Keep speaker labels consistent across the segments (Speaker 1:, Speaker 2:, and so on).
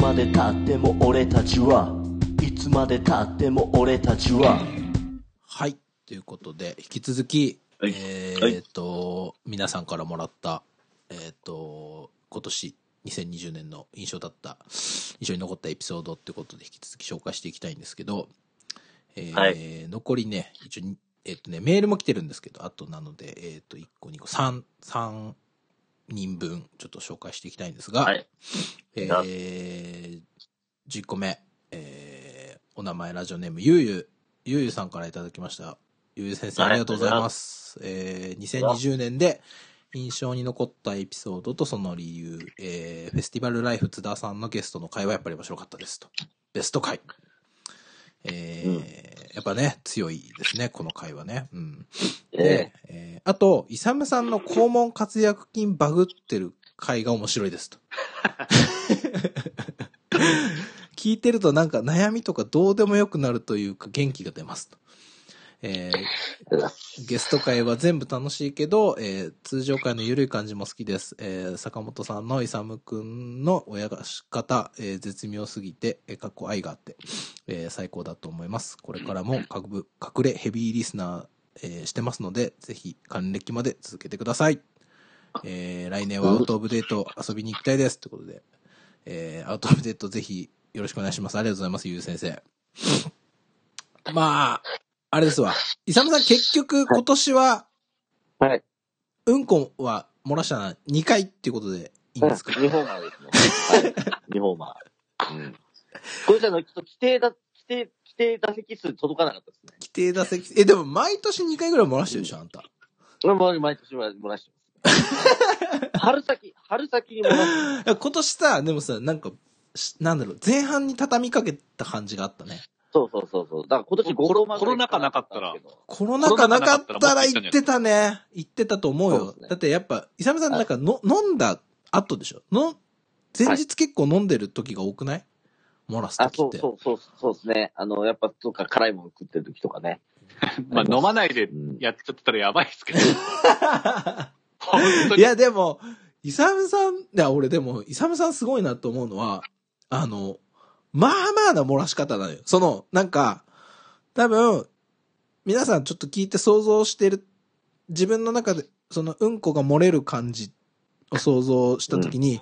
Speaker 1: までたっても俺たちはいつまでたっても俺たちは
Speaker 2: はい。ということで、引き続き、
Speaker 3: はい
Speaker 2: え
Speaker 3: はい
Speaker 2: ーっと、皆さんからもらった、えーっと、今年2020年の印象だった、印象に残ったエピソードってことで引き続き紹介していきたいんですけど、えー
Speaker 3: は
Speaker 2: 残りね、一応に、えーっとね、メールも来てるんですけど、あとなので、えーっと、1個、2個、3、3人分、ちょっと紹介していきたいんですが、
Speaker 3: はい
Speaker 2: えー、10個目、えー、お名前ラジオネーム、ゆうゆう、ゆうゆうさんからいただきました。ゆうゆう先生、
Speaker 3: は
Speaker 2: あ
Speaker 3: い
Speaker 2: りがとうございます。えー、2020年で印象に残ったエピソードとその理由、えー、フェスティバルライフ津田さんのゲストの会はやっぱり面白かったですと。ベスト回。えー
Speaker 3: うん
Speaker 2: やっぱね、強いですね、この回はね。うん。
Speaker 3: え
Speaker 2: で、えーあと、イサムさんの肛門活躍筋バグってる回が面白いですと。聞いてるとなんか悩みとかどうでもよくなるというか元気が出ますと。えーゲスト会は全部楽しいけど、えー通常会の緩い感じも好きです。えー坂本さんのイサムくんの親が仕方、えー絶妙すぎて、えー、かっこ愛があって、えー最高だと思います。これからも各部隠れヘビーリスナー、えーしてますので、ぜひ還暦まで続けてください。えー来年はアウトオブデート遊びに行きたいです。ということで、えーアウトオブデートぜひよろしくお願いします。ありがとうございます、ゆう先生。まあ、あれですわ。イサムさん結局今年は、
Speaker 4: はい。
Speaker 2: うんこは漏らしたのは2回っていうことでいいんですか
Speaker 4: うんリフォーマーですね。はい。リフォーマー。うん。これじゃあの、ちょっと規定だ、規定、規定打席数届かなかったですね。
Speaker 2: 規定打席、え、でも毎年2回ぐらい漏らしてるでしょ、あんた。
Speaker 4: 俺も毎年は漏らして ます。春先、春先に漏らしてま
Speaker 2: 今年さ、でもさ、なんか、しなんだろう、前半に畳みかけた感じがあったね。
Speaker 4: す。そうそうそうそう。だから今年
Speaker 3: コロ
Speaker 4: 5
Speaker 3: コロナ禍なかったら
Speaker 2: コロナ禍なかっ
Speaker 3: コロ
Speaker 2: た
Speaker 3: ナ禍な
Speaker 2: ら
Speaker 3: かったら
Speaker 2: 行ってたね。行ってたと思う
Speaker 4: そう
Speaker 2: よ
Speaker 4: で。すね
Speaker 2: だってやっぱ、イサムさんなんかの、飲んだ後でしょの、前日結構飲んでる時が多くない漏らす時っ
Speaker 4: あ、
Speaker 2: て。
Speaker 4: そうそうそう、そうですね。あの、やっぱ、そうか、辛いもの食ってる時とかね。
Speaker 3: まあ飲まないで
Speaker 4: うん
Speaker 3: やっちゃってたらやば いですけど。本当
Speaker 2: い
Speaker 3: に。
Speaker 2: や、でも、イサムさん、いや、俺でも、イサムさんすごいなと思うのは、あの、まあまあな漏らし方なのよ。その、なんか、多分、皆さんちょっと聞いて想像してる、自分の中で、その、うんこが漏れる感じを想像したときに、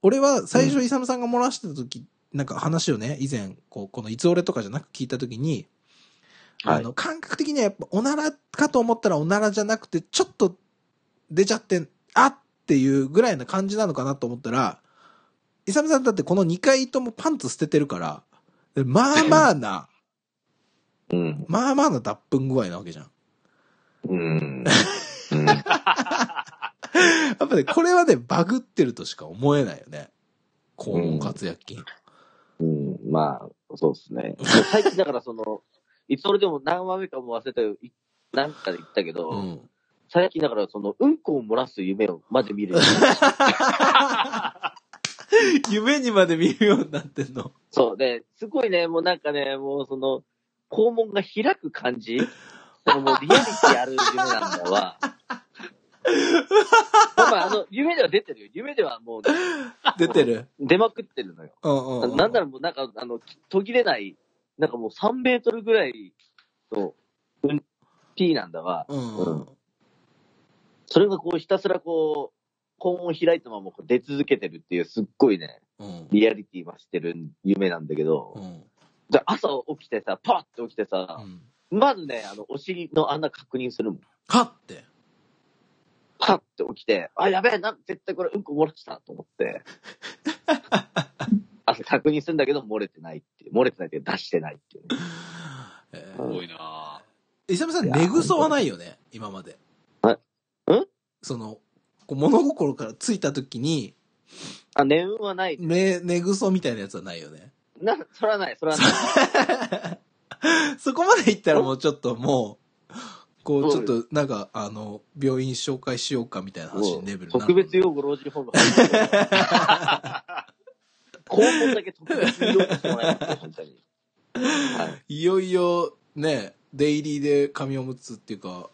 Speaker 2: 俺は最初イサムさんが漏らしてたとき、なんか話をね、以前、こう、このいつ俺とかじゃなく聞いたときに、
Speaker 4: はい
Speaker 2: あの、感覚的にはやっぱおならかと思ったらおならじゃなくて、ちょっと出ちゃって、あっていうぐらいな感じなのかなと思ったら、イサムさんだってこの2回ともパンツ捨ててるから、でまあまあな、
Speaker 4: うん。
Speaker 2: まあまあな脱粉具合なわけじゃん。
Speaker 4: うん。
Speaker 2: やっぱね、これはね、バグってるとしか思えないよね。肛門活躍筋。
Speaker 4: うん。まあ、そうです ね。最近だから、その、いつ俺でも何話目かも忘れたよ。いなんかで言ったけど、
Speaker 2: うん。
Speaker 4: 最近だから、その、うんこを漏らす夢をまで見るようになって。
Speaker 2: 夢にまで見るようになってんの。
Speaker 4: そう。で、すごいね、もうなんかね、もうその、肛門が開く感じそのもうリアリティある夢なんだわ。まあまあ、あの、夢では出てるよ。夢ではもう、
Speaker 2: 出てる。
Speaker 4: 出まくってるのよ。
Speaker 2: うんうんうん。
Speaker 4: なんならもうなんか、あの、途切れない、なんかもう3メートルぐらいの、うん、P なんだわ。
Speaker 2: うんうん。
Speaker 4: それがこう、ひたすらこう、肛門を開いたままこう出続けてるっていう、すっごいね、
Speaker 2: うん。
Speaker 4: リアリティ増してる夢なんだけど、
Speaker 2: うん。
Speaker 4: で朝起きてさ、パッて起きてさ
Speaker 2: う、ん。
Speaker 4: まずね、あの、お尻の穴確認するもん。
Speaker 2: はって。
Speaker 4: パッて起きて、あ、やべえ、なん絶対これうんこ漏らしたと思って。朝確認するんだけど、漏れてないっていう。漏れてないっていうか出してないっていうね。
Speaker 2: え
Speaker 3: すごいな
Speaker 2: ー、イサムさん、
Speaker 4: いや
Speaker 2: 寝ぐそはないよね、今まで。
Speaker 4: はん
Speaker 2: その、こう物心からついた時に、
Speaker 4: あ、念運はない。
Speaker 2: ね、寝ぐそみたいなやつはないよね。
Speaker 4: な、そらない、そらない。
Speaker 2: そこまで行ったらもうちょっともう、こう、ちょっと、なんか、あの、病院紹介しようかみたいな話のレベルになる
Speaker 4: 特別養護老人ホーム入ってる。肛門だけ特別に養護してもらいますよ、本当 に。はい。
Speaker 2: いよいよ、ね、デイリーで紙おむつっていうか、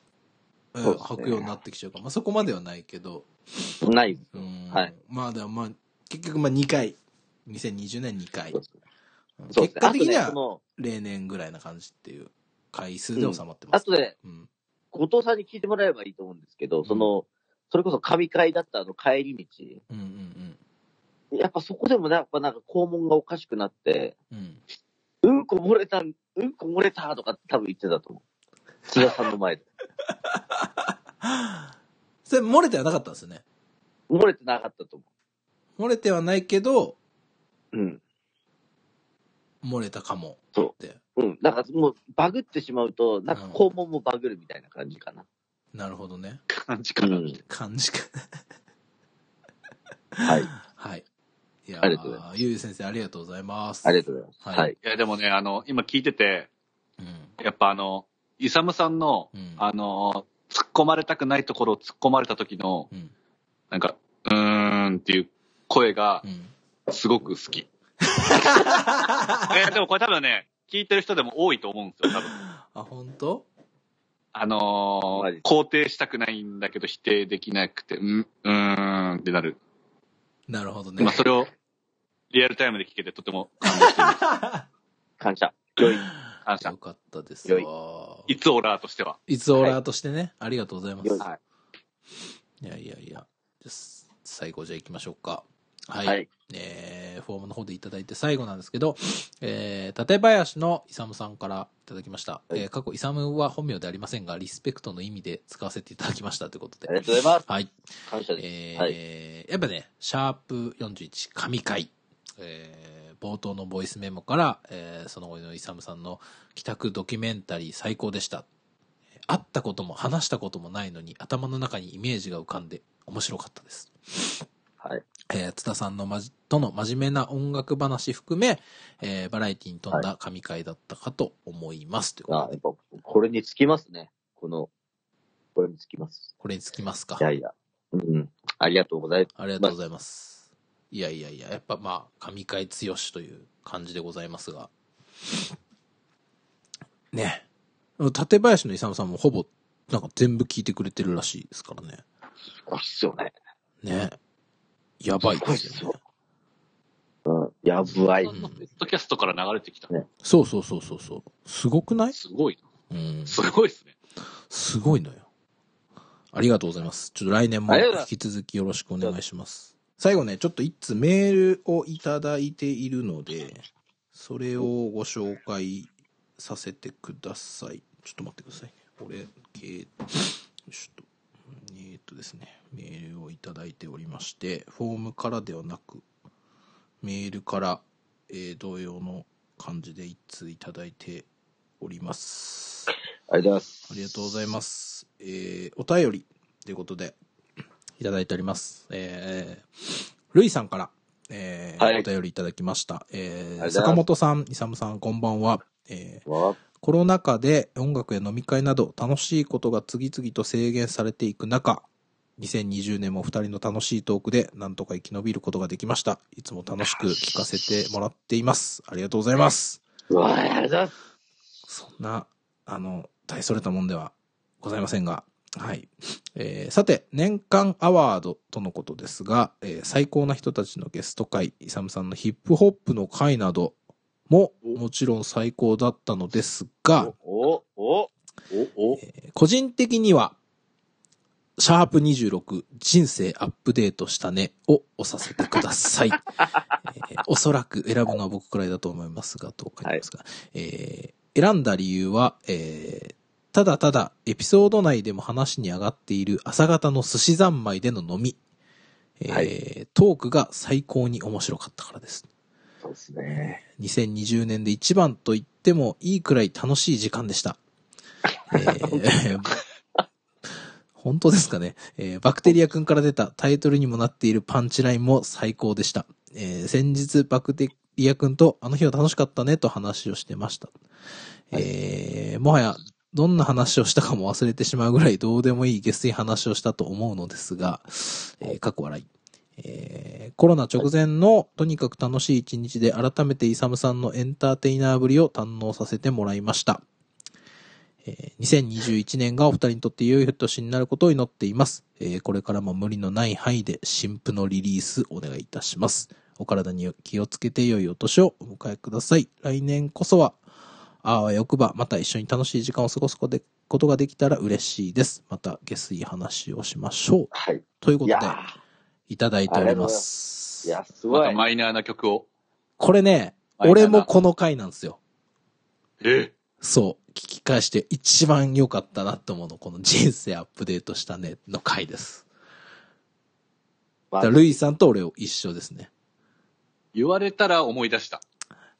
Speaker 2: えー
Speaker 4: そうですね
Speaker 2: 履くようになってきちゃうから、まあそこまではないけど、
Speaker 4: ない。
Speaker 2: うん
Speaker 4: はい
Speaker 2: まあでもまあ、結局まあ2回2020年2回
Speaker 4: そう。ですね
Speaker 2: うん
Speaker 4: そう
Speaker 2: 結
Speaker 4: ですね。
Speaker 2: 果的に
Speaker 4: あとね、そ
Speaker 2: は
Speaker 4: の、
Speaker 2: 例年ぐらいな感じっていう回数で収まってま
Speaker 4: あ
Speaker 2: す。
Speaker 4: とで、
Speaker 2: うん。
Speaker 4: 後藤さんに聞いてもらえばいいと思うんですけど、その、それこそ神会だったあの帰り
Speaker 2: うんうん
Speaker 4: 道。やっぱそこでもねやっぱなんか肛門がおかしくなって、
Speaker 2: うん。うん。
Speaker 4: うんこ漏れた、うんこ漏れたとかって多分言ってたと思う。津田さんの前で。
Speaker 2: それ漏れてはなかったんですよね。
Speaker 4: 漏れてなかったと思
Speaker 2: 漏れてはないけど、
Speaker 4: う。うん。
Speaker 2: 漏れたかも。
Speaker 4: そ
Speaker 2: って。
Speaker 4: うん。だからもうバグってしまうと、なんか肛門もバグるみたいな感じかな。
Speaker 2: なるほどね。
Speaker 3: 感じかな。
Speaker 4: うん
Speaker 2: 感じか。
Speaker 4: はい。
Speaker 2: はい。いやー
Speaker 4: ありがとうござい
Speaker 2: ゆうゆう先生、ありがとうございます。
Speaker 4: ありがとうございます。
Speaker 2: は
Speaker 4: はいい。
Speaker 3: いや、でもね、あの、今聞いてて、
Speaker 2: う
Speaker 3: やっぱあの、イサムさんの、
Speaker 2: ん。うん。
Speaker 3: あの、突っ込まれたくないところを突っ込まれた時の、
Speaker 2: うん。
Speaker 3: なんか、うーんっていう声が
Speaker 2: う、ん。
Speaker 3: すごく 好き。いや、でもこれ多分ね、聞いてる人でも多いと思うんですよ、多分。
Speaker 2: あ、本当
Speaker 3: あの
Speaker 4: マジ
Speaker 3: ー、肯定したくないんだけど否定できなくて、うん、うーんってなる。
Speaker 2: なるほどね。
Speaker 3: 今それをリアルタイムで聞けてとても
Speaker 4: 感謝。良い。
Speaker 3: 感 謝
Speaker 2: よ。かったですわ。
Speaker 3: いつオラーとしては。
Speaker 2: いつオーラーとしてね、ありがとうございます。
Speaker 4: 良い。
Speaker 3: はい
Speaker 2: いやいやいや。じゃあ最後じゃあ行きましょうか。はい。
Speaker 4: はい。
Speaker 2: えー、フォームの方でいただいて最後なんですけど、えー、館林のイサムさんからいただきました。
Speaker 4: はい
Speaker 2: えー、過去イサムは本名でありませんが、リスペクトの意味で使わせていただきましたということ
Speaker 4: あ
Speaker 2: で。
Speaker 4: りがとうございます。
Speaker 2: はい。
Speaker 4: 感謝です。
Speaker 2: えー
Speaker 4: はい
Speaker 2: やっぱね、シャープ41、神回、えー冒頭のボイスメモから、えーその後のイサムさんの帰宅ドキュメンタリー最高でした。会ったことも話したこともないのに、頭の中にイメージが浮かんで面白かったです。
Speaker 4: はい。
Speaker 2: えー津田さんのまじ、との真面目な音楽話含め、えーバラエティに富んだ神回だったかと思います。ということ
Speaker 4: あ
Speaker 2: で
Speaker 4: やっぱ、これにつきますね。この、これにつきます。
Speaker 2: これにつきますか
Speaker 4: い。やいや。うんうん。ありがとうございます。
Speaker 2: ありがとうございます。いやいやいや、やっぱまあ、神回強しという感じでございますが。ねえ。館林のイサムさんもほぼ、なんか全部聞いてくれてるらしいですからね。
Speaker 4: すごいっすよね。
Speaker 2: ねえ。やばいですよね。
Speaker 4: うん。やばい。
Speaker 2: うん
Speaker 3: ポッドキャストから流れてきた。
Speaker 4: ね
Speaker 2: そうそうそうそうそう。すごくない
Speaker 3: すごい。
Speaker 2: うん。
Speaker 3: すごいですね。
Speaker 2: すごいのよ。ありがとうございます。ちょっと来年も
Speaker 4: ありがとうござい
Speaker 2: 引き続きよろしくお願いします。最後ね、ちょっと一通メールをいただいているので、それをご紹介させてください。ちょっと待ってくださいね。これ、けちょっと、えーっとですね、メールをいただいておりまして、フォームからではなく、メールから、えー同様の感じで一通いただいております。
Speaker 4: ありがとうございます。
Speaker 2: ありがとうございます。えー、お便りということで、いただいております。えー、ルイさんから、えー
Speaker 4: はい
Speaker 2: お便りいただきました。え
Speaker 4: ありがとうござい
Speaker 2: ー、
Speaker 4: ます
Speaker 2: 坂本さん、イサムさん、こんばんは。えー、
Speaker 4: わ
Speaker 2: コロナ禍で音楽や飲み会など楽しいことが次々と制限されていく中、2020年も二人の楽しいトークでなんとか生き延びることができました。いつも楽しく聞かせてもらっています。ありがとうございます。
Speaker 4: うわありがとうございます。
Speaker 2: そんな、あの、大それたもんではございませんが、はい。えーさて、年間アワードとのことですが、えー最高な人たちのゲスト会、イサムさんのヒップホップの会なども、もちろん最高だったのですが、
Speaker 4: お、お、お、お、
Speaker 2: えー個人的には、シャープ26、人生アップデートしたねを押させてください。えーおそらく選ぶのは僕くらいだと思いますが、どう書いてますか。えー選んだ理由は、えーただただエピソード内でも話に上がっている朝方の寿司三昧での飲み、えー
Speaker 4: は
Speaker 2: トークが最高に面白かったからです。
Speaker 4: そうですね。
Speaker 2: 2020年で一番と言ってもいいくらい楽しい時間でした。えー 本当ですかね、えーバクテリア君から出たタイトルにもなっているパンチラインも最高でした。えー先日バクテリア君とあの日は楽しかったねと話をしてました。えーもはやどんな話をしたかも忘れてしまうぐらいどうでもいい下水話をしたと思うのですが、えー、過去笑い。えーコロナ直前のとにかく楽しい一日で改めてイサムさんのエンターテイナーぶりを堪能させてもらいました。えー2021年がお二人にとって良い年になることを祈っています。えーこれからも無理のない範囲で新婦のリリースお願いいたします。お体に気をつけて良いお年をお迎えください。来年こそは、あわよくば、また一緒に楽しい時間を過ごすことでことができたら嬉しいです。また下水話をしましょう。
Speaker 4: はい。
Speaker 2: というこ
Speaker 4: い
Speaker 2: と
Speaker 4: や
Speaker 2: で、いただいております。
Speaker 4: ー、いや、す
Speaker 3: ま
Speaker 4: ご
Speaker 3: た
Speaker 4: い。
Speaker 3: マイナーな曲を。
Speaker 2: これね、俺もこの回なんですよ。
Speaker 3: え
Speaker 2: そう。聞き返して一番良かったなって思うの。この人生アップデートしたねの回です。
Speaker 4: ま
Speaker 2: だ
Speaker 4: あ
Speaker 2: からルイさんと俺を一緒ですね。
Speaker 3: 言われたら思い出した。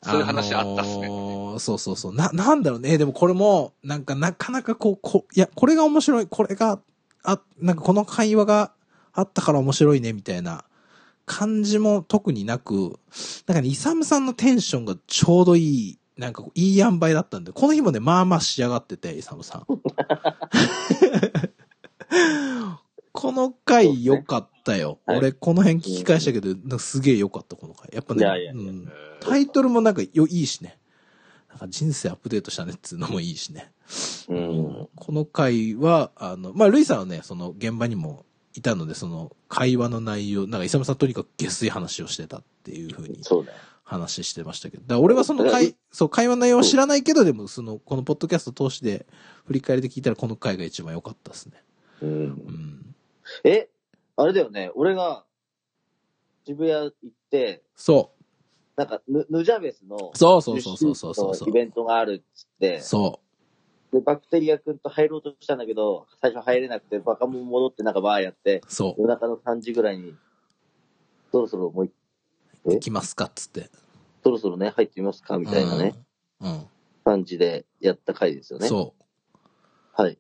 Speaker 3: そういう話あったっすね
Speaker 2: あのーそうそうそう。な、なんだろうね。でもこれも、なんかなかなかこう、こいや、これが面白い。これが、あ、なんかこの会話があったから面白いね、みたいな感じも特になく、なんかね、イサムさんのテンションがちょうどいい、なんかこういい塩梅だったんで、この日もね、まあまあ仕上がってて、イサム さん。この回良かったよ。
Speaker 4: そうですねはい
Speaker 2: 俺、この辺聞き返したけど、なんかすげえ良かった、この回。やっぱね。
Speaker 4: いやいやいや
Speaker 2: うん
Speaker 3: ー
Speaker 2: タイトルもなんかよ、いいしね。なんか人生アップデートしたねっつうのもいいしね。
Speaker 4: うん。
Speaker 2: この回は、あの、まあ、ルイさんはね、その現場にもいたので、その会話の内容、なんかイサムさんとにかく下水話をしてたっていうふうに
Speaker 4: そうだよ。
Speaker 2: 話してましたけど。だから俺はその会、そう、会話の内容は知らないけど、でもその、このポッドキャスト通して振り返りで聞いたらこの回が一番良かったですね。
Speaker 4: う。
Speaker 2: うんん。
Speaker 4: え、あれだよね。俺が、渋谷行って、
Speaker 2: そ
Speaker 4: なんかヌ、ヌジャベスの
Speaker 2: う。、そうそうそうそうそうそう
Speaker 4: 10周
Speaker 2: そ
Speaker 4: 年のイ
Speaker 2: う。
Speaker 4: ベントがあるっつって、
Speaker 2: そ
Speaker 4: で、バクテリア君と入ろうとしたんだけど、最初入れなくて、バカも戻ってなんかバーやって、
Speaker 2: う。そう。
Speaker 4: 夜中の3時ぐらいに、そろそろもうい、え
Speaker 2: 行きますかっつって。
Speaker 4: そろそろね、入ってみますかみたいなね、
Speaker 2: うん。うん。
Speaker 4: 感じでやった回ですよね。
Speaker 2: そう。
Speaker 4: はい。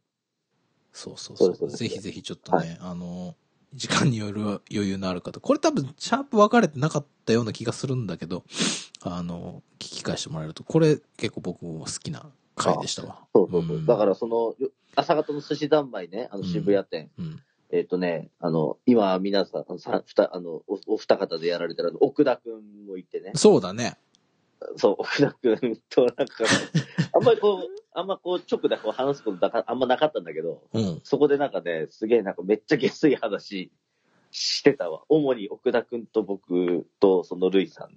Speaker 2: そうそうそう。
Speaker 4: そうです
Speaker 2: ぜ
Speaker 4: ね
Speaker 2: ひぜひちょっとね、あの、時間による余裕のある方。これ多分、シャープ分かれてなかったような気がするんだけど、あの、聞き返してもらえると、これ結構僕も好きな回でしたわ。
Speaker 4: そうそうそう。
Speaker 2: ん
Speaker 4: だからその、よ朝方の寿司三昧ね、あの渋谷店。
Speaker 2: うん。
Speaker 4: えっ、とね、あの、今皆さん、あのさふたあのおお二方でやられてるあの奥田くんもいてね。
Speaker 2: そうだね。
Speaker 4: そう、奥田くんとなんか、あんまりこう、あんまこう直でこう話すことだかあんまなかったんだけど、
Speaker 2: うん。
Speaker 4: そこでなんかね、すげえなんかめっちゃ下水話してたわ。主に奥田くんと僕とそのルイさん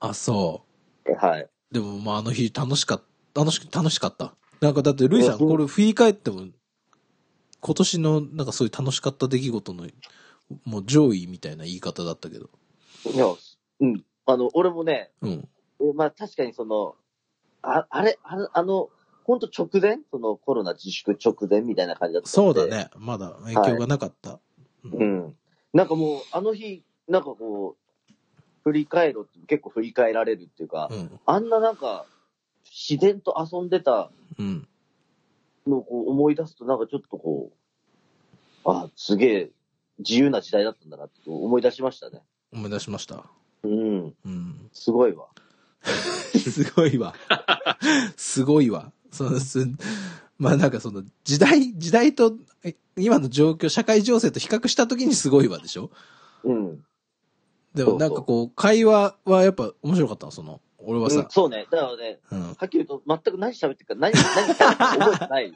Speaker 2: あ、そ
Speaker 4: で。はい。
Speaker 2: う。でも、まあ、あの日楽しかった、楽し、楽しかった。なんかだって、ルイさん、
Speaker 4: うん
Speaker 2: これ振り返っても、今年の、なんかそういう楽しかった出来事の、もう上位みたいな言い方だったけど。
Speaker 4: いや、うん。あの、俺もね、
Speaker 2: うん。
Speaker 4: えまあ確かにその、ああれ、あの、あの、ほんと直前そのコロナ自粛直前みたいな感じだったんで。
Speaker 2: そうだ。ね。まだ影響がなかった。
Speaker 4: うん。なんかもう、あの日、なんかこう、振り返ろうって、結構振り返られるっていうか、
Speaker 2: うん。
Speaker 4: あんななんか、自然と遊んでた
Speaker 2: うん。
Speaker 4: のをこう思い出すと、なんかちょっとこう、あ、すげえ、自由な時代だったんだなって思い出しましたね。
Speaker 2: 思い出しました。
Speaker 4: うん。
Speaker 2: うん。
Speaker 4: すごいわ。
Speaker 2: すごい わ。すごいわ。その、す、まあなんかその、時代、時代と、え今の状況、社会情勢と比較した時にすごいわでしょ
Speaker 4: うん。
Speaker 2: でも
Speaker 4: そうそ
Speaker 2: な
Speaker 4: う
Speaker 2: んかこう、会話はやっぱ面白かったのその、俺は
Speaker 4: うん
Speaker 2: さ、
Speaker 4: そうね。だからね、
Speaker 2: うん。
Speaker 4: はっきり言うと、全く何喋ってるか、何、何か覚えて ない。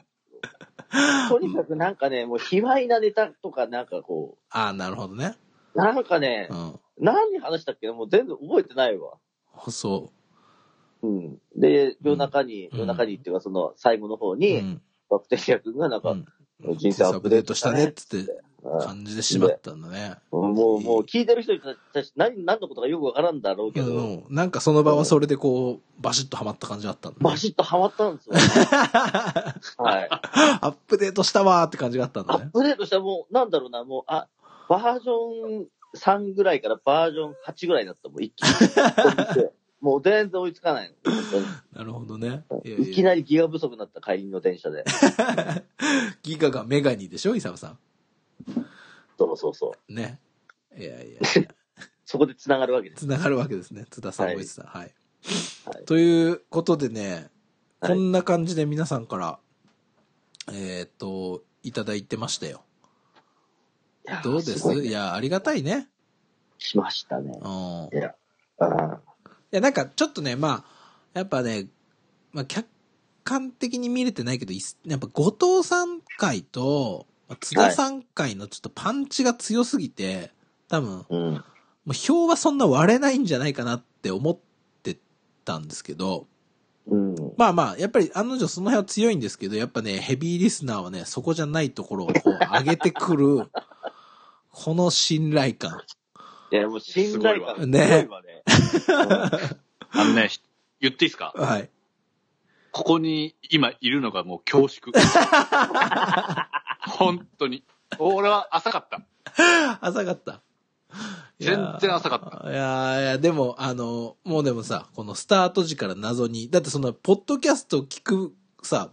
Speaker 4: とにかくなんかね、もう卑猥なネタとか、なんかこ
Speaker 2: ああ、なるほどね。
Speaker 4: う、なんかね
Speaker 2: う、ん。
Speaker 4: 何話したっけもう全部覚えてないわ。
Speaker 2: そ
Speaker 4: うん。で、夜中に、
Speaker 2: うん
Speaker 4: 夜中にっていうか、その最後の方
Speaker 2: う。
Speaker 4: に、
Speaker 2: ん。
Speaker 4: バクテリア君がなんか、
Speaker 2: うん
Speaker 4: 人生アップデートしたね
Speaker 2: アップデートしたねっつって
Speaker 4: あ
Speaker 2: 感じてしまったんだね。
Speaker 4: もう、もう聞いてる人に対して何、何のことかよくわからんだろうけど、
Speaker 2: うん、なんかその場はそれでこう、バシッとハマった感じだったんだね、
Speaker 4: バシッとハマったん ですよ。はい。
Speaker 2: アップデートしたわーって感じがあったんだ
Speaker 4: ア
Speaker 2: ね
Speaker 4: ッ。プデートしたらもう、なんだろうな、もう、あ、バージョン3ぐらいからバージョン8ぐらいだった、もう一気 に。もう全然追いつかないの。本当に
Speaker 2: なるほどね。いや
Speaker 4: いきなりギガ不足になった帰りの電車で。
Speaker 2: ギガがメガニでしょイサムさ
Speaker 4: そうそうそう。
Speaker 2: ん。ね。いやいや。
Speaker 4: そこで繋がるわけです。
Speaker 2: つながるわけですね。津田さん、
Speaker 4: はい
Speaker 2: 大石さん。はい
Speaker 4: は。い
Speaker 2: ということでね、
Speaker 4: はい
Speaker 2: こんな感じで皆さんから、えーっと、いただいてましたよ。
Speaker 4: いやー
Speaker 2: どうです
Speaker 4: ごい
Speaker 2: い
Speaker 4: ね
Speaker 2: や、ありがたいね。
Speaker 4: しましたね。
Speaker 2: うん。
Speaker 4: いや、ああ、
Speaker 2: いや、なんかちょっとね、まあ、やっぱね、まあ、客観的に見れてないけど、いすやっぱ後藤さん回と、まあ津田さん回のちょっとパンチが強すぎて、多分、
Speaker 4: うん。
Speaker 2: まあ、票はそんな割れないんじゃないかなって思ってたんですけど、
Speaker 4: うん。
Speaker 2: まあまあ、やっぱり案の定その辺は強いんですけど、やっぱね、ヘビーリスナーはね、そこじゃないところをこう上げてくる、 この信頼感。
Speaker 4: いや、もう信頼感
Speaker 2: すご
Speaker 4: す
Speaker 2: いわ
Speaker 4: ごいわね。
Speaker 3: あのね、し言っていいですか
Speaker 2: はい。
Speaker 3: ここに今いるのがもう恐 縮。本当に。俺は浅かった。
Speaker 2: 浅かった。
Speaker 3: 全然浅かった。
Speaker 2: いやーいや、でも、あの、もうでもさ、このスタート時から謎に、だってその、ポッドキャストを聞く、さ、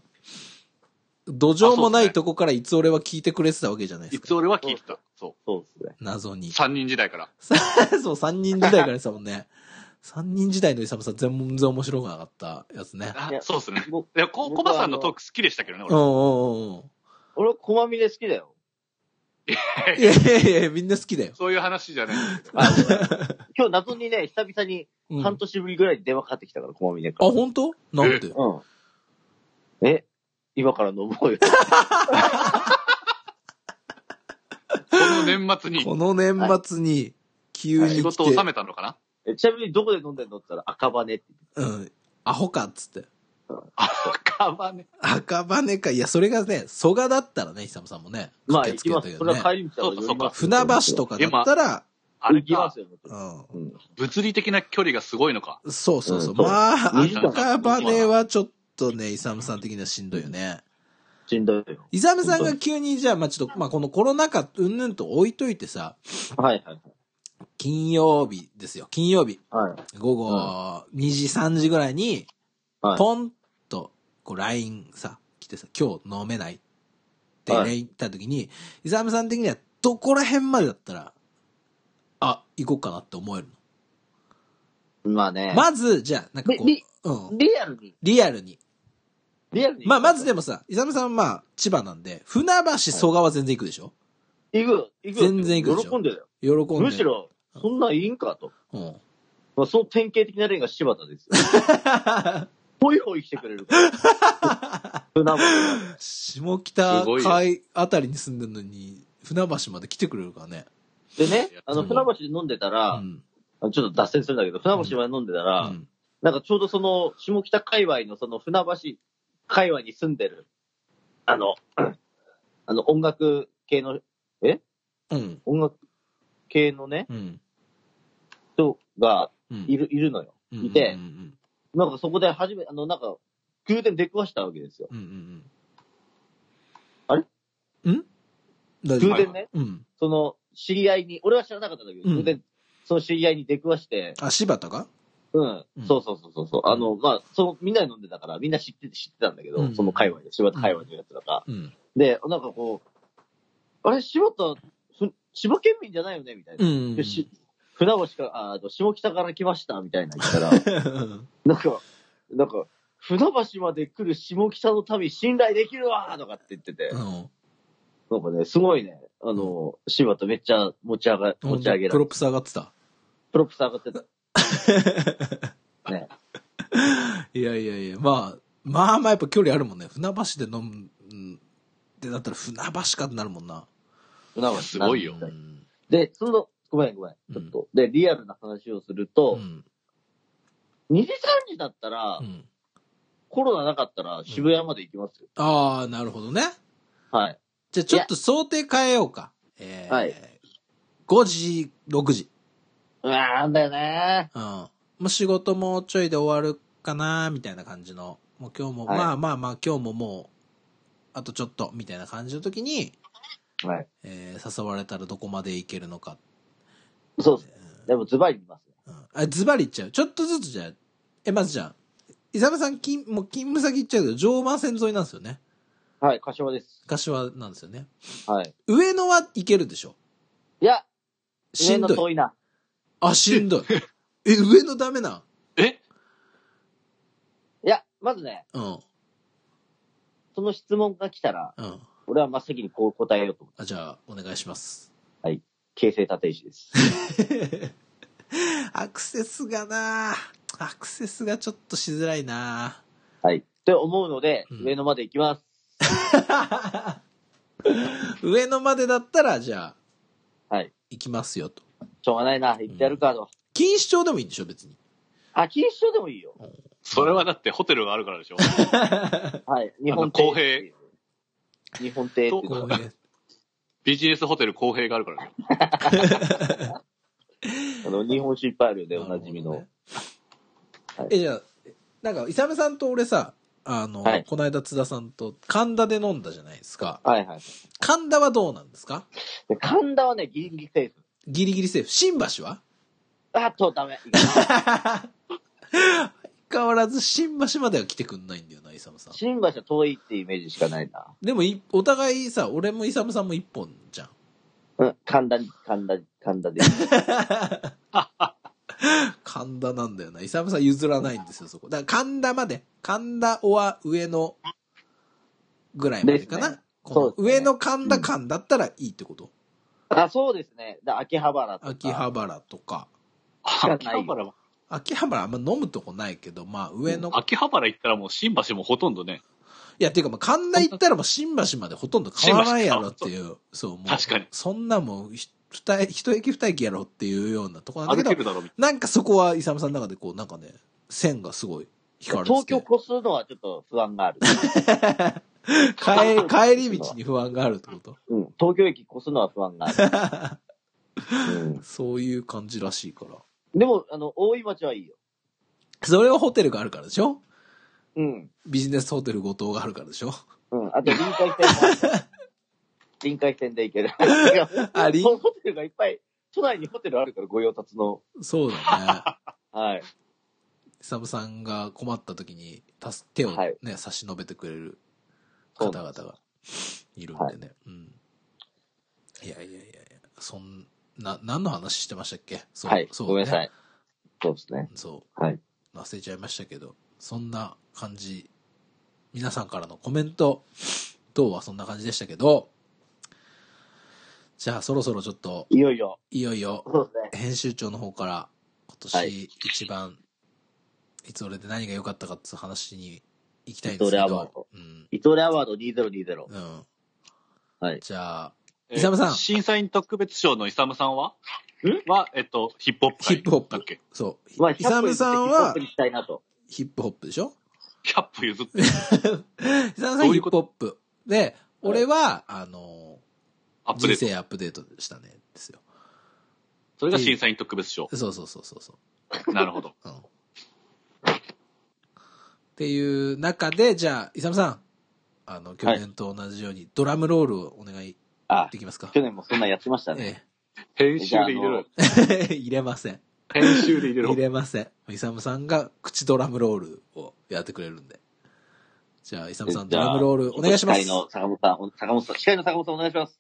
Speaker 2: 土壌もないとこからいつ俺は聞いてくれてたわけじゃないで
Speaker 3: い
Speaker 2: す
Speaker 3: つ
Speaker 2: か。
Speaker 3: 俺は聞いてた。そ
Speaker 4: そうですね。
Speaker 2: 謎
Speaker 3: う。
Speaker 2: に。
Speaker 3: 三人時代から。
Speaker 2: そう、三人時代からですもんね。 三人時代の勇さん、全然面白くなかったやつね。
Speaker 3: あ
Speaker 4: いや
Speaker 3: そうですね。
Speaker 4: 僕
Speaker 3: いや、こ、コ
Speaker 4: 僕
Speaker 3: バ
Speaker 4: は
Speaker 3: さんのトーク好きでしたけどね、
Speaker 2: うん
Speaker 3: 俺。
Speaker 2: うんうんうん。
Speaker 4: 俺は小まみれ好きだよ。
Speaker 2: いやいやいや、みんな好きだよ。
Speaker 3: そういう話じゃない。
Speaker 4: あ今日謎にね、久々に
Speaker 2: うん、あ
Speaker 4: 半、年ぶりぐらいに電話かかってきたから、小まみれから。
Speaker 2: 本当なんで
Speaker 4: うん。え今から飲もうよ。
Speaker 3: この年末に
Speaker 2: この年末に、急
Speaker 3: 仕
Speaker 2: に来
Speaker 3: 事を収
Speaker 2: て、
Speaker 3: めたのかな
Speaker 4: えちなみにどこで飲んでんのって言ったら赤羽って。
Speaker 2: うん、アホかっつって。
Speaker 3: あ、かばね。
Speaker 2: 赤羽か。いや、それがね、蘇我だったらね、久さんもね。
Speaker 4: まあ
Speaker 2: 駆け
Speaker 4: 行
Speaker 2: つけ
Speaker 4: きま
Speaker 2: た
Speaker 4: す。
Speaker 2: け
Speaker 4: こ
Speaker 2: ど
Speaker 4: れ
Speaker 2: ね
Speaker 4: は帰り道だから寄りますよ
Speaker 2: 船橋とかだったら、
Speaker 3: あれ
Speaker 4: 行きま
Speaker 3: か
Speaker 4: す、よ、もちろん
Speaker 2: う
Speaker 4: うん
Speaker 3: 物理的な距離がすごいのか。
Speaker 2: ん。そうそうそう。
Speaker 4: うんそう
Speaker 2: まあ、
Speaker 4: 二時間
Speaker 2: 赤羽はちょっとね、イサムさん的にはしんどいよね。
Speaker 4: しんどいよ。
Speaker 2: イサムさんが急に、じゃあ、まあちょっと、まあこのコロナ禍、うんぬんと置いといてさ、
Speaker 4: はいはい
Speaker 2: 金曜日ですよ。金曜日、
Speaker 4: はい。はい。
Speaker 2: 午後2時、3時ぐらいに、
Speaker 4: はい
Speaker 2: ポンと、こう、LINE さ、来てさ、今日飲めないって
Speaker 4: はい
Speaker 2: LINE 来た時に、イサムさん的にはどこら辺までだったら、あ、行こうかなって思えるの
Speaker 4: まあね。
Speaker 2: まず、じゃあ、なんかこ
Speaker 4: でで
Speaker 2: う、うん。
Speaker 4: リアルに。
Speaker 2: リアルに。
Speaker 4: リアルに。
Speaker 2: まあ、まずでもさ、イサムさんはまあ、千葉なんで、船橋、蘇我は全然行くでしょ
Speaker 4: 行くよ、行くよ。
Speaker 2: 全然行くでしょ
Speaker 4: 喜んでたよ。
Speaker 2: 喜んで。
Speaker 4: むし。ろ、そんなんいいんかと。
Speaker 2: うん。
Speaker 4: まあ、その典型的な例が柴田ですよ。 ほいほい来てくれるから。船橋
Speaker 2: 下北
Speaker 3: すごいよ
Speaker 2: 海あたりに住んでるのに、船橋まで来てくれるからね。
Speaker 4: でね、あ
Speaker 2: う
Speaker 4: の、
Speaker 2: ん
Speaker 4: 船橋で飲んでたら、
Speaker 2: うん。
Speaker 4: あのちょっと脱線するんだけど、船橋まで飲んでたら、
Speaker 2: うん
Speaker 4: なんかちょうどその、下北界隈のその船橋界隈に住んでる、あの、 あの音楽系の、
Speaker 2: うん。
Speaker 4: 音楽系のね、
Speaker 2: うん。
Speaker 4: 人が
Speaker 2: うん
Speaker 4: いる、いるのよ。
Speaker 2: うん
Speaker 4: いて
Speaker 2: うんうん
Speaker 4: なんかそこで初め、あの、なんか、偶然出くわしたわけですよ。
Speaker 2: うん。うんうん
Speaker 4: あれ
Speaker 2: ん大丈
Speaker 4: 偶
Speaker 2: 夫
Speaker 4: 然ね、
Speaker 2: うん。
Speaker 4: その、知り合いに、俺は知らなかったんだけど、
Speaker 2: うん
Speaker 4: 偶然、その知り合いに出くわして、
Speaker 2: あ、柴田か
Speaker 4: うん
Speaker 2: うん、
Speaker 4: そうそうそうそうそう。あの、まあ、その、みんなで飲んでたから、みんな知ってて、知ってたんだけど、
Speaker 2: うん
Speaker 4: その界隈で、柴田界隈のやつだから。
Speaker 2: うん。
Speaker 4: で、なんかこう、あれ、柴田、ふ千葉県民じゃないよねみたいな。
Speaker 2: うん。
Speaker 4: でし船橋から、あーあの下北から来ました、みたいな言 ったら、なんか、なんか、船橋まで来る下北の民信頼できるわーとかって言ってて
Speaker 2: う、ん。
Speaker 4: なんかね、すごいね、あの、柴田めっちゃ持ち上が、持ち上げら
Speaker 2: プロ
Speaker 4: れて、
Speaker 2: プス上がってた。
Speaker 4: プロプス上がってた。ね、
Speaker 2: いやいやいや、まあ、まあまあやっぱ距離あるもんね。船橋で飲む、うんってなったら船橋かってなるもんな。
Speaker 4: 船橋
Speaker 3: すごいよ
Speaker 2: うん。
Speaker 4: で、その、ごめんごめん、ちょっと。で、リアルな話をすると、
Speaker 2: うん
Speaker 4: 2時3時だったら、
Speaker 2: うん
Speaker 4: コロナなかったら渋谷まで行きますよ。
Speaker 2: ああ、なるほどね。
Speaker 4: はい。
Speaker 2: じゃあちょっと想定変えようか。えー
Speaker 4: はい
Speaker 2: 5時、6時。
Speaker 4: うわーなんだよね
Speaker 2: うん。もう仕事もちょいで終わるかな、みたいな感じの。もう今日も、
Speaker 4: はい
Speaker 2: まあまあまあ、今日ももう、あとちょっと、みたいな感じの時に、
Speaker 4: ー。はい。
Speaker 2: えー誘われたらどこまで行けるのか。
Speaker 4: そうですね。でもズバリ言いますね。
Speaker 2: うんあ、ズバリ言っちゃう。ちょっとずつじゃあ、え、まずじゃあ、伊沢さん、勤もう勤務先行っちゃうけど、常磐線沿いなんですよね。
Speaker 4: はい、柏です。
Speaker 2: 柏なんですよね。
Speaker 4: はい。
Speaker 2: 上野は行けるでしょ
Speaker 4: いや、
Speaker 2: しん
Speaker 4: 上野
Speaker 2: どい。
Speaker 4: 遠いな。
Speaker 2: あ、しんどい。え、上野ダメなん
Speaker 3: え
Speaker 4: いや、まずね、
Speaker 2: うん、
Speaker 4: その質問が来たら、
Speaker 2: うん。
Speaker 4: 俺は真っ先にこう答えようと思う。
Speaker 2: あ、じゃあ、お願いします。
Speaker 4: 形成立石です。
Speaker 2: アクセスがなあアクセスがちょっとしづらいな
Speaker 4: はい。って思うので、
Speaker 2: うん
Speaker 4: 上野まで行きます。
Speaker 2: あ上野までだったら、じゃあ、
Speaker 4: はい。
Speaker 2: 行きますよと。
Speaker 4: しょうがないな、行ってやるかと。
Speaker 2: 錦糸町でもいいんでしょ、別に。
Speaker 4: あ、錦糸町でもいいよ。
Speaker 3: それはだってホテルがあるからでし ょ。
Speaker 4: はい。日
Speaker 3: あの
Speaker 4: 本
Speaker 3: 公
Speaker 4: 庭。
Speaker 3: 平。
Speaker 4: 日本庭っていう
Speaker 2: こ
Speaker 4: の
Speaker 2: ういう
Speaker 3: ビジネスホテル公平があるからでしょ。
Speaker 4: あの、日本酒いっぱいあるよね、おなじみ
Speaker 2: な
Speaker 4: の
Speaker 2: る。
Speaker 4: は
Speaker 2: ほ
Speaker 4: い
Speaker 2: どねえ、じゃあ、なんか、イサメさんと俺さ、あの、
Speaker 4: はい
Speaker 2: この間津田さんと神田で飲んだじゃないですか。
Speaker 4: はいはい。
Speaker 2: 神田はどうなんですか
Speaker 4: で神田はね、ギリギリセーフ。
Speaker 2: ギリギリセーフ。新橋は
Speaker 4: あっと、ダメ。
Speaker 2: 相変わらず新橋までは来てくんないんだよな、イサムさん。
Speaker 4: 新橋は遠いってイメージしかないな。
Speaker 2: でもい、お互いさ、俺もイサムさんも一本じゃん。
Speaker 4: うん、神田に、神田に、神田で。
Speaker 2: 神田なんだよな。イサムさん譲らないんですよ、そこ。だから神田まで。神田おは上のぐらいまでかな。
Speaker 4: ですね
Speaker 2: この
Speaker 4: そうですね
Speaker 2: 上の神田間だったらいいってこと、
Speaker 4: あ、そうですね。だ秋葉原とか。
Speaker 2: 秋葉原とか。
Speaker 4: ない
Speaker 3: 秋葉原は、
Speaker 2: 秋葉原あんま飲むとこないけど、まあ上の。
Speaker 3: 秋葉原行ったらもう新橋もほとんどね、
Speaker 2: いや、ていうかまあ神田行ったらもう新橋までほとんど変わらないやろっていう。そう、もう。
Speaker 3: 確かに
Speaker 2: そんなもう、ひ二駅一駅二駅やろっていうようなとこなん
Speaker 3: 歩
Speaker 2: だけ
Speaker 3: け
Speaker 2: ど、
Speaker 3: るだろ、みた
Speaker 2: なんかそこはイサムさんの中でこう、なんかね、線がすごい引かれてて
Speaker 4: 東京越すのはちょっと不安が ある。
Speaker 2: 帰帰り道に不安があるってこと
Speaker 4: うん、東京駅越すのは不安がある。うん
Speaker 2: そういう感じらしいから。
Speaker 4: でも、あの、大井町はいいよ。
Speaker 2: それはホテルがあるからでしょ
Speaker 4: うん。
Speaker 2: ビジネスホテル後藤があるからでしょ
Speaker 4: うん。あと、臨海線 もある。臨海線で行ける。いや
Speaker 2: あり
Speaker 4: ホテルがいっぱい、都内にホテルあるから、ご用達の。
Speaker 2: そう だね。
Speaker 4: はい。
Speaker 2: サムさんが困った時に助手をね、
Speaker 4: はい
Speaker 2: 差し伸べてくれる方々がいるんでね。うん。いやいやいやいや、そんな、何の話してましたっけそう、
Speaker 4: はい。
Speaker 2: そう、
Speaker 4: ごめんなさ
Speaker 2: い。
Speaker 4: い。そうですね。
Speaker 2: そう。
Speaker 4: はい。
Speaker 2: 忘れちゃいましたけど、そんな感じ。皆さんからのコメント等はそんな感じでしたけど、じゃあそろそろちょっと、
Speaker 4: いよいよ。
Speaker 2: いよいよ
Speaker 4: そうですね。
Speaker 2: 編集長の方から今
Speaker 4: はい
Speaker 2: 年一番、い、つ俺で何が良かったかっていう話に行きたいん
Speaker 4: い
Speaker 2: です
Speaker 4: つ
Speaker 2: け
Speaker 4: 俺アワー
Speaker 2: ど
Speaker 4: ド、
Speaker 2: うん。
Speaker 4: 伊藤レアワード2020。
Speaker 2: うん。
Speaker 4: はい
Speaker 2: じゃあ、
Speaker 3: いな。
Speaker 2: 勇さん
Speaker 3: えー審査員特別賞のイサムさんは
Speaker 4: ん
Speaker 3: は、えっと、ヒップホップ
Speaker 2: ヒ
Speaker 3: 界。
Speaker 2: ップホッ
Speaker 3: だっ
Speaker 2: プ
Speaker 3: け。
Speaker 2: そう。
Speaker 4: まあ、
Speaker 2: イサムさんは
Speaker 4: 100%にしたいなと。
Speaker 2: ヒップホップでしょ
Speaker 3: キャップ譲って。
Speaker 2: イサムさ
Speaker 3: ど
Speaker 2: ん
Speaker 3: う
Speaker 2: ヒッ
Speaker 3: いう
Speaker 2: プ
Speaker 3: こ
Speaker 2: ホップ。で、俺は、あの、
Speaker 3: アップデ
Speaker 2: 人
Speaker 3: ート。
Speaker 2: 生アップデートしたね、ですよ。
Speaker 3: それが審査員特別賞。
Speaker 2: そうそうそうそうそう。
Speaker 3: なるほど。
Speaker 2: うん。っていう中で、じゃあ、イサムさん、あの、去年と同じようにドラムロールをお願い
Speaker 4: あ、
Speaker 2: できますか
Speaker 4: 去年もそんなんやってましたね。
Speaker 2: え
Speaker 3: 編集で入れろ。
Speaker 2: え 入れません。
Speaker 3: 編集で入れろ
Speaker 2: 入。れません。イサムさんが口ドラムロールをやってくれるんで。じゃあ、イサムさん、
Speaker 4: じ
Speaker 2: ド
Speaker 4: ゃあ
Speaker 2: ラムロールお願いします。
Speaker 4: 司会の坂本さん、お坂本さん、司会の坂本さんお願いします。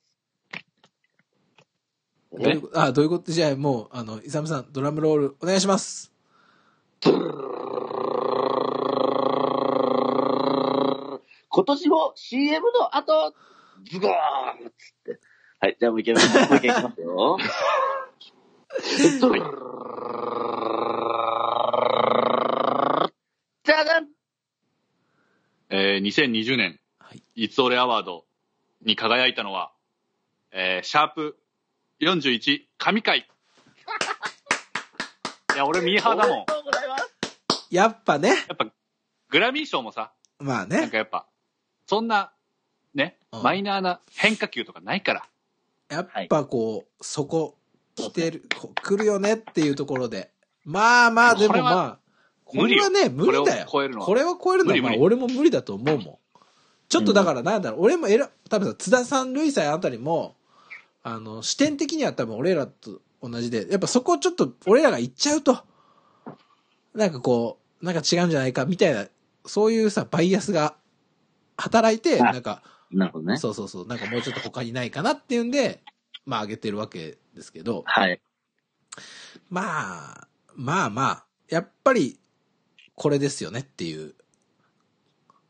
Speaker 2: どういうことあ、どういうことじゃあ、もう、あの、イサムさん、ドラムロールお願いします。
Speaker 4: 今年も CM の後、ズゴーンっつって。はい、じゃあもういけます。もう一回いきますよ。じゃじゃん
Speaker 3: えー、2020年、
Speaker 2: はい
Speaker 3: いつ俺アワードに輝いたのは、えー、シャープ41、神回。いや、俺ミーハーだもん。や
Speaker 4: おめでとうございます。
Speaker 2: やっぱね。
Speaker 3: っぱ、グラミー賞もさ、
Speaker 2: まあ
Speaker 3: なん
Speaker 2: ね。
Speaker 3: かやっぱ、そんな、ね
Speaker 2: うん、
Speaker 3: マイナーな変化球とかないから。
Speaker 2: やっぱこう、そこ、来てる、こう来るよねっていうところで。まあまあ、でも
Speaker 3: これは
Speaker 2: まあ、こ
Speaker 3: 無理
Speaker 2: れ
Speaker 3: よ
Speaker 2: はね、無理だよ。
Speaker 3: これを超えるのは
Speaker 2: これは超えるのは、
Speaker 3: 無理無理
Speaker 2: まあ俺も無理だと思うもん。ちょっとだからなんだろう、俺もえら、多分さ、津田さん、ルイさんあたりも、あの、視点的には多分俺らと同じで、やっぱそこちょっと俺らが行っちゃうと、なんかこう、なんか違うんじゃないかみたいな、そういうさ、バイアスが働いて、
Speaker 4: あ
Speaker 2: なんか、
Speaker 4: なるほどね。
Speaker 2: そうそうそう、なんかもうちょっと他にないかなっていうんで、まあ上げてるわけですけど、
Speaker 4: はい。
Speaker 2: まあ、まあまあ、やっぱり、これですよねっていう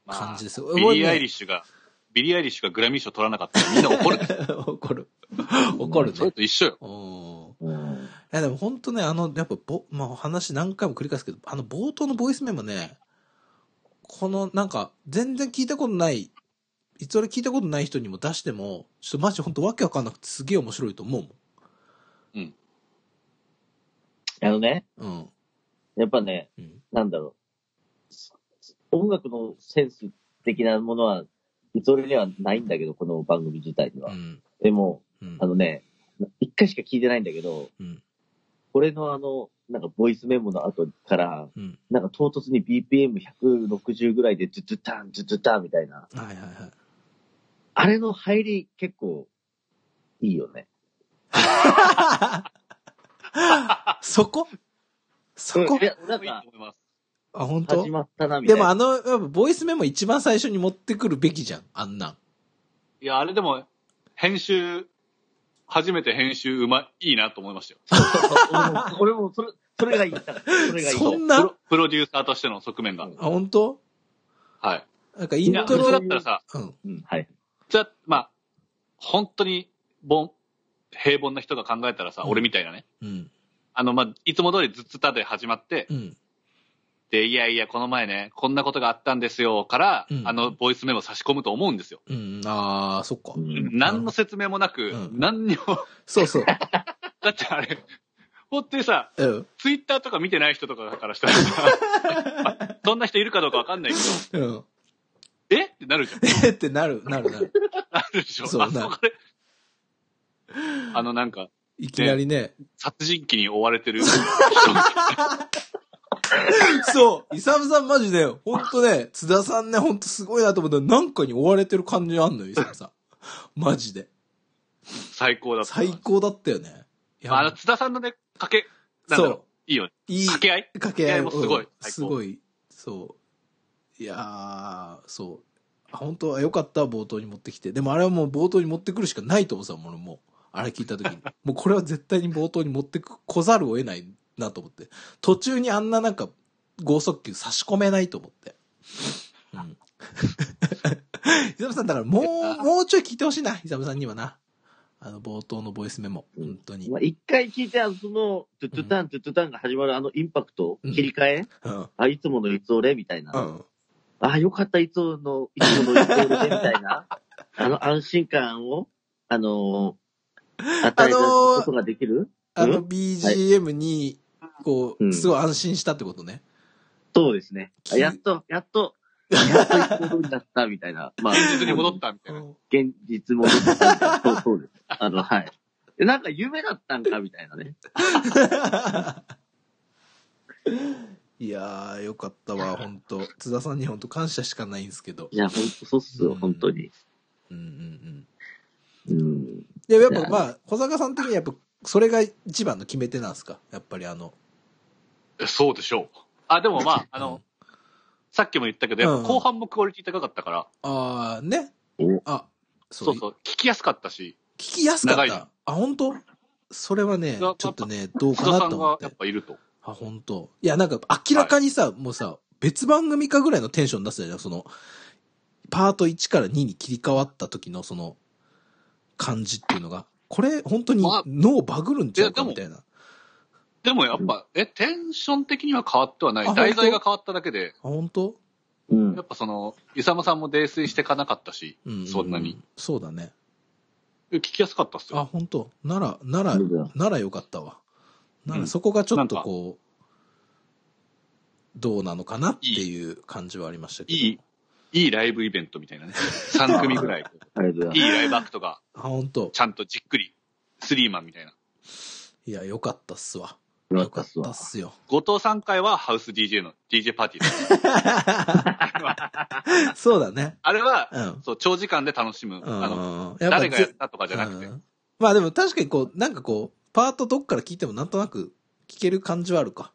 Speaker 2: 感じですよ。
Speaker 3: ビリー・アイリ
Speaker 2: リ
Speaker 3: ッシュが、ビリー・アイリッシュがグラミー賞取らなかったらみんな怒る。
Speaker 2: ー怒る。怒る
Speaker 3: それ
Speaker 2: ね。
Speaker 3: と一緒よ。
Speaker 2: うん。い
Speaker 4: うん
Speaker 2: やでも本当ね、あの、やっぱぼ、まあ話何回も繰り返すけど、あの冒頭のボイスメモね、このなんか、全然聞いたことない、いつ俺聞いたことない人にも出しても、ちょっとマジ本当わけわかんなくてすげえ面白いと思うもん。
Speaker 3: うん。
Speaker 4: あのね、
Speaker 2: うん。
Speaker 4: やっぱね、
Speaker 2: うん
Speaker 4: なんだろう。音楽のセンス的なものは、いつ俺にはないんだけど、この番組自体に
Speaker 2: う
Speaker 4: は。
Speaker 2: ん。
Speaker 4: でも、
Speaker 2: うん
Speaker 4: あ。のね、一回しか聞いてないんだけど、
Speaker 2: うん
Speaker 4: 俺のあの、なんかボイスメモの後から、
Speaker 2: うん。
Speaker 4: なんか唐突に BPM160 ぐらいでズズタン、ズズタンみたいな。
Speaker 2: はいはいはい。
Speaker 4: あれの入り結構いいよね。
Speaker 2: そこそこ
Speaker 4: いや、なん
Speaker 3: いいと
Speaker 4: か、
Speaker 3: 思います。
Speaker 2: あ、本当
Speaker 4: 始まったな、みた
Speaker 2: で
Speaker 4: いな。
Speaker 2: もあの、やっぱボイスメモ一番最初に持ってくるべきじゃん、あんなん。
Speaker 3: いや、あれでも、編集、初めて編集うまい、いいなと思いましたよ。
Speaker 4: そう 俺も、俺もそれ、それがいい。だからそれがいい。
Speaker 2: そん
Speaker 3: プ
Speaker 2: な
Speaker 3: ロプロデューサーとしての側面が。
Speaker 2: あ、本当
Speaker 3: はい。
Speaker 2: なんか
Speaker 3: い
Speaker 2: イ
Speaker 3: や、
Speaker 2: ン
Speaker 3: 普
Speaker 2: ト
Speaker 3: 通だ
Speaker 2: ロ
Speaker 3: っ、たらさ、
Speaker 2: うん。
Speaker 4: うん、はい。
Speaker 3: じゃあ、まあ、本当に、ぼん、平凡な人が考えたらさ、
Speaker 2: うん
Speaker 3: 俺みたいなね。
Speaker 2: うん。
Speaker 3: あの、まあ、いつも通りずっつたで始まって、
Speaker 2: うん。
Speaker 3: で、いやいや、この前ね、こんなことがあったんですよ、から、
Speaker 2: うん
Speaker 3: あの、ボイスメモ差し込むと思うんですよ。
Speaker 2: うん。あー、そっか。
Speaker 4: うん
Speaker 3: 何の説明もなく、
Speaker 2: うん
Speaker 3: 何にも、
Speaker 2: そうそう。
Speaker 3: だってあれ、本当にさ、
Speaker 2: うん。
Speaker 3: ツイッターとか見てない人とかからしたらさ、 まあそんな人いるかどうかわかんないけ
Speaker 2: うん。
Speaker 3: ど、えってなるじゃん。
Speaker 2: えってなる、なる、なる。
Speaker 3: なるでしょ。
Speaker 2: そう
Speaker 3: あ
Speaker 2: なる
Speaker 3: これあの、なんか、
Speaker 2: いきなりね。
Speaker 3: 殺人鬼に追われて る。
Speaker 2: そう、イサムさんマジで、ほんとね、津田さんね、ほんとすごいなと思ったら、なんかに追われてる感じあんのよ、イサムさん。マジで。
Speaker 3: 最高だった。
Speaker 2: 最高だったよね。い
Speaker 3: あの、津田さんのね、かけ、なんだろう
Speaker 2: そ
Speaker 3: いいよね。
Speaker 2: う、いい。
Speaker 3: 掛け合い
Speaker 2: 掛け合い
Speaker 3: 掛け合いもすごい
Speaker 2: うん
Speaker 3: 最高
Speaker 2: すごい。そう。いやー、そう。あ本当は良かった、冒頭に持ってきて。でもあれはもう冒頭に持ってくるしかないと思ってたもの、もう。あれ聞いた 時に。もうこれは絶対に冒頭に持ってく、来ざるを得ないなと思って。途中にあんななんか、剛速球差し込めないと思って。 うん。伊沢さん、だからもう、もうちょい聞いてほしいな、伊沢さんにはな。あの、冒頭のボイスメモ。
Speaker 4: うん
Speaker 2: 本当に。
Speaker 4: まあ、一回聞いて、あの、その、トゥトゥタン、トゥトゥタンが始まるあのインパクト、
Speaker 2: うん
Speaker 4: 切り替え、
Speaker 2: うん。
Speaker 4: あ、いつものいつ俺みたいな。
Speaker 2: うん。
Speaker 4: あ、よかった、いつもの、いつものいつ俺でみたい な。あの安心感を、あのー与えることができる、
Speaker 2: あ
Speaker 4: う
Speaker 2: の BGM に、こ
Speaker 4: う
Speaker 2: う、
Speaker 4: ん
Speaker 2: すごい安心したってことね。
Speaker 4: そうですね。あやっと、やっと、やっといつも通りだった、みた いな。まあ、
Speaker 3: 現実に戻ったみたいな。
Speaker 4: 現実も戻ったみたいな。そうそうです。あの、はい。えなんか夢だったんか、みたいなね。
Speaker 2: いやー、よかったわ、本当津田さんに本当感謝しかないんですけど。
Speaker 4: いや、ほんと、そうっすよ、
Speaker 2: うん
Speaker 4: 本当に。
Speaker 2: うんうんうん。
Speaker 4: うん。
Speaker 2: でも
Speaker 4: い
Speaker 2: やっ
Speaker 4: や
Speaker 2: ぱ、まあ、小坂さん的にはやっぱ、それが一番の決め手なんですかやっぱりあの。
Speaker 3: えそうでしょう。あ、でもまあ、あ
Speaker 2: う
Speaker 3: の
Speaker 2: ん、
Speaker 3: さっきも言ったけど、やっぱ後半もクオリティ高かったから、
Speaker 2: あー、ね
Speaker 4: お。
Speaker 2: あ、そ
Speaker 3: そうう、そう、聞きやすかったし、
Speaker 2: 聞きやすかっ
Speaker 3: 長
Speaker 2: た。あ、本当それはね、ち
Speaker 3: や
Speaker 2: ょ
Speaker 3: っぱ
Speaker 2: っとね、どうか
Speaker 3: 津田
Speaker 2: な
Speaker 3: さ
Speaker 2: と
Speaker 3: ん
Speaker 2: 思っ
Speaker 3: が
Speaker 2: て
Speaker 3: やっ。ぱいると。
Speaker 2: あ、本当いや、なんか、明らかにさ、もうさ、別番組かぐらいのテンション出すじゃん、その、パート1から2に切り替わった時の、その、感じっていうのが、これ、本当に
Speaker 3: まあ
Speaker 2: 脳バグるんちゃうか
Speaker 3: いやでも
Speaker 2: みたいな。
Speaker 3: でもやっぱ、え、テンション的には変わってはな
Speaker 2: あ
Speaker 3: い。題
Speaker 2: 本当
Speaker 3: 材が変わっただけで、
Speaker 2: あ、本当
Speaker 4: うん
Speaker 3: や。っぱその、イサムさんも泥酔してかなかったし、
Speaker 2: うん。
Speaker 3: そんなに。。
Speaker 2: そうだね。
Speaker 3: 聞きやすかったっす
Speaker 2: あ、
Speaker 3: よ。
Speaker 2: 本当なら、なら
Speaker 4: なるほど、
Speaker 2: ならよかったわ。な
Speaker 3: う
Speaker 2: ら、
Speaker 3: ん
Speaker 2: そこがちょっとこう、どうなのかなっていう感じはありましたけ
Speaker 3: い
Speaker 2: ど。
Speaker 3: い、いいライブイベントみたいなね。3組ぐら い。
Speaker 4: ありがとうございます
Speaker 3: いいライブアクトが、
Speaker 2: あ、本当
Speaker 3: ちゃんとじっくり、スリーマンみたいな。
Speaker 2: いや、よかったっすわ。
Speaker 4: よか
Speaker 2: よ
Speaker 4: った
Speaker 2: か
Speaker 4: っ
Speaker 2: っ
Speaker 4: すわ
Speaker 2: たっすよ。
Speaker 3: 後藤さん会はハウス DJ の DJ パーティー です。
Speaker 2: そうだね。
Speaker 3: あれは、
Speaker 2: うん。
Speaker 3: そう、長時間で楽しむ。あ
Speaker 2: の、
Speaker 3: の、
Speaker 2: やっぱ
Speaker 3: 誰がやっ
Speaker 2: ず
Speaker 3: たとかじゃなくて
Speaker 2: う。んまあでも確かにこう、なんかこう、パートどっから聞いてもなんとなく聞ける感じはあるか。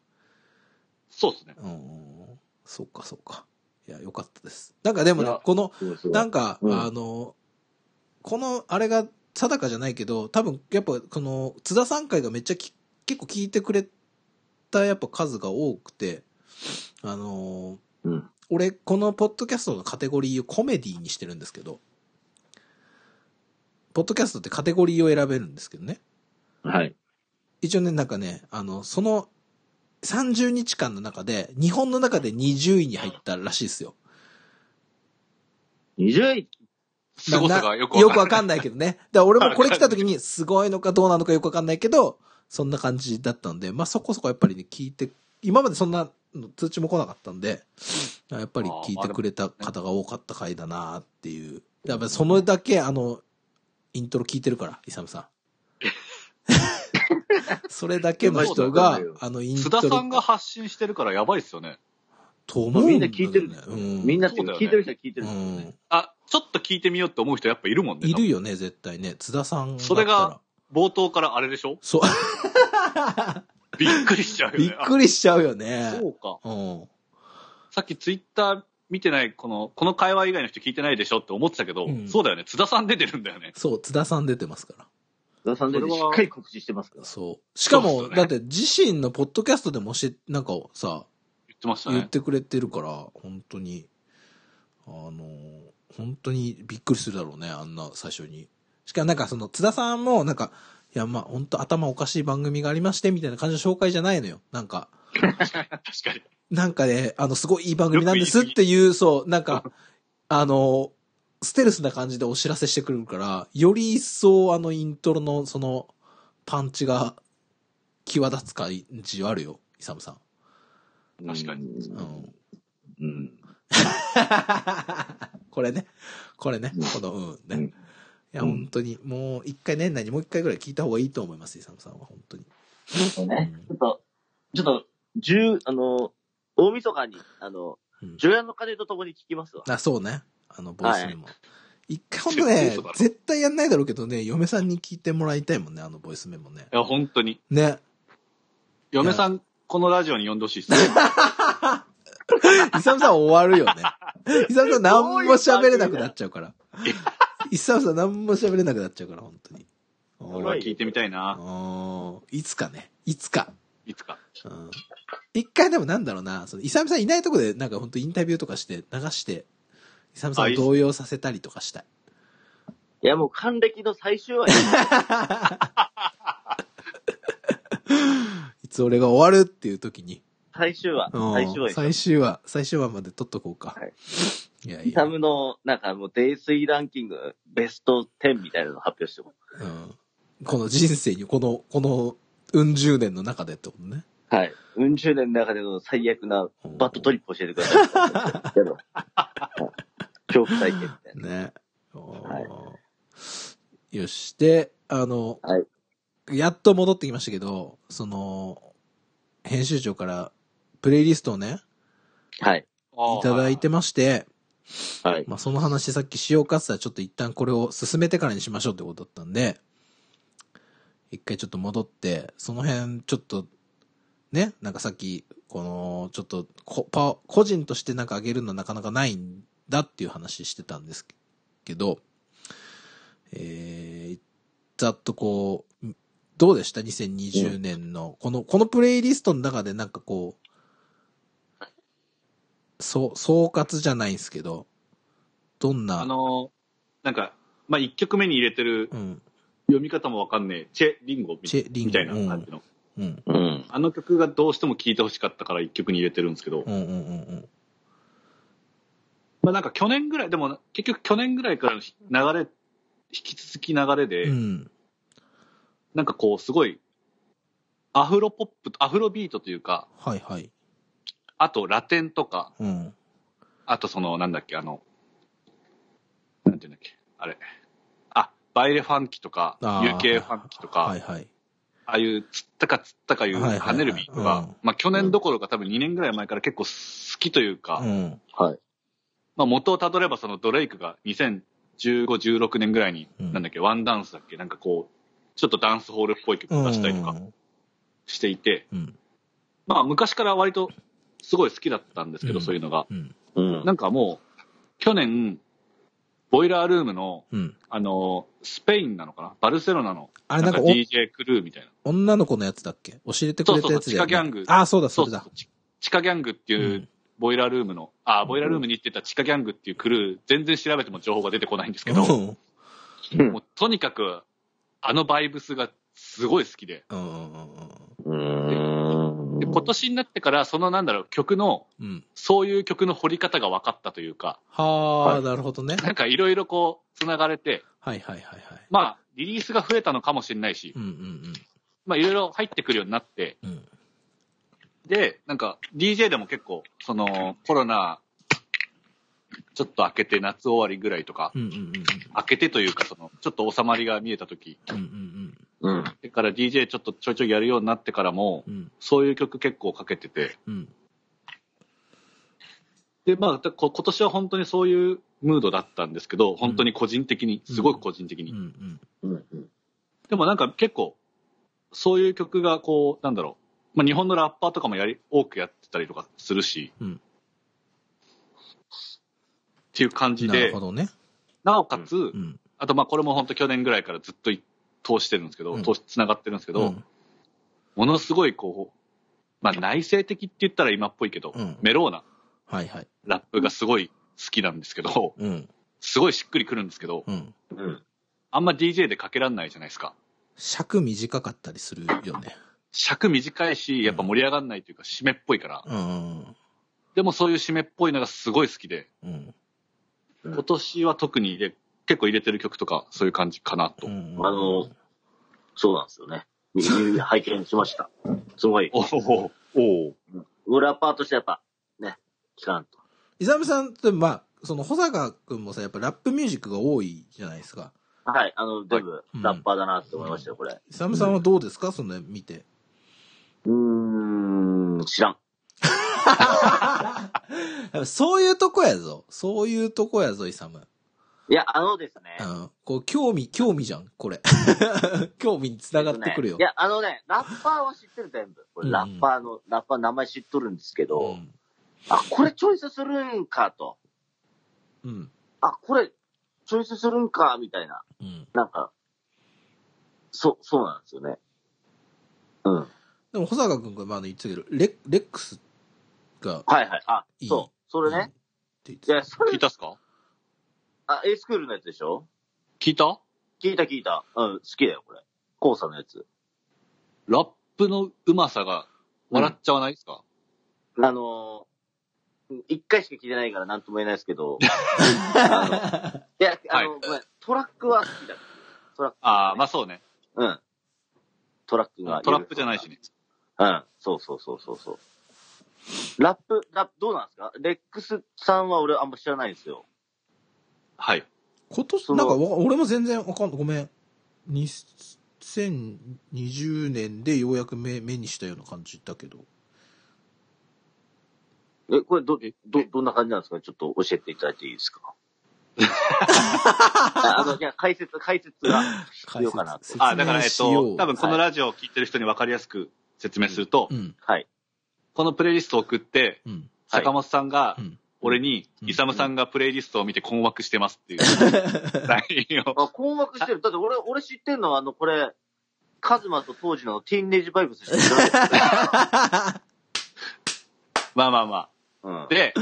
Speaker 3: そうですね。
Speaker 2: うんうんうん。そうかそうか。いや、よかったです。なんかでも
Speaker 4: い
Speaker 2: ね
Speaker 4: や、
Speaker 2: この、
Speaker 4: そうそう
Speaker 2: なんか、
Speaker 4: うん
Speaker 2: あの、この、あれが定かじゃないけど、多分、やっぱ、この、津田さん会がめっちゃき結構聞いてくれた、やっぱ数が多くて、あの、
Speaker 4: うん
Speaker 2: 俺、このポッドキャストのカテゴリーをコメディにしてるんですけど、ポッドキャストってカテゴリーを選べるんですけどね。
Speaker 4: はい。
Speaker 2: 一応ね、なんかね、あの、その30日間の中で、日本の中で20位に入ったらしいですよ。
Speaker 4: 20位
Speaker 3: 凄さがよく
Speaker 2: ななよく
Speaker 3: わ
Speaker 2: わ
Speaker 3: か
Speaker 2: かん
Speaker 3: んな い。
Speaker 2: ないけどね。だから俺もこれ来た時に、すごいのかどうなのかよくわかんないけど、そんな感じだったんで、まあそこそこやっぱりね、聞いて、今までそんなの通知も来なかったんで、あやっぱり聞いてくれた方が多かった回だなっていう。やっぱりそのだけ、あの、イントロ聞いてるから、イサム さん。それだけの人が
Speaker 4: いやまあそうだと思うよ、
Speaker 2: あの、イン
Speaker 3: 須
Speaker 2: トロ
Speaker 3: 田さんが発信してるからやばいですよね。
Speaker 2: と思うんだよね。
Speaker 4: みんな聞いてる
Speaker 2: う
Speaker 4: みんなっていうか
Speaker 3: そうだよね
Speaker 4: 聞いてる人は聞いて
Speaker 2: う
Speaker 4: る。
Speaker 2: ん。
Speaker 3: あ、ちょっと聞いてみようって思う人やっぱいるもんね。
Speaker 2: いるよね、絶対ね。津田さんだったら
Speaker 3: それが、冒頭からあれでしょ
Speaker 2: そう。
Speaker 3: びっくりしちゃうよね。
Speaker 2: びっくりしちゃうよ
Speaker 3: あ
Speaker 2: ね。
Speaker 3: そうか。
Speaker 2: うん。
Speaker 3: さっきツイッター見てない、この、この会話以外の人聞いてないでしょって思ってたけど、
Speaker 2: うん
Speaker 3: そうだよね。津田さん出てるんだよね。
Speaker 2: そう、津田さん出てますから。
Speaker 4: 津田さんでし
Speaker 3: それは
Speaker 4: っかり告知してますから。
Speaker 2: そう。しか
Speaker 3: そ
Speaker 2: も、
Speaker 3: うっすよね
Speaker 2: だって自身のポッドキャストでもし、なんかさ、
Speaker 3: 言ってました
Speaker 2: 言っ
Speaker 3: ね。
Speaker 2: てくれてるから、本当に、あの、本当にびっくりするだろうね、あんな最初に。しかもなんかその、津田さんも、なんか、いや、まあ、本当頭おかしい番組がありまして、みたいな感じの紹介じゃないのよ。なんか、
Speaker 3: 確かに。
Speaker 2: なんかね、あの、すごいいい番組なんですっていう、そう、なん か、あの、ステルスな感じでお知らせしてくるから、より一層あのイントロのその、パンチが際立つ感じはあるよ、イサムさん。
Speaker 3: 確かに
Speaker 2: うん。
Speaker 4: うん。
Speaker 2: これね、これね
Speaker 4: うん、
Speaker 2: この、うん、ね。
Speaker 4: うん
Speaker 2: いや、
Speaker 4: うん
Speaker 2: 本当に、もう一回年内にもう一回ぐらい聞いた方がいいと思います、イサムさんは、本当に。
Speaker 4: そうね。ちょっと、ちょっと、十、あの、大晦日に、あの
Speaker 2: うん、
Speaker 4: 除夜の鐘とともに聞きますわ。
Speaker 2: あ、そうね。あの、ボイスメモ。一回ほんと
Speaker 3: 絶対
Speaker 2: ね
Speaker 3: 嘘だろ、
Speaker 2: 絶対やんないだろうけどね、嫁さんに聞いてもらいたいもんね、あのボイスメモね。
Speaker 3: いや、本当に。
Speaker 2: ね。
Speaker 3: 嫁さん、このラジオに呼んでほしいっすね。
Speaker 2: イサムさん終わるよ ね。イサムさん何も喋れなくなっちゃうから。イサムさん何も喋れなくなっちゃうから、本当に。
Speaker 3: 俺は聞いてみたいな。
Speaker 2: うんいつかね。いつか。
Speaker 3: いつか。
Speaker 2: うん一回でもなんだろうな、その、イサムさんいないとこで、なんか本当インタビューとかして、流して、イサムさ
Speaker 3: あ
Speaker 2: ん
Speaker 3: いい
Speaker 2: を
Speaker 3: っす
Speaker 2: 動揺させたりとかしたい。
Speaker 4: いや、もう還暦の最終話や。
Speaker 2: いつ俺が終わるっていう時に。
Speaker 4: 最終話。
Speaker 2: うん
Speaker 4: 最終話や。
Speaker 2: 最終話、最終話まで撮っとこうか。
Speaker 4: はいい、
Speaker 2: やい
Speaker 4: イサ
Speaker 2: や。
Speaker 4: ムの、なんかもう、泥酔ランキング、ベスト10みたいなの発表しても。
Speaker 2: うん。この人生に、この、この、うん十年の中でってことね。
Speaker 4: はい。うん十年の中での最悪なバットトリップ教えてくだ さい。けど。恐怖体験みたいな。
Speaker 2: ね。い。よし、で、あの、
Speaker 4: はい
Speaker 2: やっと戻ってきましたけど、その、編集長から、プレイリストをね、
Speaker 4: はい。
Speaker 2: いただいてまして、
Speaker 4: はい。
Speaker 2: まあ、その話さっきしようかって言ったら、ちょっと一旦これを進めてからにしましょうってことだったんで、一回ちょっと戻って、その辺ちょっと、ね、なんかさっき、この、ちょっとこパ、個人としてなんか上げるのはなかなかないんだっていう話してたんですけど、えー、ざっとこう、どうでした ?2020 年の、この、このプレイリストの中でなんかこう、そう、総括じゃないんですけど、どんな、
Speaker 3: あの、なんか、まあ、1曲目に入れてる
Speaker 2: うん、
Speaker 3: 読み方もわかんねえ、チェ・リンゴみ
Speaker 2: チェリンゴ
Speaker 3: みたいな感じの。
Speaker 2: うん、
Speaker 4: うん。
Speaker 3: あの曲がどうしても聴いてほしかったから1曲に入れてるんですけど
Speaker 2: う、ん、うん、うん、
Speaker 3: まあなんか去年ぐらい、でも結局去年ぐらいからの流れ、引き続き流れで、
Speaker 2: うん、うん、
Speaker 3: なんかこうすごい、アフロポップ、アフロビートというか、
Speaker 2: はい、はい、
Speaker 3: あとラテンとか、
Speaker 2: うん、
Speaker 3: あとそのなんだっけ、あの、なんていうんだっけ、あれ。あ、バイレファンキとか、
Speaker 2: あー
Speaker 3: UK ファンキとか、
Speaker 2: はい、はい、
Speaker 3: ああいうつったかつったかい
Speaker 2: は
Speaker 3: う
Speaker 2: いはいはい
Speaker 3: 跳ねるビート
Speaker 2: う
Speaker 3: が
Speaker 2: ん、
Speaker 3: まあ去年どころか多分2年ぐらい前から結構好きというか
Speaker 2: う、ん、
Speaker 4: はい。
Speaker 3: まあ元をたどればそのドレイクが2015、16年ぐらいに、
Speaker 2: うん
Speaker 3: なんだっけ、ワンダンスだっけ、なんかこう、ちょっとダンスホールっぽい曲
Speaker 2: う
Speaker 3: を
Speaker 2: ん、
Speaker 3: 出したりとかしていて、
Speaker 2: うん、
Speaker 3: まあ昔から割とすごい好きだったんですけど、
Speaker 2: うん
Speaker 3: そういうのが。
Speaker 2: うん、
Speaker 4: うん
Speaker 3: な。んかもう、去年、ボイラールームの、
Speaker 2: うん。
Speaker 3: あの、スペインなのかなバルセロナの、
Speaker 2: あれ
Speaker 3: な
Speaker 2: なんんか
Speaker 3: か
Speaker 2: お、
Speaker 3: DJ クルーみたいな。
Speaker 2: 女の子のやつだっけ教えてくれたやつだよ、ね、
Speaker 3: そうそうそう地下ギャング
Speaker 2: あ、そうだ、そ
Speaker 3: そう
Speaker 2: れだ
Speaker 3: そう。チ地下ギャングっていう、ボイラールームの、あ、ボイラールームに行ってた地下ギャングっていうクルー、全然調べても情報が出てこないんですけど、も
Speaker 2: うん
Speaker 4: うん
Speaker 3: うとにかく、あのバイブスがすごい好きで、
Speaker 2: うんうんうんうん
Speaker 4: うん
Speaker 3: で今年になってから、そのなんだろう、曲の、
Speaker 2: うん。
Speaker 3: そういう曲の掘り方が分かったというか、
Speaker 2: はあ、
Speaker 4: はい
Speaker 2: なるほどね。
Speaker 3: なんかいろいろこう、繋がれて、
Speaker 2: はいはいはいはい。
Speaker 3: まあ、リリースが増えたのかもしれないし
Speaker 2: う、んうん
Speaker 3: まあいろいろ入ってくるようになって、
Speaker 2: うん。
Speaker 3: で、なんか DJ でも結構、そのコロナ、ちょっと明けて夏終わりぐらいとか、
Speaker 2: うんうんうん
Speaker 3: 明けてというか、その、ちょっと収まりが見えた時
Speaker 2: うん。うんうん
Speaker 4: うん。
Speaker 3: だから DJ ちょっとちょいちょいやるようになってからも
Speaker 2: う、ん。
Speaker 3: そういう曲結構かけてて、
Speaker 2: うん。
Speaker 3: で、まあ、だこ今年は本当にそういうムードだったんですけど、本当に個人的に、すごく個人的
Speaker 2: う
Speaker 3: に。
Speaker 2: ん
Speaker 4: うん。うん。
Speaker 3: でもなんか結構、そういう曲がこう、なんだろう、まあ、日本のラッパーとかもやり、多くやってたりとかするし、
Speaker 2: うん
Speaker 3: っていう感
Speaker 2: うん。
Speaker 3: じ
Speaker 2: なる
Speaker 3: で
Speaker 2: ほ、どね。
Speaker 3: なおかつ、
Speaker 2: うん。
Speaker 3: あとまあこれも本当去年ぐらいからずっとい通してるんですけど、
Speaker 2: うん
Speaker 3: 通し、つながってるんですけど、
Speaker 2: うん
Speaker 3: ものすごいこう、まあ内省的って言ったら今っぽいけど、
Speaker 2: うん
Speaker 3: メローな
Speaker 2: はいはい。
Speaker 3: ラップがすごい好きなんですけど、
Speaker 2: うん。
Speaker 3: すごいしっくりくるんですけど、
Speaker 2: うん。
Speaker 4: うん。
Speaker 3: あんま DJ でかけらんないじゃないですか。
Speaker 2: 尺短かったりするよね。
Speaker 3: 尺短いし、やっぱ盛り上がんないというか、締めっぽいから。
Speaker 2: うん。
Speaker 3: でもそういう締めっぽいのがすごい好きで、
Speaker 2: うん。
Speaker 4: うん
Speaker 3: 今年は特にで結構入れてる曲とか、そういう感じかなと。
Speaker 2: うん。
Speaker 4: あの、そうなんですよね。み拝見しました。 すごい。
Speaker 3: おおおお
Speaker 4: 裏ラッパーとしてやっぱ、ね、聞かんと。
Speaker 2: イザムさんって、まあ、その、保坂くんもさ、やっぱラップミュージックが多いじゃないですか。
Speaker 4: はい、あの、全部
Speaker 2: うん
Speaker 4: ラッパーだなって思いましたよ、これ。
Speaker 2: イザムさんはどうですかその、見て。
Speaker 4: うーん、知らん。
Speaker 2: そういうとこやぞ。そういうとこやぞ、イサム。
Speaker 4: いや、あのですね。
Speaker 2: うん。こう、興味、興味じゃん、これ。 興味に繋がってくるよ。
Speaker 4: いや、あのね、ラッパーは知ってる全部。こ
Speaker 2: う
Speaker 4: れ
Speaker 2: ん
Speaker 4: ラッパーの、ラッパーの名前知っとるんですけど、
Speaker 2: うん。
Speaker 4: あ、これチョイスするんかと。
Speaker 2: うん。
Speaker 4: あ、これ、チョイスするんか、みたいな。
Speaker 2: うん。
Speaker 4: なんか、そ、そうなんですよね。うん。はい
Speaker 2: でも、保坂くんがまあ言ってたけど、レレックスが、
Speaker 4: はい。あ
Speaker 2: いい、
Speaker 4: そう。それね。
Speaker 2: いいって
Speaker 4: い
Speaker 2: 言って
Speaker 4: や、そ
Speaker 3: 聞い
Speaker 4: れ、
Speaker 3: たっすか
Speaker 4: あ、A スクールのやつでしょ
Speaker 3: 聞いた
Speaker 4: 聞いた聞いた。うん、好きだよ、これ。コウさんのやつ。
Speaker 3: ラップのうまさが笑っちゃわないですか、
Speaker 4: あのー、一回しか聞いてないからなんとも言えないですけ ど。あのいや、あの、
Speaker 3: はい
Speaker 4: ごめん、トラックは好きだ。トラック、
Speaker 3: ああ、まあそうね。
Speaker 4: うん。トラックが。
Speaker 3: トラップじゃないしね。
Speaker 4: うん、そうそうそうそうそう。ラップ、ラップ、どうなんですかレックスさんは俺あんま知らないんですよ。
Speaker 3: はい。
Speaker 2: 今年、
Speaker 4: そ
Speaker 2: なん
Speaker 4: の
Speaker 2: かわ俺も全然わかんない。ごめん。2020年でようやく目目にしたような感じだけど。
Speaker 4: え、これど、ど、どんな感じなんですかちょっと教えていただいていいですか ああの、いや、解説、解説が必要かな
Speaker 2: 解
Speaker 4: と
Speaker 2: 説
Speaker 3: ああ、だから、えっ
Speaker 2: 説明しよ
Speaker 3: と、
Speaker 2: う
Speaker 3: 多分このラジオを聞いてる人に分かりやすく説明すると、
Speaker 2: うん、
Speaker 4: はい。
Speaker 3: このプレイリストを送って、
Speaker 2: うん、
Speaker 4: はい
Speaker 3: 坂本さんが
Speaker 2: うん。
Speaker 3: 俺に、
Speaker 2: うん
Speaker 3: イサムさんがプレイリストを見て困惑してますっていう ラインを。
Speaker 4: あ、困惑してる。だって俺、俺知ってんのは、あの、これ、カズマと当時のティーンネージバイブスしか知らないですよ。
Speaker 3: まあまあま
Speaker 4: うん
Speaker 3: あ。。で、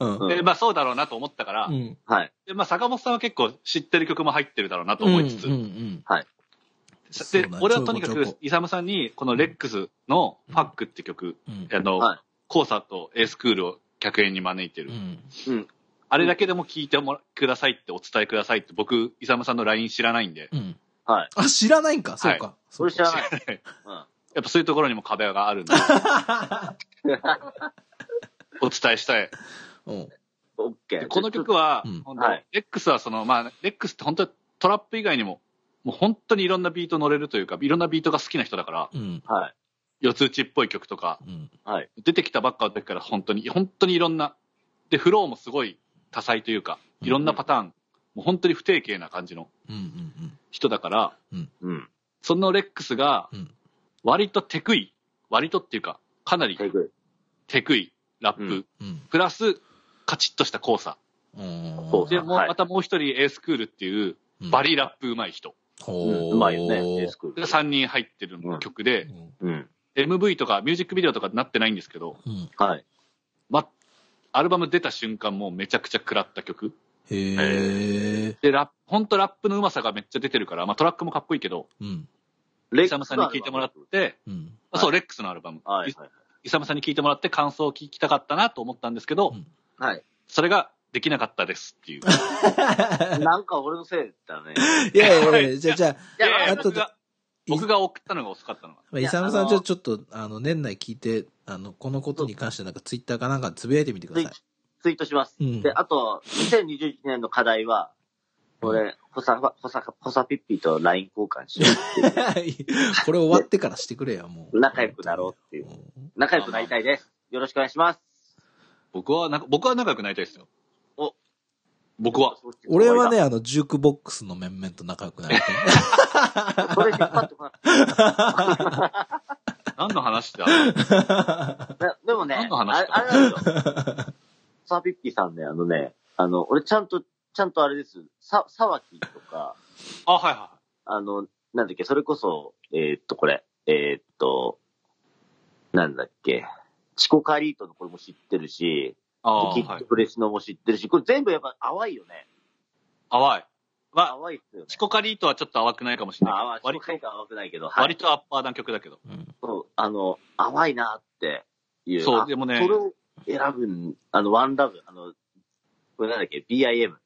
Speaker 2: うん
Speaker 4: うん
Speaker 3: でまあそうだろうなと思ったから、
Speaker 2: うん。
Speaker 4: はい。
Speaker 3: でまあ、坂本さんは結構知ってる曲も入ってるだろうなと思いつつ、
Speaker 2: うん、うんうん。そう
Speaker 3: で
Speaker 2: だね
Speaker 3: 俺はとにか
Speaker 2: ちょこちょ
Speaker 3: く
Speaker 2: こ
Speaker 3: イサムさんにこのレックスの「ファック」って曲、
Speaker 2: うん
Speaker 3: あの、
Speaker 4: はい
Speaker 3: コーサと A スクールを客演に招いてる、
Speaker 2: うん。
Speaker 3: あれだけでも聞いてもらくださいってお伝えくださいって僕イサムさんの LINE 知らないんで
Speaker 2: うん。
Speaker 4: はい。
Speaker 2: あ、知らないんか、そうか。そ
Speaker 4: 俺
Speaker 2: う
Speaker 4: 知ら
Speaker 2: か。
Speaker 4: ない。
Speaker 3: やっぱそういうところにも壁があるんで お伝えしたい
Speaker 2: うん。
Speaker 4: うん。オッケ
Speaker 3: で
Speaker 4: ー。
Speaker 3: この曲は、
Speaker 2: うん
Speaker 3: 本当
Speaker 4: はい
Speaker 3: レックスはその、まあ、レックスって本当にトラップ以外にも、もう本当にいろんなビート乗れるというか、いろんなビートが好きな人だから、
Speaker 2: うん。
Speaker 4: はい。
Speaker 3: 四つ打ちっぽい曲とか、
Speaker 2: うん。
Speaker 4: はい。
Speaker 3: 出てきたばっかの時から本当に、本当にいろんな、で、フローもすごい多彩というか、いろんなパターン、もう本当に不定形な感じの
Speaker 2: うん。うん。
Speaker 3: 人だから、
Speaker 4: うん。
Speaker 3: そのレックスが
Speaker 2: うん、
Speaker 3: 割とテクイ、割とっていうか、かなり
Speaker 4: テイク。
Speaker 3: テクイ、ラップ、
Speaker 4: うん
Speaker 2: うん。
Speaker 3: プラス、カチッとした交差。
Speaker 2: うん。
Speaker 4: そう
Speaker 3: で、もう
Speaker 4: はい
Speaker 3: またもう一人、エースクールっていう、
Speaker 2: うん
Speaker 3: バリラップうまい人。
Speaker 4: う
Speaker 2: ほ
Speaker 4: んうまいよね。エースクール
Speaker 3: が3人入ってる曲で、
Speaker 4: うん。
Speaker 3: MV とかミュージックビデオとかになってないんですけど、
Speaker 2: うん。
Speaker 4: はい。
Speaker 3: ま、アルバム出た瞬間もうめちゃくちゃ食らった曲。
Speaker 2: へえ。
Speaker 3: で、ラップ、ほんとラップのうまさがめっちゃ出てるから、まあトラックもかっこいいけど、
Speaker 2: うん。
Speaker 4: レ
Speaker 3: イサムさんに聞いてもらって、
Speaker 2: うん。
Speaker 3: あそう、レックスのアルバム。
Speaker 4: はい
Speaker 3: イ
Speaker 4: はい。
Speaker 3: イサムさんに聞いてもらって感想を聞きたかったなと思ったんですけど、
Speaker 2: うん
Speaker 4: はい。
Speaker 3: それができなかったですっていう。
Speaker 4: なんか俺のせいだね。
Speaker 2: いやいやいや、じゃあじゃあ
Speaker 4: いや
Speaker 3: で
Speaker 2: あとで
Speaker 3: 僕が僕が送ったのが遅かったのが。
Speaker 2: まあ、
Speaker 4: い
Speaker 2: イ
Speaker 4: や
Speaker 2: サムさ
Speaker 4: あ
Speaker 2: ん、
Speaker 4: の
Speaker 2: じゃあちょっと、あの、年内聞いて、あの、このことに関してなんかツイッターかなんかつぶやいてみてください。
Speaker 4: ツイートします。
Speaker 2: うん
Speaker 4: で、あと、2021年の課題は、これ、ホサ、ホサ、ホサピッピーと LINE 交換しよ
Speaker 2: これ終わってからしてくれよ、も う。
Speaker 4: う。仲良くなろうっていう。
Speaker 2: うん
Speaker 4: 仲良くなりたいです。よろしくお願いします。
Speaker 3: 僕はなんか、僕は仲良くなりたいですよ。
Speaker 4: お
Speaker 3: 僕は。
Speaker 2: 俺はね、、あの、ジュークボックスの面々と仲良くな りたい。
Speaker 4: それ引っ張ってこなくて
Speaker 3: 何の話 だ
Speaker 4: なでもね、
Speaker 3: 何の
Speaker 4: あ
Speaker 3: 話
Speaker 4: れ、あれなんですよ。サピッピさんね、あのね、あの、俺ちゃんと、ちゃんとあれです。さ、サワキとか、
Speaker 3: あ、はいは
Speaker 4: あの、なんだっけ、それこそ、えーっと、これ、えーっと、なんだっけ、チコカリートのこれも知ってるし、
Speaker 3: いはい。
Speaker 4: キ
Speaker 3: ああ、
Speaker 4: ッ
Speaker 3: はい
Speaker 4: ド。プレスノも知ってるし、これ全部やっぱ淡いよね。
Speaker 3: 淡い。まあ、
Speaker 4: 淡いっすよね。
Speaker 3: チコカリーとはちょっと淡くないかもしれ
Speaker 4: あ
Speaker 3: な
Speaker 4: あ、
Speaker 3: い。割
Speaker 4: 割
Speaker 3: と
Speaker 4: と、淡くないけど、
Speaker 3: 割とアッパーな曲だけど。
Speaker 2: うん
Speaker 4: そうあの、淡いなっていう。
Speaker 3: そう
Speaker 4: あ
Speaker 3: でもね
Speaker 4: それを選ぶん、あの、ワンラブ、あの、これなんだっけ、BIM、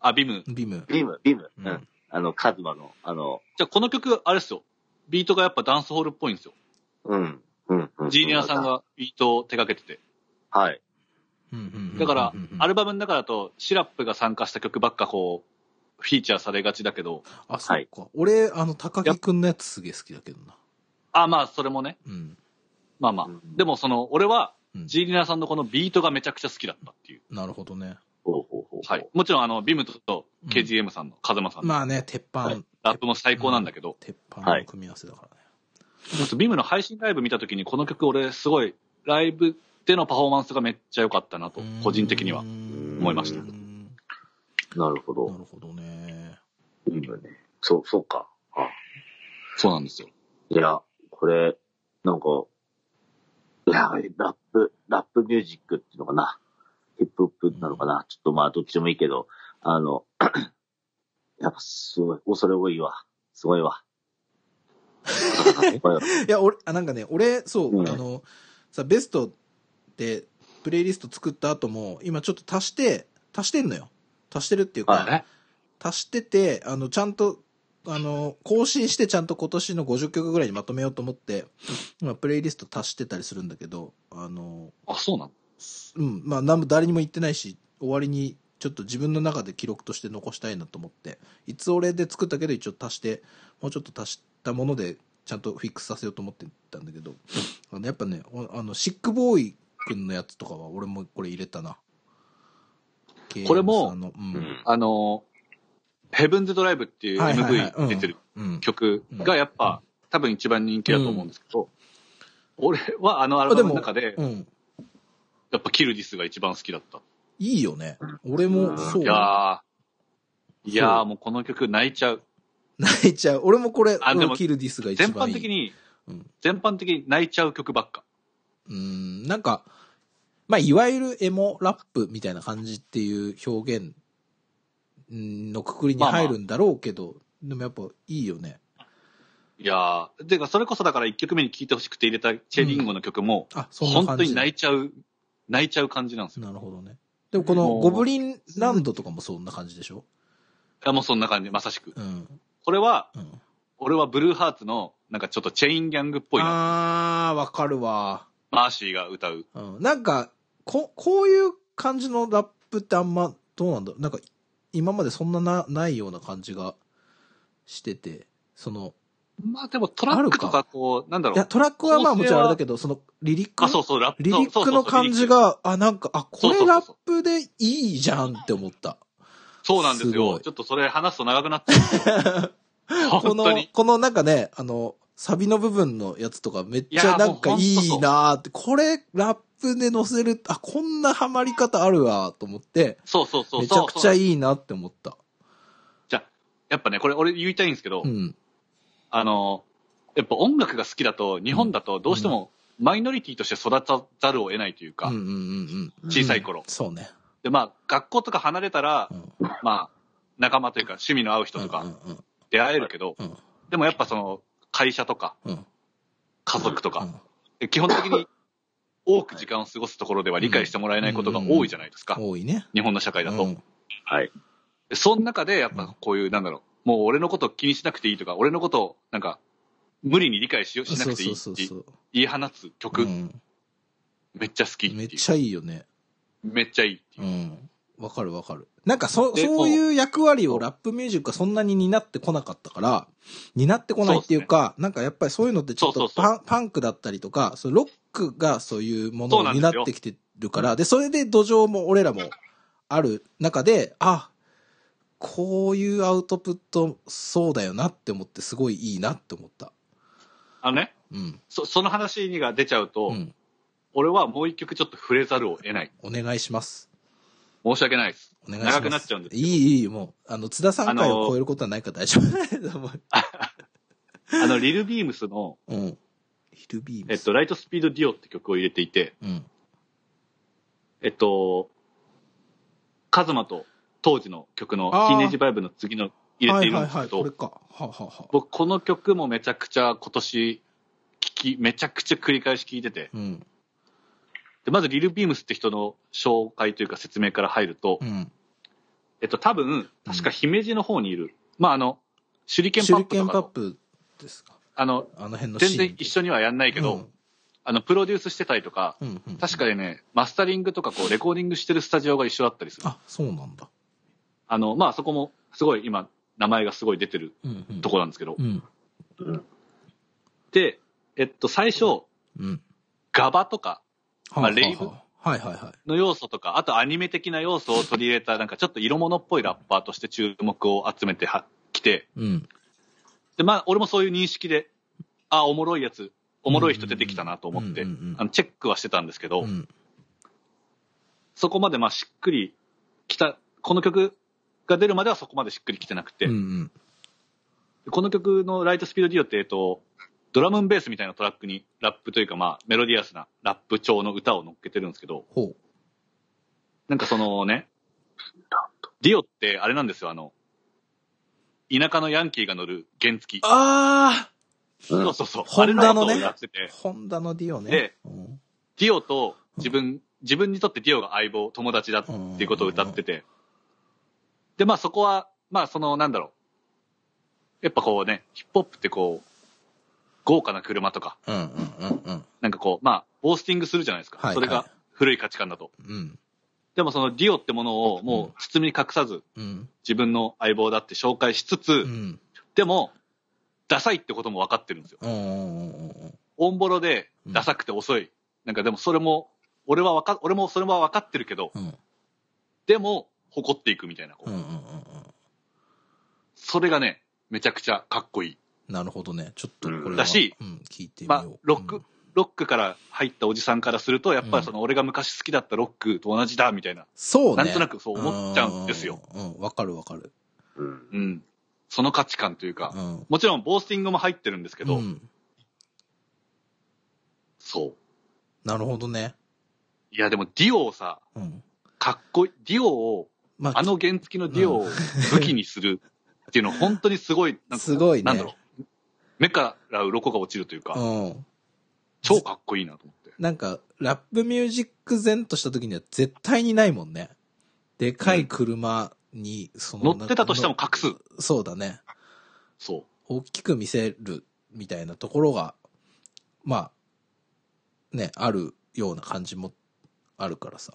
Speaker 3: あ、ビム。
Speaker 2: ビム。
Speaker 4: ビム、ビム、
Speaker 2: う
Speaker 4: うんん、あの、カズマの、あの、
Speaker 3: じゃあこの曲、あれですよ。ビートがやっぱダンスホールっぽいんですよ。
Speaker 4: うん、うん、うん。
Speaker 3: ジーニアさん。がビートを手掛けてて。
Speaker 4: はい。
Speaker 3: だから、ア
Speaker 2: れ、
Speaker 3: ルバムの中だと、シラップが参加した曲ばっかこう、フィーチャーされがちだけど、
Speaker 2: あ、そっか。俺、あの、高木くんのやつすげえ好きだけどな。
Speaker 3: あ、まあ、それもね。
Speaker 2: うん。
Speaker 3: まあまあ
Speaker 4: う。ん
Speaker 3: でも、その、俺は、
Speaker 2: うん
Speaker 3: ジーリナさんのこのビートがめちゃくちゃ好きだったっていう。
Speaker 2: なるほどね。
Speaker 4: ほうほうほう。
Speaker 3: はい。。もちろん、あの、ビムと KGM さんの、風間さんの
Speaker 2: まあね、鉄
Speaker 4: は
Speaker 2: 板
Speaker 4: い。
Speaker 3: ラップも最高なんだけど、
Speaker 2: 鉄板の組み合わせだからね。
Speaker 3: ちょっとビムの配信ライブ見たときに、この曲俺、すごい、ライブでのパフォーマンスがめっちゃ良かったなと
Speaker 2: う、ん
Speaker 3: 個人的には。
Speaker 2: 思
Speaker 3: いました
Speaker 2: な
Speaker 4: なるほど。
Speaker 2: るほどね。
Speaker 4: ビムね。そう、そうか。あ、
Speaker 3: そうなんですよ。
Speaker 4: いや、これ、なんか、いや、ラップ、ラップミュージックっていうのかな。ヒップホップなのかな。ちょっとまあ、どっちでもいいけど、あの、 やっぱすごい、恐れ多いわ。すごいわ。すごいわ
Speaker 2: いや、俺、あ、なんかね、俺、そう、
Speaker 4: うん
Speaker 2: あの、さ、ベストで、プレイリスト作った後も、今ちょっと足して、足してんのよ。足してるっていうか、
Speaker 4: は
Speaker 2: 足してて、あの、ちゃんと、あの、更新してちゃんと今年の50曲ぐらいにまとめようと思って、今、プレイリスト足してたりするんだけど、あの、
Speaker 3: あ、そうなの
Speaker 2: うん、まあ、なんも誰にも言ってないし、終わりに、ちょっと自分の中で記録として残したいなと思って、いつ俺で作ったけど一応足して、もうちょっと足したもので、ちゃんとフィックスさせようと思ってたんだけど、あのやっぱね、おあの、シックボーイくんのやつとかは俺もこれ入れたな。
Speaker 3: これも
Speaker 2: KM さんの、うん。
Speaker 4: うん
Speaker 3: あの、ヘブンズドライブっていう
Speaker 2: はいはいはい
Speaker 3: MV 出てる
Speaker 2: うん。
Speaker 3: 曲がやっぱ、多分一番人気だと思うんですけど、俺はあのアル
Speaker 2: あ
Speaker 3: バ
Speaker 2: で
Speaker 3: ム
Speaker 2: も
Speaker 3: の中で、
Speaker 2: うん。
Speaker 3: やっぱキルディスが一番好きだった。
Speaker 2: いいよね。俺も、
Speaker 4: うん
Speaker 2: そう。
Speaker 3: いやー、いや
Speaker 2: そ
Speaker 3: ーもうこの曲泣いちゃう。
Speaker 2: 泣いちゃう。俺もこれ、
Speaker 3: あでも
Speaker 2: うんキルディスが一
Speaker 3: 全
Speaker 2: 番い
Speaker 3: 般
Speaker 2: い。
Speaker 3: 的に、
Speaker 2: うん
Speaker 3: 全般的に泣いちゃう曲ばっか。
Speaker 2: うん、なんか、まあ、いわゆるエモラップみたいな感じっていう表現うんのくくりに入るんだろうけど、でもやっぱいいよね。
Speaker 3: いやー、てかそれこそだから1曲目に聴いてほしくて入れたチェリンゴの曲も、
Speaker 2: あ、そんな
Speaker 3: 本
Speaker 2: 感
Speaker 3: 当
Speaker 2: じ。
Speaker 3: に泣いちゃう、泣いちゃう感じなんですよ。
Speaker 2: なるほどね。でもこの
Speaker 3: もう
Speaker 2: ゴブリンランドとかもそんな感じでしょ
Speaker 3: いやもうそんな感じ、まさしく。
Speaker 2: うん。
Speaker 3: これは、
Speaker 2: うん。
Speaker 3: 俺はブルーハーツの、なんかちょっとチェインギャングっぽいな、
Speaker 2: あー、わかるわ。
Speaker 3: マーシーが歌う。
Speaker 2: うん。なんか、こ、こういう感じのラップってあんま、どうなんだろう。なんか、今までそんなな、ないような感じがしてて、その、
Speaker 3: まあでもトラックと
Speaker 2: あるか
Speaker 3: かこう、なんだ
Speaker 2: い
Speaker 3: ろ
Speaker 2: や、
Speaker 3: う。
Speaker 2: トラックはまあもちろんあれだけど、その、リリック
Speaker 3: あ、そうそう、ラップ
Speaker 2: リリックの感じ。が、あ、なんか、あ、こ
Speaker 3: そうそ
Speaker 2: れ
Speaker 3: うそう
Speaker 2: ラップでいいじゃんって思った。
Speaker 3: そうそうそうなんです
Speaker 2: すご
Speaker 3: よ。
Speaker 2: い
Speaker 3: ちょっとそれ話すと長くなっちゃう。
Speaker 2: こ
Speaker 3: 本当
Speaker 2: の
Speaker 3: に。、
Speaker 2: このなんかね、あの、サビの部分のやつとかめっち
Speaker 3: いや
Speaker 2: ゃ
Speaker 3: ー
Speaker 2: なんか
Speaker 3: もうほんとそう
Speaker 2: いいなーって、これラップで載せる、あ、こんなハマり方あるわーと思って、
Speaker 3: そうそうそう。
Speaker 2: めちゃくちゃ
Speaker 3: い。
Speaker 2: いいなって思った。
Speaker 3: じゃあやっぱね、これ俺言いたいんですけど
Speaker 2: う、ん。
Speaker 3: あの、やっぱ音楽が好きだと、日本だとどうしてもマイノリティとして育たざるを得ないという
Speaker 2: うん
Speaker 3: か
Speaker 2: うんう、んうん。
Speaker 3: 小さい頃
Speaker 2: そうね。
Speaker 3: で、まあ、学校とか離れたら
Speaker 2: う、ん。
Speaker 3: まあ、仲間というか趣味の合う人と
Speaker 2: うん
Speaker 3: か出会えるけど、
Speaker 2: うんうん。
Speaker 3: でもやっぱその、会社とか
Speaker 2: うん。うん
Speaker 3: 家族とか、
Speaker 2: う
Speaker 3: で基本的に多く時間を過ごすところでは理解してもらえないことが多いじゃないですか
Speaker 2: ん。。多いね。
Speaker 3: 日本の社会だ
Speaker 2: う
Speaker 3: と
Speaker 2: ん。
Speaker 4: はい。
Speaker 3: でその中で、やっぱこういう、なんだろう、もう俺のこと気にしなくていいとか、俺のこと、なんか、無理に理解しようしな
Speaker 2: そ
Speaker 3: く
Speaker 2: う
Speaker 3: ていい
Speaker 2: そう
Speaker 3: っ
Speaker 2: そう
Speaker 3: て
Speaker 2: そう。
Speaker 3: 言い放つ曲、
Speaker 2: うん、
Speaker 3: めっちゃ好きっていう。
Speaker 2: めっちゃいいよね。
Speaker 3: めっちゃいいっていうう。
Speaker 2: ん。わかるわかる。なんかそ、
Speaker 3: で
Speaker 2: そういう役割
Speaker 3: そ
Speaker 2: を
Speaker 3: う
Speaker 2: ラップミュージックはそんなに担ってこなかったから、担ってこないっていうか、なんかやっぱりそういうのってちょっ
Speaker 3: そう
Speaker 2: と
Speaker 3: そうそ
Speaker 2: パンパンクだったりとか、そうロックがそういうもの
Speaker 3: そう
Speaker 2: を
Speaker 3: なんです
Speaker 2: 担
Speaker 3: よ
Speaker 2: ってきてるから、で、それで土壌も俺らもある中で、あ、こういうアウトプットそうだよなって思ってすごいいいなって思った。
Speaker 3: あのね、
Speaker 2: うん。
Speaker 3: そその話にが出ちゃうと、
Speaker 2: うん。
Speaker 3: 俺はもう一曲ちょっと触れざるを得ない。
Speaker 2: お願いします。
Speaker 3: 申し訳ないです。
Speaker 2: お願いします。
Speaker 3: 長くなっちゃうんです
Speaker 2: い
Speaker 3: けど
Speaker 2: い、いい、もう、あの、津田さん回を超えることはないから大丈夫。 もう
Speaker 3: あの、リルビームスの、
Speaker 2: うん。ヒルビーム
Speaker 3: えっ
Speaker 2: ス。
Speaker 3: と、ライトスピードディオって曲を入れていて、
Speaker 2: うん。
Speaker 3: えっと、カズマと当時の曲の、テ
Speaker 2: あー
Speaker 3: ィーネージバイブの次の入れているんです
Speaker 2: はい
Speaker 3: け
Speaker 2: はいはい、これ
Speaker 3: ど、
Speaker 2: か。はあはあはあ
Speaker 3: 僕この曲もめちゃくちゃ今年聞き、めちゃくちゃ繰り返し聞いてて、
Speaker 2: うん。
Speaker 3: でまずリルビームスって人の紹介というか説明から入ると、
Speaker 2: うん。
Speaker 3: えっと、多分、確か姫路の方にいる、まあ、あの、手裏剣
Speaker 2: 手
Speaker 3: パ
Speaker 2: 裏
Speaker 3: ップと
Speaker 2: 剣
Speaker 3: か
Speaker 2: パッ
Speaker 3: の、
Speaker 2: プですか。
Speaker 3: あの、
Speaker 2: あの辺のシーン
Speaker 3: 全。然一緒にはやんないけど、あの、プロデュースしてたりとか、
Speaker 2: うん。うん。うん。
Speaker 3: 確
Speaker 2: か
Speaker 3: かにね、マスタリングとかこう、レコーディングしてるスタジオが一緒だったりする。
Speaker 2: あ、そうなんだ。
Speaker 3: あの、まあ、そこも、すごい今、名前がすごい出てる
Speaker 2: うん。うん
Speaker 3: とこなんですけど
Speaker 2: う。ん。
Speaker 3: で、えっと、最初、
Speaker 2: うん。
Speaker 3: ガバとか
Speaker 2: はあ
Speaker 3: まあレイブ
Speaker 2: はあはいはいは
Speaker 3: の要素とか、あとアニメ的な要素を取り入れた、なんかちょっと色物っぽいラッパーとして注目を集めてはきて、
Speaker 2: い。うん。
Speaker 3: で、まあ、俺もそういう認識で、あ、おもろいやつ、おもろい人出てきたなと思って
Speaker 2: うんうんうん、
Speaker 3: あの、チェックはしてたんですけど、
Speaker 2: うん。
Speaker 3: そこまでまあ、しっくりきた、この曲が出るまではそこまでしっくりきてなくて、
Speaker 2: うんうん。
Speaker 3: この曲のライトスピードディオって、えっと、ドラムンベースみたいなトラックにラップというか、まあ、メロディアスなラップ調の歌を乗っけてるんですけど、
Speaker 2: ほ
Speaker 3: なんかそのね、ディオってあれなんですよ、あの、田舎のヤンキーが乗る原付
Speaker 2: う。。あ
Speaker 4: うん
Speaker 3: そうそうそう。
Speaker 2: ホンダのね
Speaker 3: あれのことをやって
Speaker 2: あ
Speaker 3: て、
Speaker 2: ホンダのディオね。
Speaker 3: で
Speaker 2: うん
Speaker 3: ディオと自分、自分にとってディオが相棒、友達だっていうことを歌ってて、で、まあそこは、まあその、なんだろう、やっぱこうね、ヒップホップってこう、豪華な車とか、
Speaker 2: うんうんうんうん。
Speaker 3: なんかこう、まあ、ボースティングするじゃないですか。
Speaker 2: はい
Speaker 3: それが古い価値観だと。
Speaker 2: うん。
Speaker 3: でもそのディオってものをもう包み隠さず
Speaker 2: うん。
Speaker 3: 自分の相棒だって紹介しつつ、
Speaker 2: うん。
Speaker 3: でも、ダサいってことも分かってるんですよ。
Speaker 2: うんうんうんうん。
Speaker 3: オンボロでダサくて遅い。なんかでもそれも、俺はわか、俺もそれは分かってるけど、
Speaker 2: うん。
Speaker 3: でも、誇っていくみたいな、こう
Speaker 2: うんうんうんうん。
Speaker 3: それがね、めちゃくちゃかっこいい。
Speaker 2: なるほどね。ちょっとこれは
Speaker 3: だし、
Speaker 2: うん、聞いてみよう。
Speaker 3: まあ、ロッ
Speaker 2: う
Speaker 3: ク
Speaker 2: ん、
Speaker 3: ロックから入ったおじさんからすると、やっぱりその俺が昔好きだったロックと同じだ、みたいな。
Speaker 2: そうね。
Speaker 3: なんとなくそう思っちゃうんですよ。
Speaker 2: うん、わかるわかる。
Speaker 4: うん。
Speaker 3: うん。その価値観というか
Speaker 2: う、ん。
Speaker 3: もちろんボースティングも入ってるんですけど、
Speaker 2: うん、
Speaker 3: そう。
Speaker 2: なるほどね。
Speaker 3: いや、でもディオをさ、
Speaker 2: うん。
Speaker 3: かっこいい、ディオを、
Speaker 2: まあ、
Speaker 3: あの原付のディオを武器にするっていうの、本当にすごい、なんか
Speaker 2: すごいね。
Speaker 3: なんだろう。目から鱗が落ちるというか、
Speaker 2: うん。
Speaker 3: 超かっこいいなと思って。
Speaker 2: なんか、ラップミュージック前とした時には絶対にないもんね。でかい車に、その、
Speaker 3: 乗ってたとしても隠す。
Speaker 2: そうだね。
Speaker 3: そう。
Speaker 2: 大きく見せるみたいなところが、まあ、ね、あるような感じもあるからさ。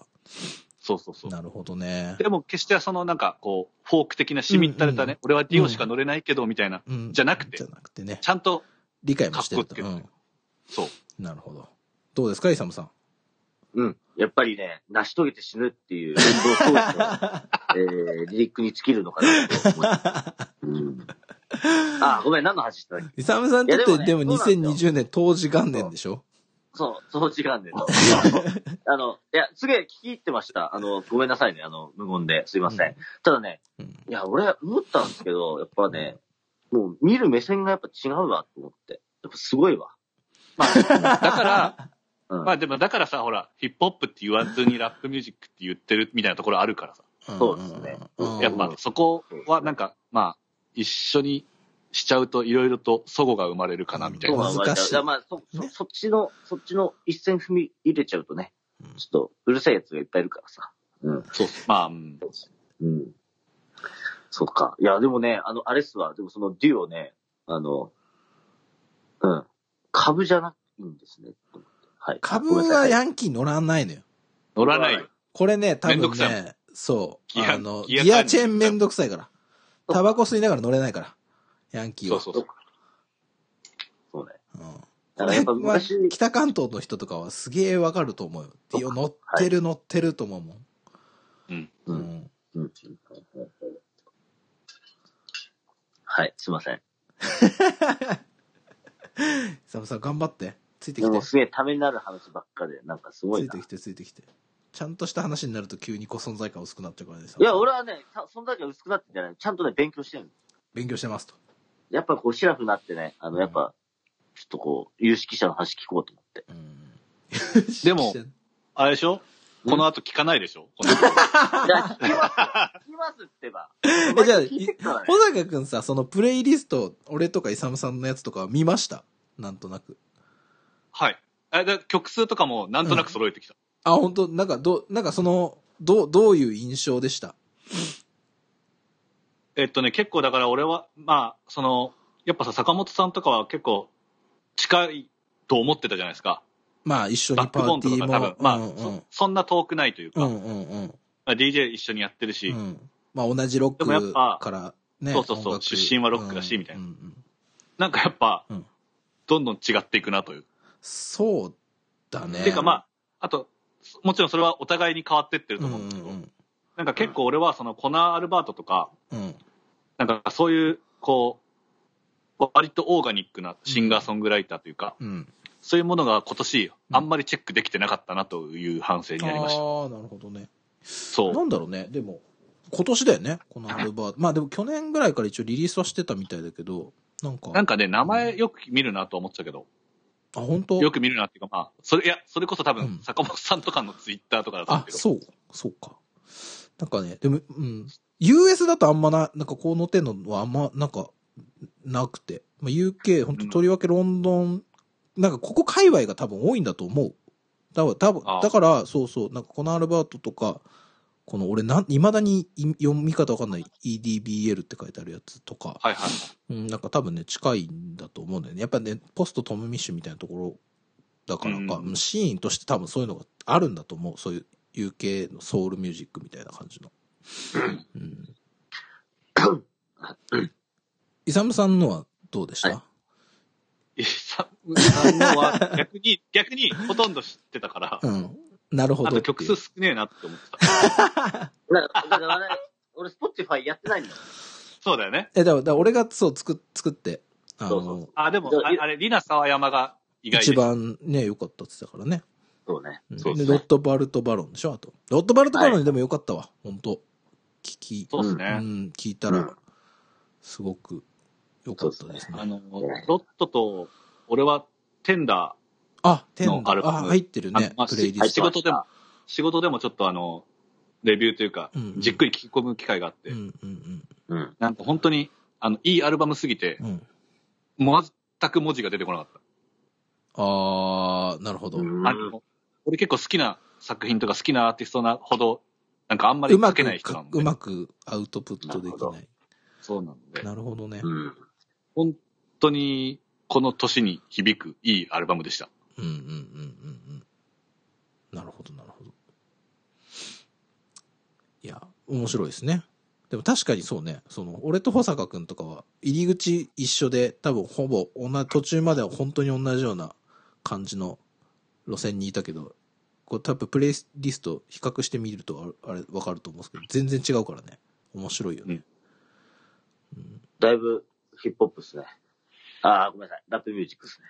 Speaker 3: そうそうそう。
Speaker 2: なるほどね。
Speaker 3: でも決してそのなんかこう、フォーク的なしみったれたね、
Speaker 2: うんうん
Speaker 3: 俺はディオしか乗れないけどみたいな、
Speaker 2: うん。
Speaker 3: じゃなくて
Speaker 2: じゃなくてね。
Speaker 3: ちゃんと、
Speaker 2: 理解もしてると。
Speaker 3: かっこつけてそう。
Speaker 2: うん。なるほど。どうですか、イサムさん。
Speaker 4: うん。やっぱりね、成し遂げて死ぬっていう運動を通して、えー、リリックに尽きるのかなと思います。うん。あ、ごめん、何の話してたっけ
Speaker 2: イサムさんにとって、
Speaker 4: いや
Speaker 2: で
Speaker 4: で
Speaker 2: も
Speaker 4: もねそうなんです
Speaker 2: 2020年当時元年でしょ
Speaker 4: そう、そう時間で。 あの、いや、すげえ聞き入ってました。あの、ごめんなさいね、あの、無言で。すいません。
Speaker 2: うん
Speaker 4: ただね、
Speaker 2: うん。
Speaker 4: いや、俺、思ったんですけど、やっぱね、もう見る目線がやっぱ違うわ、と思って。やっぱすごいわ。
Speaker 3: まあ、だ から、
Speaker 4: うん。
Speaker 3: まあでもだからさ、ほら、ヒップホップって言わずにラップミュージックって言ってるみたいなところあるからさ。
Speaker 4: そうですね
Speaker 2: うん
Speaker 3: やっぱそこはなんか、まあ、一緒にしちゃうといろいろと齟齬が生まれるかなみたい
Speaker 4: そう
Speaker 3: な。
Speaker 4: なん
Speaker 2: 難しい
Speaker 4: だからまあ、そ、そ、そっちの、そっちの一線踏み入れちゃうとね
Speaker 2: うん、
Speaker 4: ちょっと、うるさいやつがいっぱいいるからさ。うん。
Speaker 3: そうまあ、うん
Speaker 4: うん。そっか。いや、でもね、あの、あれっすわ。でもそのデュオね、あの、うん。株じゃないんですね。と思ってはい。
Speaker 2: 株
Speaker 4: ごめんなさ
Speaker 2: はいヤンキー乗らないのよ。
Speaker 3: 乗らないよ。
Speaker 2: これね、多
Speaker 3: めんど
Speaker 2: 分
Speaker 3: くさい
Speaker 2: ね、そう。
Speaker 3: ギア
Speaker 2: あの、
Speaker 3: ギア
Speaker 2: ギアチェーンめんどくさいから。タバコ吸いながら乗れないから。ヤンキー
Speaker 3: そう
Speaker 2: は。
Speaker 3: そうそう。
Speaker 4: そうね。
Speaker 2: うん
Speaker 4: だからやっぱ
Speaker 2: まあ
Speaker 4: 昔、
Speaker 2: 北関東の人とかはすげえわかると思うよ。いや乗ってる乗ってると思うもん。
Speaker 4: う。
Speaker 2: うんん。
Speaker 4: うんはい、すいません。
Speaker 2: サムさん頑張って。ついて
Speaker 4: で
Speaker 2: きて
Speaker 4: も。すげえためになる話ばっかで、なんかすご
Speaker 2: つ
Speaker 4: い
Speaker 2: い
Speaker 4: な
Speaker 2: て。きてついてきて。ちゃんとした話になると急にこう存在感薄くなっちゃうからね。
Speaker 4: いや、俺はね、たそんだけ薄くなってんじゃない。ちゃんとね、勉強してるの
Speaker 2: 勉強してますと。
Speaker 4: やっぱこう、シラフになってね、あの、やっぱ、ちょっとこう、有識者の話聞こうと思って。
Speaker 2: うん。
Speaker 3: でもあれでしょ
Speaker 4: うん
Speaker 3: この後聞かないでしょこの後
Speaker 4: いや、聞きますよ。聞きますってば。
Speaker 2: え、じゃあ、
Speaker 4: 聞いて
Speaker 2: い
Speaker 4: っからね
Speaker 2: 穂坂くんさ、そのプレイリスト、俺とかイサムさんのやつとかは見ましたなんとなく。
Speaker 3: はい。あだ曲数とかもなんとなく揃えてきた。
Speaker 2: あ、本当なんか、どう、なんかその、どう、どういう印象でした
Speaker 3: えっとね、結構だから俺は、まあ、その、やっぱさ、坂本さんとかは結構近いと思ってたじゃないですか。
Speaker 2: まあ、一緒に
Speaker 3: バッ
Speaker 2: パ
Speaker 3: クボー
Speaker 2: ー
Speaker 3: ン
Speaker 2: テ
Speaker 3: と
Speaker 2: ィ
Speaker 3: か
Speaker 2: ー
Speaker 3: が多分
Speaker 2: も。、
Speaker 3: まあ、
Speaker 2: うんうん
Speaker 3: そ、そんな遠くないという
Speaker 2: う
Speaker 3: か、
Speaker 2: んうんうん。
Speaker 3: まあ DJ 一緒にやってるし、
Speaker 2: うん。まあ同じロッ
Speaker 3: でもや
Speaker 2: ク
Speaker 3: っぱ
Speaker 2: からね。
Speaker 3: そうそうそう
Speaker 2: 音楽
Speaker 3: 出身はロックだしみたいな
Speaker 2: うんうん
Speaker 3: なんかやっぱ、
Speaker 2: うん
Speaker 3: どんどん違っていくなという。
Speaker 2: そうだね。
Speaker 3: ていうかまあ、あと、もちろんそれはお互いに変わってってる
Speaker 2: う
Speaker 3: と
Speaker 2: んう
Speaker 3: 思うん
Speaker 2: ん
Speaker 3: ですけど、
Speaker 2: うん。
Speaker 3: なんか結構俺はそのコナー・アルバートとか、
Speaker 2: うん。
Speaker 3: なんかそういう、こう、割とオーガニックなシンガーソングライターというか、
Speaker 2: うん。
Speaker 3: そういうものが今年、
Speaker 2: うん
Speaker 3: あんまりチェックできてなかったなという反省
Speaker 2: あ
Speaker 3: に
Speaker 2: あ
Speaker 3: なりました。
Speaker 2: ー、なるほどね。
Speaker 3: そ
Speaker 2: なんだろうね。でも、今年だよね。このアルバート。まあでも去年ぐらいから一応リリースはしてたみたいだけど、なんか
Speaker 3: う。、なんかね、名前よく見るなと思ってたけど、
Speaker 2: あ、本当
Speaker 3: よく見るなっていうか、まあ、それ、いや、それこそ多
Speaker 2: うん
Speaker 3: 分、坂本さんとかのツイッターとかだと思
Speaker 2: あ
Speaker 3: う、けど、
Speaker 2: そう、そうか。なんかね、でも、うん。US だとあんまな、なんかこう載ってんのはあんま、なんか、なくて。まあ、UK、本当とりわけロンドン、なんかここ界隈が多分多いんだと思う。だから、多分
Speaker 3: あ、
Speaker 2: だから、そうそう、なんかこのアルバートとか、この俺なん、未だにい読み方わかんない EDBL って書いてあるやつとか、
Speaker 3: はいは
Speaker 2: う
Speaker 3: い。
Speaker 2: ん、なんか多分ね、近いんだと思うんだよね。やっぱね、ポストトムミッシュみたいなところだからか、
Speaker 3: うん
Speaker 2: シーンとして多分そういうのがあるんだと思う。そういう UK のソウルミュージックみたいな感じの。うん。イサムさんのはどうでした、
Speaker 4: はい
Speaker 3: いやささんのは、逆に、逆に、ほとんど知ってたから、
Speaker 2: うん。なるほど
Speaker 3: あ
Speaker 2: ってい
Speaker 3: と
Speaker 2: う。
Speaker 3: 曲数少ねえなって思ってた。
Speaker 4: だからだからね、俺、スポティファイやってないんだよ。
Speaker 3: そうだよね。
Speaker 2: え、だからだから俺がそう作っ作って、あの、
Speaker 4: そうそうそ
Speaker 3: あ、でも、ああれ、リナ沢山が意外でし
Speaker 2: 一
Speaker 3: た
Speaker 2: 番ね、良かったって言ってたからね。
Speaker 4: そうね。
Speaker 2: うん
Speaker 3: そう
Speaker 2: で
Speaker 3: ですね
Speaker 2: ロットバルトバロンでしょあと。ロットバルトバロンにでも良かったわ。本当聞き、
Speaker 3: そうです
Speaker 2: う
Speaker 3: ね。
Speaker 2: ん、聞いた
Speaker 4: う
Speaker 2: ら
Speaker 4: ん、
Speaker 2: すごく良かったですね。
Speaker 3: あの、ロットと、俺は、テンダ
Speaker 2: あ、テン
Speaker 3: のアルバ
Speaker 2: あ、
Speaker 3: ム
Speaker 2: 入ってる
Speaker 3: ー、あ
Speaker 2: ね
Speaker 3: のまあ、、
Speaker 2: プレイ
Speaker 3: し
Speaker 2: リス
Speaker 3: 仕
Speaker 2: ト。
Speaker 3: 事でも、仕事でもちょっとあの、レビューというか
Speaker 2: うん、うん
Speaker 3: じっくり聞き込む機会があっ
Speaker 2: う
Speaker 3: て、
Speaker 2: んうん
Speaker 4: うん。
Speaker 3: なんか本当に、あの、いいアルバムすぎて
Speaker 2: う、ん。うん。
Speaker 3: 全く文字が出てこなかっ
Speaker 2: あー、なるほど。
Speaker 3: た。あの、俺結構好きな作品とか好きなアーティストなほど、なんかあんまり
Speaker 2: うま
Speaker 3: 書
Speaker 2: く
Speaker 3: けない人な
Speaker 2: か
Speaker 3: んで
Speaker 2: う。まくアウトプットできない。
Speaker 3: そうなんで。
Speaker 2: なるほどね
Speaker 4: う。ん。
Speaker 3: 本当に、この年に響くいいアルバムでした。
Speaker 2: うんうんうんうんうん。なるほど、なるほど。いや、面白いですね。でも確かにそうね、その、俺と保坂くんとかは、入り口一緒で、多分ほぼ同じ、途中までは本当に同じような感じの路線にいたけど、こう多分プレイリスト比較してみるとあれ、あれわかると思うんですけど、全然違うからね。面白いよね。うん
Speaker 4: だいぶ、ヒップホップっすね。ああ、ごめんなさい。ラップミュージックっすね。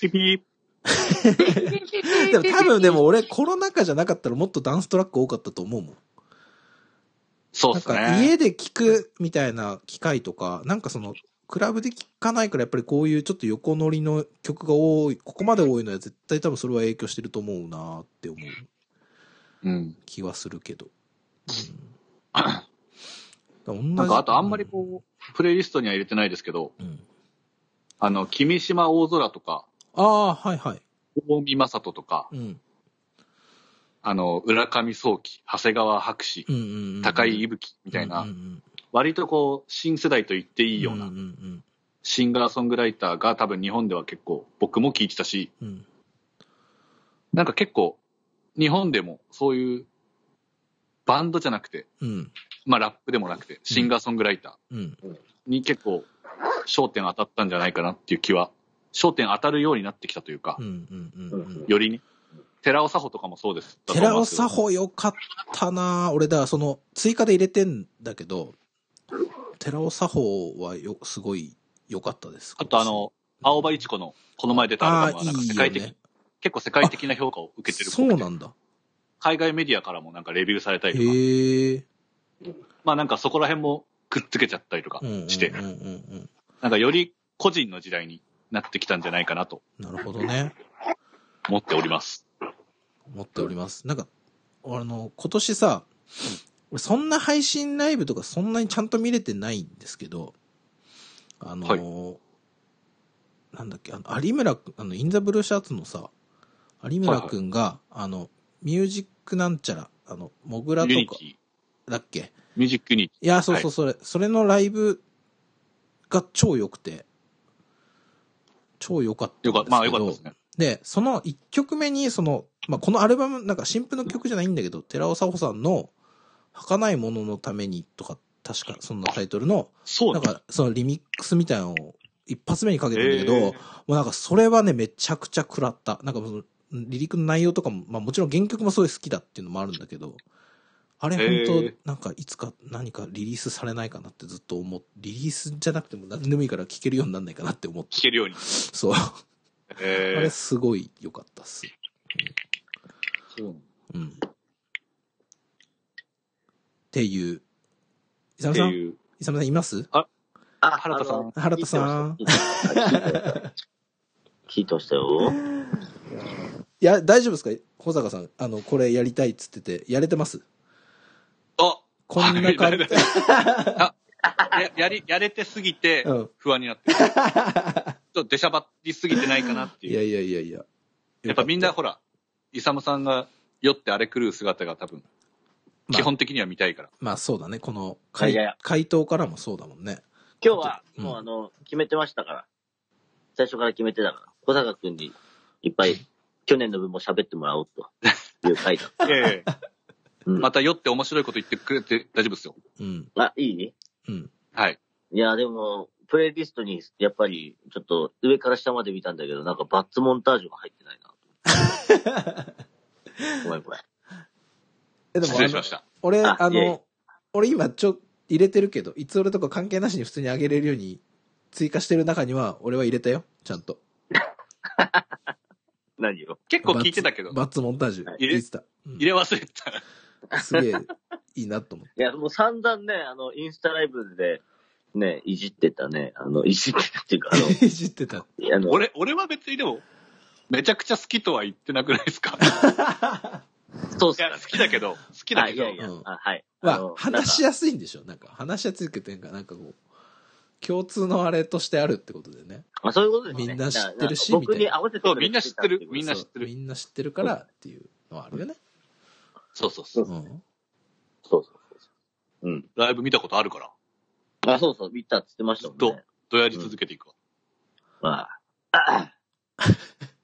Speaker 3: ピピー
Speaker 2: でも多分でも俺コロナ禍じゃなかったらもっとダンストラック多かったと思うもん。
Speaker 3: そう
Speaker 2: なん
Speaker 3: っすね。
Speaker 2: か家で聞くみたいな機会とか、なんかその、クラブで聞かないからやっぱりこういうちょっと横乗りの曲が多い、ここまで多いのは絶対多分それは影響してると思うなって思う
Speaker 3: うん。
Speaker 2: 気はするけど。
Speaker 3: なんかあとあんまりこう、プレイリストには入れてないですけど、
Speaker 2: うん。うん
Speaker 3: あの、君島大空とか、
Speaker 2: ああ、はいはい。
Speaker 3: 大見正人とか、
Speaker 2: うん。
Speaker 3: あの、浦上早期、長谷川博士、
Speaker 2: うんうんうん。
Speaker 3: 高井息吹みたいな、
Speaker 2: うんうん
Speaker 3: 割とこう、新世代と言って
Speaker 2: うん、
Speaker 3: いいような
Speaker 2: うんうん
Speaker 3: シンガーソングライターが多分日本では結構僕も聴いてたし、
Speaker 2: うんうん。
Speaker 3: なんか結構日本でもそういうバンドじゃなくて、
Speaker 2: うん
Speaker 3: まあラップでもなくて、シンガーソングライタ
Speaker 2: うん。
Speaker 3: ーに結構焦点当たったんじゃないかなっていう気は、焦点当たるようになってきたというか
Speaker 2: うんう、んうんうん。
Speaker 3: よりね、寺尾佐穂とかもそうです。
Speaker 2: 寺尾
Speaker 3: だ
Speaker 2: 作
Speaker 3: と
Speaker 2: 法よかったな俺だ、その、追加で入れてんだけど、寺尾作法はよ、すごい良かったです。
Speaker 3: 思いますけどあとあの、青葉一子のこの前出たア
Speaker 2: あ
Speaker 3: ルバム
Speaker 2: あ
Speaker 3: はなんか
Speaker 2: ー、いい
Speaker 3: 世
Speaker 2: よ
Speaker 3: 界的、
Speaker 2: ね。
Speaker 3: 結構世界的な評価を受けてるっ
Speaker 2: そ
Speaker 3: ぽ
Speaker 2: う
Speaker 3: く
Speaker 2: な
Speaker 3: て、
Speaker 2: んだ。
Speaker 3: 海外メディアからもなんかレビューされたりとか、
Speaker 2: へえ。
Speaker 3: まあなんかそこら辺もくっつけちゃったりとか
Speaker 2: うんうんうんうん
Speaker 3: して、
Speaker 2: うん。
Speaker 3: なんかより個人の時代になってきたんじゃないかなと
Speaker 2: なるほどね。
Speaker 3: 思っております。
Speaker 2: 思っております。なんか、あの、今年さ、俺そんな配信ライブとかそんなにちゃんと見れてないんですけど、あの、
Speaker 3: は
Speaker 2: なんだっけ、あの、有村くん、あの、インザブルーシャツのさ、有村くんが、あの、ミュージックなんちゃら、あの、モグラ
Speaker 3: ユ
Speaker 2: と
Speaker 3: ニ
Speaker 2: か
Speaker 3: ティ、
Speaker 2: だっけ
Speaker 3: ミュージックユニテ
Speaker 2: いや、そうそう、それ、それのライブが超良くて、超良かったんで
Speaker 3: ィ。
Speaker 2: すけど。
Speaker 3: よかった、まあよかったですね。
Speaker 2: で、その1曲目に、その、まあ、このアルバム、なんか新譜の曲じゃないんだけど、寺尾佐穂さんの、儚いもののためにとか、確かそんなタイトルの、
Speaker 3: そう
Speaker 2: な
Speaker 3: ね
Speaker 2: ん。かそのリミックスみたいなのを一発目にかけてるんだけど、
Speaker 3: えー
Speaker 2: もうなんかそれはね、めちゃくちゃ食らった。なんかその、リリックの内容とかも、まあもちろん原曲もすごい好きだっていうのもあるんだけど、あれ
Speaker 3: えー
Speaker 2: 本当なんかいつか何かリリースされないかなってずっと思う、リリースじゃなくても何でもいいから聴けるようになんないかなって思って、
Speaker 3: 聞けるように。
Speaker 2: そう。あ
Speaker 3: え
Speaker 2: れすごい良かったっす。
Speaker 3: ー、
Speaker 2: うん。っていう。イサ
Speaker 3: っ
Speaker 2: ム
Speaker 3: て
Speaker 2: さん、イ
Speaker 3: いう。
Speaker 2: サムさんいます
Speaker 4: あ、
Speaker 3: 原田さん
Speaker 2: 原田さん。
Speaker 4: 聞いてました。聞いてましたよ。
Speaker 2: いや、大丈夫ですか保坂さん。あの、これやりたいっつってて、やれてます
Speaker 3: あ
Speaker 2: こ んな感じ。
Speaker 3: ややり、やれてすぎて
Speaker 2: うん。
Speaker 3: 不安になってる。ちょっと出しゃばりすぎてないかなって
Speaker 2: い
Speaker 3: い
Speaker 2: や
Speaker 3: う。
Speaker 2: いやいやいや。
Speaker 3: やっぱみんなほら、イサムさんが酔って荒れ狂う姿が多分、
Speaker 2: まあ
Speaker 3: 基本的には見たいから。
Speaker 2: まあそうだね。この回、
Speaker 4: いやいや
Speaker 2: 回答からもそうだもんね。
Speaker 4: 今日は、
Speaker 2: うん
Speaker 4: もうあの、決めてましたから。最初から決めてたから。小坂くんにいっぱい、去年の分も喋ってもらおうという回だ。
Speaker 3: ええ
Speaker 4: うん
Speaker 3: また酔って面白いこと言ってくれて大丈夫ですよ。
Speaker 2: うん。
Speaker 4: あ、いい
Speaker 2: うん。
Speaker 3: はい。
Speaker 4: いや、でも、プレイリストに、やっぱり、ちょっと、上から下まで見たんだけど、なんか、バッツモンタージュが入ってないな。ごめんごめん。
Speaker 2: え、でも
Speaker 3: 失礼しました。
Speaker 2: 俺、
Speaker 4: あ
Speaker 2: あ
Speaker 4: いえいえ
Speaker 2: の、俺今ちょ、入れてるけど、いつ俺とか関係なしに普通にあげれるように追加してる中には、俺は入れたよ。ちゃんと。
Speaker 4: 何よ。
Speaker 3: 結構聞いてたけど、
Speaker 2: バッツバッツモンタージュ。
Speaker 4: はい
Speaker 2: 入れてた。うん
Speaker 3: 入れ忘れてた。
Speaker 2: すげえ、いいなと思って。
Speaker 4: いや、もう散々ね、あの、インスタライブで、ね、いじってたね。あの、いじってたっていうか、あの
Speaker 2: いじってた。
Speaker 4: いや、あの、
Speaker 3: 俺、俺は別にでも、めちゃくちゃ好きとは言ってなくないですか
Speaker 4: そうっ
Speaker 3: い
Speaker 4: す
Speaker 3: や、好きだけど、好きだ
Speaker 4: あ
Speaker 3: け
Speaker 4: い
Speaker 3: ど
Speaker 4: や、いや、
Speaker 2: うん
Speaker 4: あはい。
Speaker 2: ま
Speaker 4: あの
Speaker 2: あ、話しやすいんでしょ。なんか、話しやすいっていうか、なんかこう、共通のあれとしてあるってことでね。
Speaker 4: まあ、そういうことですね。
Speaker 2: みんな知ってるし
Speaker 4: だか
Speaker 2: み
Speaker 4: ら僕
Speaker 2: たい
Speaker 4: に
Speaker 2: な
Speaker 4: 合わせて
Speaker 3: そうみんな知ってるみんな知ってる
Speaker 2: そうみんな知ってるからっていうのはあるよね。
Speaker 3: そうそうそう。
Speaker 2: うん。
Speaker 4: そうそうそうそう。うん。
Speaker 3: ライブ見たことあるから、
Speaker 4: あ、そうそう、見たって言ってましたもんね。
Speaker 3: どうやり続けていくわ。
Speaker 4: まあ、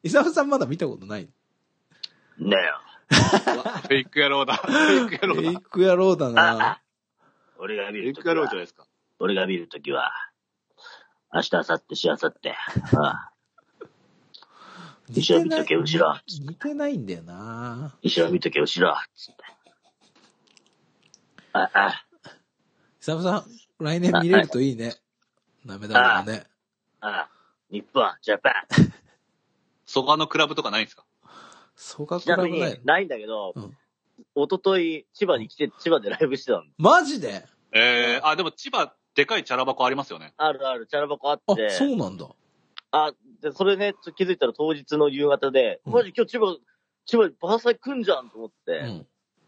Speaker 2: 伊沢さんまだ見たことない。
Speaker 4: ねえよ。
Speaker 3: フェイク野郎だ。 フェイク野郎
Speaker 2: エ
Speaker 3: だ。
Speaker 2: イク野郎だな
Speaker 4: 俺が見
Speaker 3: フェ
Speaker 4: る
Speaker 3: イ
Speaker 4: と
Speaker 3: ク
Speaker 4: き
Speaker 3: 野郎じゃな
Speaker 4: は、
Speaker 3: いですか。
Speaker 4: 俺が見るときは、明日、明後日、しあさって、ああ
Speaker 2: 似
Speaker 4: 後
Speaker 2: て
Speaker 4: ろ見
Speaker 2: な
Speaker 4: と
Speaker 2: い
Speaker 4: け、。後ろ。
Speaker 2: 似てないんだよな
Speaker 4: 後ろ見とけ、後ろ。つって。あ、あ、
Speaker 2: 伊沢さん、来年見れるといいね。ダメだろうね。
Speaker 4: あ、日本、ジャパン。
Speaker 3: そこあのクラブとかないんですか
Speaker 2: 総額
Speaker 4: ちな
Speaker 2: ラ
Speaker 4: み
Speaker 2: ブない
Speaker 4: に、。ないんだけど
Speaker 2: うん、
Speaker 4: 一昨日千葉に来て、千葉でライブしてたの。
Speaker 2: マジで
Speaker 3: ええあ、でも千葉、でかいチャラ箱ありますよね。
Speaker 4: あるある、チャラ箱あ
Speaker 2: あ
Speaker 4: っ、て。
Speaker 2: そうなんだ。
Speaker 4: あ、で、それね、ちょ気づいたら当日の夕方で、
Speaker 2: うん
Speaker 4: マジ今日千葉、千葉にバーサイ来んじゃんと思って、
Speaker 2: うん。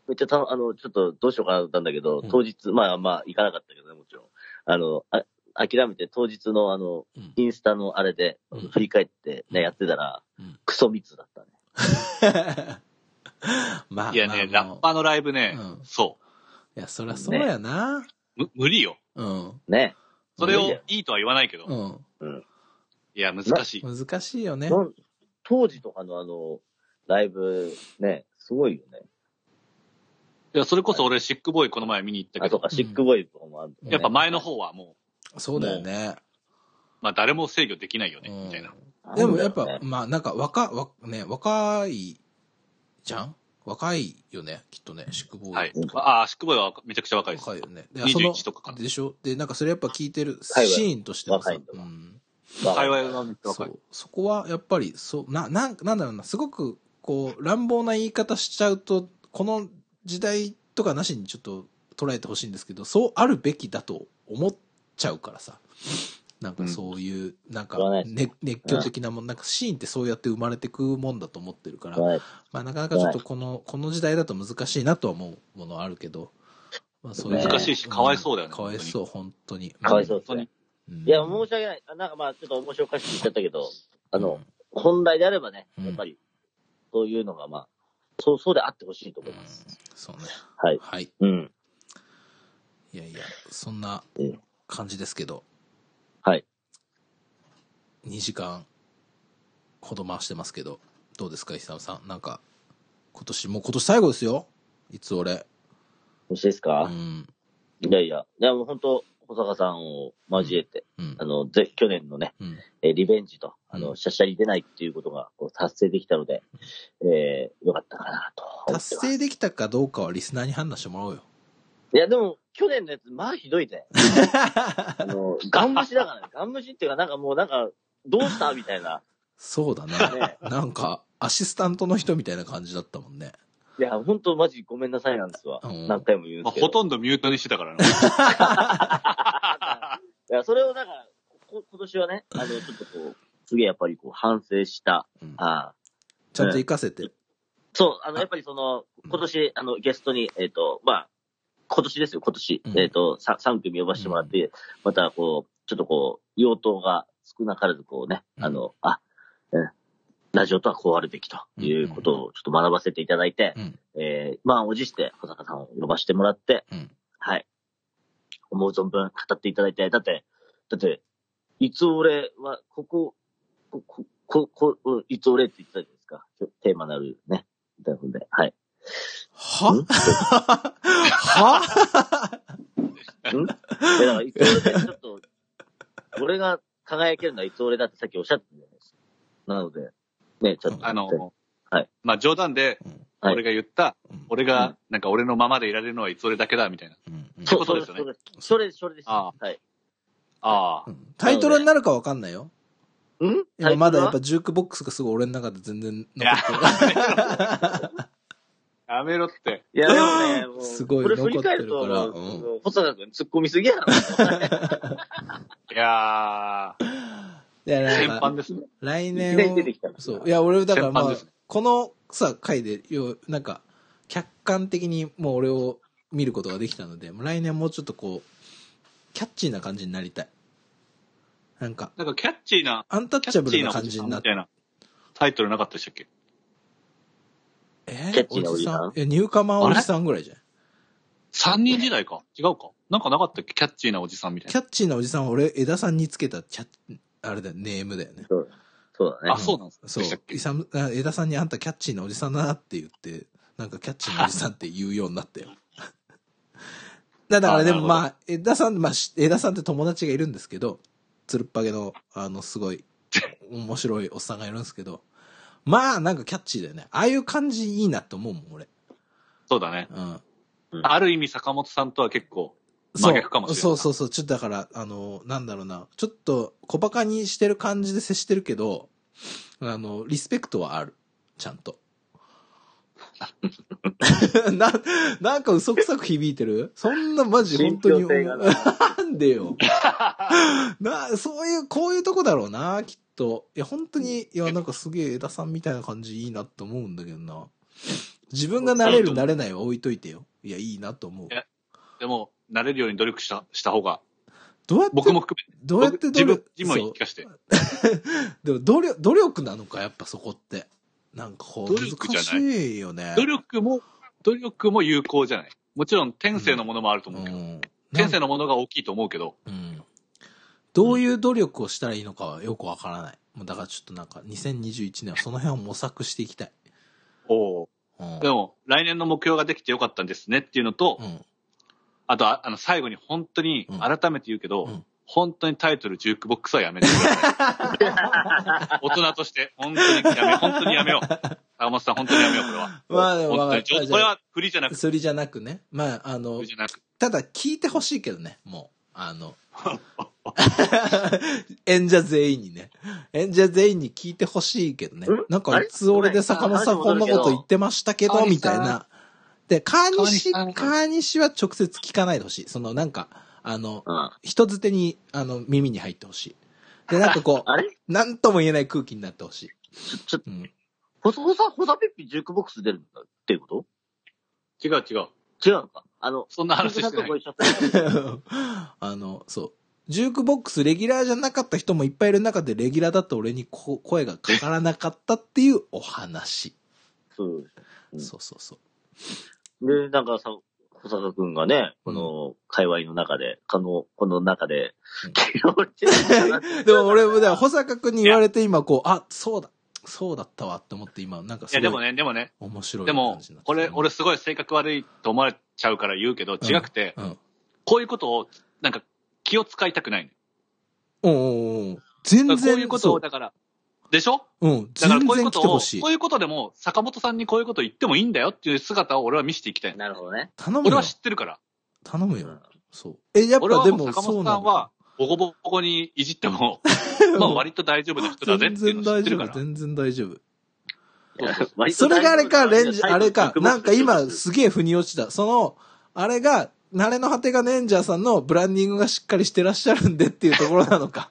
Speaker 4: めっちゃた、あの、ちょっとどうしようかなと思ったんだけど、
Speaker 2: うん
Speaker 4: 当日、まあまあ行かなかったけどね、もちろん。あの、あ諦めて当日のあの、
Speaker 2: うん
Speaker 4: インスタのあれで
Speaker 2: うん
Speaker 4: 振り返ってね、やってたら、
Speaker 2: うん
Speaker 4: クソ密だったね。
Speaker 2: まあ、
Speaker 3: いやね、ラッパーのライブね、
Speaker 2: うん
Speaker 3: そ
Speaker 2: いや、そりゃそうやな。
Speaker 3: う。む無理よ。
Speaker 2: うん。
Speaker 4: ね。
Speaker 3: それ
Speaker 4: 無理
Speaker 3: を
Speaker 4: だ
Speaker 3: いいとは言わないけど。
Speaker 2: うん。
Speaker 3: いや、難しい。
Speaker 2: 難しいよね。
Speaker 4: なん当時とかのあの、ライブ、ね、すごいよね。
Speaker 3: いや、それこそ俺、シックボーイこの前見に行った
Speaker 4: あ、
Speaker 3: け
Speaker 4: そう
Speaker 3: ど、
Speaker 4: か、シックボーイズとかもある、
Speaker 2: うん
Speaker 3: やっぱ前の方はも
Speaker 2: そうだよね。
Speaker 3: う、まあ誰も制御できないよね、
Speaker 2: うん
Speaker 3: みたいな。
Speaker 2: でもやっぱ、
Speaker 4: なんだろうね
Speaker 2: まあなんか若、わね、若いじゃん若いよね、きっとね、宿坊
Speaker 3: はい
Speaker 2: と。か
Speaker 3: ああ、シックボーイはめちゃくちゃ若いです。
Speaker 2: 若いよね。でその
Speaker 3: 21とかかな。
Speaker 2: でしょで、なんかそれやっぱ聞いてる
Speaker 4: はいはい
Speaker 2: シーンとしてもさ、
Speaker 4: 若いんだわ
Speaker 2: うん。
Speaker 4: まあ
Speaker 3: 会話はめっちゃ
Speaker 2: そ
Speaker 3: 若い。
Speaker 2: う。そこはやっぱり、そう、な、なん、なんだろうな、すごく、こう、乱暴な言い方しちゃうと、この時代とかなしにちょっと捉えてほしいんですけど、そうあるべきだと思っちゃうからさ。なんかそういう、なんか
Speaker 4: 言わないです
Speaker 2: 熱、熱狂的なもん、なんかシーンってそうやって生まれてくもんだと思ってるから、
Speaker 4: はい
Speaker 2: まあなかなかちょっとこの、この時代だと難しいなとは思うものはあるけど、まあそういう。
Speaker 4: 難
Speaker 3: しいしかわいそうだよね
Speaker 2: んかわいそう、本当に。
Speaker 4: かわいそうですね。
Speaker 2: うん。
Speaker 4: いや、申し訳ない。あなんかまあ、ちょっと面白おかしく言っちゃったけど、あの、本来であればね、
Speaker 2: うん
Speaker 4: やっぱり、そういうのがまあ、そう、そうであってほしいと思います。
Speaker 2: そうね。
Speaker 4: はい。
Speaker 2: はい。
Speaker 4: うん。
Speaker 2: いやいや、そんな
Speaker 4: うん
Speaker 2: 感じですけど、
Speaker 4: はい。
Speaker 2: 2時間ほど回してますけど、どうですか、久野さん。なんか、今年、もう今年最後ですよ。いつ俺。
Speaker 4: よろしいです
Speaker 2: う
Speaker 4: か、
Speaker 2: ん。
Speaker 4: いやいや、でも本当、保坂さんを交えて、
Speaker 2: うん
Speaker 4: あ。の、ぜ、去年のね、
Speaker 2: うん。
Speaker 4: えーリベンジと、あ
Speaker 2: うん
Speaker 4: の、シャシャリ出ないっていうことがこう達成できたので、えー、よかったかなと思ってます。
Speaker 2: 達成できたかどうかはリスナーに判断してもらおうよ。
Speaker 4: いや、でも、去年のやつ、まあひどいね。あの、ガン虫だからね。ガン虫っていうか、なんかもう、なんか、どうしたみたいな。
Speaker 2: そうだね。
Speaker 4: ね。
Speaker 2: なんか、アシスタントの人みたいな感じだったもんね。
Speaker 4: いや、本当マジごめんなさいなんですわ。
Speaker 2: うん
Speaker 4: 何回も言うんで
Speaker 3: まあ、
Speaker 4: すけ
Speaker 3: ほ
Speaker 4: ど。
Speaker 3: とんどミュートにしてたからね。
Speaker 4: いや、それをなんか、こ今年はね、あの、ちょっとこう、すげえやっぱりこう、反省した。
Speaker 2: うん
Speaker 4: ああ
Speaker 2: ちゃんと活かせて。
Speaker 4: そう、あの、やっぱりその、今年、あの、ゲストに、えっ、と、まあ、今年ですよ、今年。
Speaker 2: うん
Speaker 4: えっ、とさ3、組呼ばせてもらって、またこう、ちょっとこう、用途が少なからずこうね、
Speaker 2: うん
Speaker 4: あの、あ、うんラジオとはこうあるべきということをちょっと学ばせていただいて、
Speaker 2: うん
Speaker 4: えー、まあ、おじして、小坂さんを呼ばせてもらって、
Speaker 2: うん
Speaker 4: はい。思う存分語っていただいて、だって、だって、いつ俺は、ここ、こ、こ、こ、こうんいつ俺って言ってたじゃないですか。テーマなるね。だので、はい。ん
Speaker 2: は は
Speaker 4: んいやだから、いつ俺ってちょっと、俺が輝けるのはいつ俺だってさっきおっしゃってたじゃないですか。なので、ね、ちょっと。
Speaker 3: あの、
Speaker 4: はい
Speaker 3: まあ冗談で、
Speaker 2: うん
Speaker 4: はい
Speaker 3: 俺が言った、
Speaker 2: うん
Speaker 3: 俺
Speaker 4: う
Speaker 3: が、なんか俺のままでいられるのはいつ俺だけだ、みたいな。
Speaker 2: うんうん
Speaker 4: そう、
Speaker 3: そ
Speaker 4: そうう
Speaker 3: いう
Speaker 4: で
Speaker 3: こ
Speaker 4: す、
Speaker 3: と
Speaker 4: そう
Speaker 3: で
Speaker 4: です。それ、それです。
Speaker 3: あ
Speaker 4: はい。
Speaker 3: あ
Speaker 2: う
Speaker 3: あ、
Speaker 2: んタイトルになるかわかんないよ。
Speaker 4: ん
Speaker 2: 今まだやっぱ
Speaker 4: タイ
Speaker 2: ジュークボックスがすごい俺の中で全然
Speaker 3: い
Speaker 2: 残
Speaker 3: や
Speaker 2: って る。
Speaker 3: やめろって。
Speaker 4: トルはいや、でもね、もう、
Speaker 2: すごい
Speaker 4: これ振り返る
Speaker 2: 残
Speaker 4: と、も
Speaker 2: っ
Speaker 4: う
Speaker 2: てるからうん
Speaker 4: もう、細田君突っ込みすぎやろ。
Speaker 3: いやー、
Speaker 2: いや、
Speaker 3: 先
Speaker 2: なん
Speaker 3: 般
Speaker 2: か、
Speaker 3: ですね。
Speaker 2: 来
Speaker 4: いき
Speaker 2: 年
Speaker 4: なり
Speaker 2: を
Speaker 4: 出てきたな
Speaker 2: そう。いや、俺、だからま
Speaker 3: 先般
Speaker 2: あ
Speaker 3: ですね、
Speaker 2: このさ、回で、よう、なんか、客観的にもう俺を見ることができたので、もう来年もうちょっとこう、キャッチーな感じになりたい。なんか、
Speaker 3: なんかキャッチーな、
Speaker 2: アンタッ
Speaker 3: キャ
Speaker 2: チャ
Speaker 3: ッ
Speaker 2: ブ
Speaker 3: チ
Speaker 2: ル
Speaker 3: ー
Speaker 2: な
Speaker 3: なお
Speaker 2: 感
Speaker 3: じ
Speaker 2: じ
Speaker 3: さん
Speaker 2: になっ
Speaker 3: み
Speaker 2: て
Speaker 3: た、いなタイトルなかったでしたっけ
Speaker 2: え
Speaker 4: キャッチーな
Speaker 2: おじさ
Speaker 4: お
Speaker 2: んえ、ニューカマー
Speaker 3: あ
Speaker 2: お
Speaker 3: れ
Speaker 2: じさんぐらいじゃん。
Speaker 3: 三人時代か違うかなんかなかったっけキャッチーなおじさんみたい
Speaker 2: キャッチーなおじさんは俺、枝さんにつけたキャッ、あれだよ、ネームだよね。
Speaker 4: そうそうだ
Speaker 3: な。あ、
Speaker 4: ね。
Speaker 3: そうなんですか
Speaker 2: そう
Speaker 3: でしたっ。け
Speaker 2: イサム、あ枝さんにあんたキャッチーなおじさんだなって言って、なんかキャッチーなおじさんって言うようになったよ。 だだからでもまあ、枝さん、まあ、し枝さんって友達がいるんですけど、つるっぱげの、あの、すごい、面白いおっさんがいるんですけど、まあ、なんかキャッチーだよね。ああいう感じいいなと思うもん、俺。
Speaker 3: そうだね。
Speaker 2: うん。
Speaker 3: ある意味坂本さんとは結構、
Speaker 2: そう
Speaker 3: 真逆かもしれない
Speaker 2: そうそうそう。ちょっとだから、あの、なんだろうな。ちょっと小馬鹿にしてる感じで接してるけど、あの、リスペクトはある。ちゃん と。な、なんか嘘くさく響いてるそんなマジ本当に。
Speaker 4: 信憑性がな
Speaker 2: なんでよ。な、そういう、こういうとこだろうな、きっと。いや、本当に、いや、なんかすげえ枝さんみたいな感じいいなと思うんだけどな。自分がなれる、なれないは置いといてよ。いや、いいなと思う
Speaker 3: い。やでも、慣れるように努力した、した方が、
Speaker 2: どうやって、
Speaker 3: 僕も含め、
Speaker 2: どうやって
Speaker 3: 僕自
Speaker 2: 努
Speaker 3: 分
Speaker 2: 力、
Speaker 3: 自分を
Speaker 2: そ
Speaker 3: 言
Speaker 2: う
Speaker 3: い聞かせて。
Speaker 2: でも努力、努力なのか、やっぱそこって。なんかこう、
Speaker 3: 努力じ
Speaker 2: 難
Speaker 3: ゃない
Speaker 2: しいよね。
Speaker 3: 努力も、努力も有効じゃない。もちろん天性のものもあると思うけど、
Speaker 2: うん。
Speaker 3: 天性のものが大きいと思うけど、
Speaker 2: うん。どういう努力をしたらいいのかはよくわからない。もうだからちょっとなんか、2021年はその辺を模索していきたい。
Speaker 3: おー
Speaker 2: うん。
Speaker 3: でも、来年の目標ができてよかったんですねっていうのと、
Speaker 2: うん。
Speaker 3: あとあ、あの、最後に本当に、
Speaker 2: うん
Speaker 3: 改めて言うけど、
Speaker 2: うん
Speaker 3: 本当にタイトルジュークボックスは やめてください。大人として、本当にやめ、本当にやめよう。坂本さん、本当にやめよう、これは。
Speaker 2: まあでも
Speaker 3: 本当
Speaker 2: わ
Speaker 3: に。ち
Speaker 2: かっ
Speaker 3: ょ
Speaker 2: た。
Speaker 3: これは振りじゃなく、
Speaker 2: それじゃなくね。まあ、あ
Speaker 3: 振
Speaker 2: の
Speaker 3: り、じゃなく。
Speaker 2: ただ聞いてほしいけどね、もう。あ の、演者全員にね。演者全員に聞いてほしいけどね
Speaker 4: ん。
Speaker 2: なんか、
Speaker 4: あ
Speaker 2: い
Speaker 4: れ
Speaker 2: つ俺で坂本さん
Speaker 4: ご
Speaker 2: こん
Speaker 4: め
Speaker 2: な
Speaker 4: ん話戻るけ
Speaker 2: こ
Speaker 4: ど
Speaker 2: と言ってましたけど、
Speaker 3: 川
Speaker 2: み
Speaker 3: 西さ
Speaker 2: た
Speaker 3: ん
Speaker 2: いな。で、川西、
Speaker 3: 川西さん
Speaker 2: 川西は直接聞かないでほしい。その、なんか、あの、
Speaker 4: うん。
Speaker 2: 人づてに、あの、耳に入ってほしい。で、なんかこ
Speaker 4: あれ
Speaker 2: う、なんとも言えない空気になってほしい。
Speaker 4: ちょ、ちょ、
Speaker 2: うん。
Speaker 4: ほさほさ、ほさペッピジュークボックス出るんだっていうこ
Speaker 3: 違う違う。
Speaker 4: と違うのかあの、
Speaker 3: そんな話
Speaker 4: ジュー
Speaker 3: し
Speaker 4: ク
Speaker 3: て
Speaker 4: さん
Speaker 3: な
Speaker 4: とご一緒
Speaker 3: い。
Speaker 4: した
Speaker 2: あの、そう。ジュークボックスレギュラーじゃなかった人もいっぱいいる中で、レギュラーだと俺にこ声がかからなかったっていうお話。
Speaker 4: そう。うん
Speaker 2: そうそうそう。
Speaker 4: で、なんかさ、小坂くんがね、この、界隈の中で、この、この中で
Speaker 2: うん、
Speaker 4: 嫌われてるんだなって
Speaker 2: でも俺も、だから保坂くんに言われて今こう、あ、そうだ、そうだったわって思って今、なんか
Speaker 3: い
Speaker 2: す
Speaker 3: や、でも
Speaker 2: ごい
Speaker 3: ね、でもね、
Speaker 2: 面白い
Speaker 3: でも
Speaker 2: 感じになっ、て
Speaker 3: こ
Speaker 2: る
Speaker 3: れ、俺、すごい性格悪いと思われちゃうから言うけど、違くて、
Speaker 2: うん。うん
Speaker 3: こういうことを、なんか、気を使いたくないの。
Speaker 2: おうおうおう全
Speaker 3: だ
Speaker 2: 然、
Speaker 3: からこういうこと
Speaker 2: そ
Speaker 3: を、だから、でしょ
Speaker 2: ううん、
Speaker 3: だから
Speaker 2: 全
Speaker 3: こういう
Speaker 2: 然
Speaker 3: こ
Speaker 2: 来て
Speaker 3: と
Speaker 2: ほ
Speaker 3: を、
Speaker 2: しい
Speaker 3: こう。いうことでも、坂本さんにこういうこと言ってもいいんだよっていう姿を俺は見せていきたいの。
Speaker 4: なるほどね。
Speaker 2: 頼む
Speaker 3: 俺
Speaker 2: よ
Speaker 3: は。知ってるから。
Speaker 2: 頼むよ。そう。え、やっ
Speaker 3: 俺
Speaker 2: ぱ
Speaker 3: は
Speaker 2: で
Speaker 3: も
Speaker 2: も
Speaker 3: う坂
Speaker 2: そう
Speaker 3: 本
Speaker 2: な
Speaker 3: さ
Speaker 2: の
Speaker 3: んは、ボコボコにいじっ ても、まあ割と大丈夫な人だぜ
Speaker 2: 全
Speaker 3: ってい
Speaker 2: 然
Speaker 3: うのを知っ
Speaker 2: 大
Speaker 3: て
Speaker 2: 丈
Speaker 3: るか
Speaker 2: 夫、
Speaker 3: ら。
Speaker 2: 全然大丈夫。
Speaker 4: 割と
Speaker 2: それがあれか、
Speaker 4: 大丈夫
Speaker 2: レンジ、あれか、なんか今、すげえ腑に落ちた。その、あれが、慣れの果てがレンジャーさんのブランディングがしっかりしてらっしゃるんでっていうところなの か。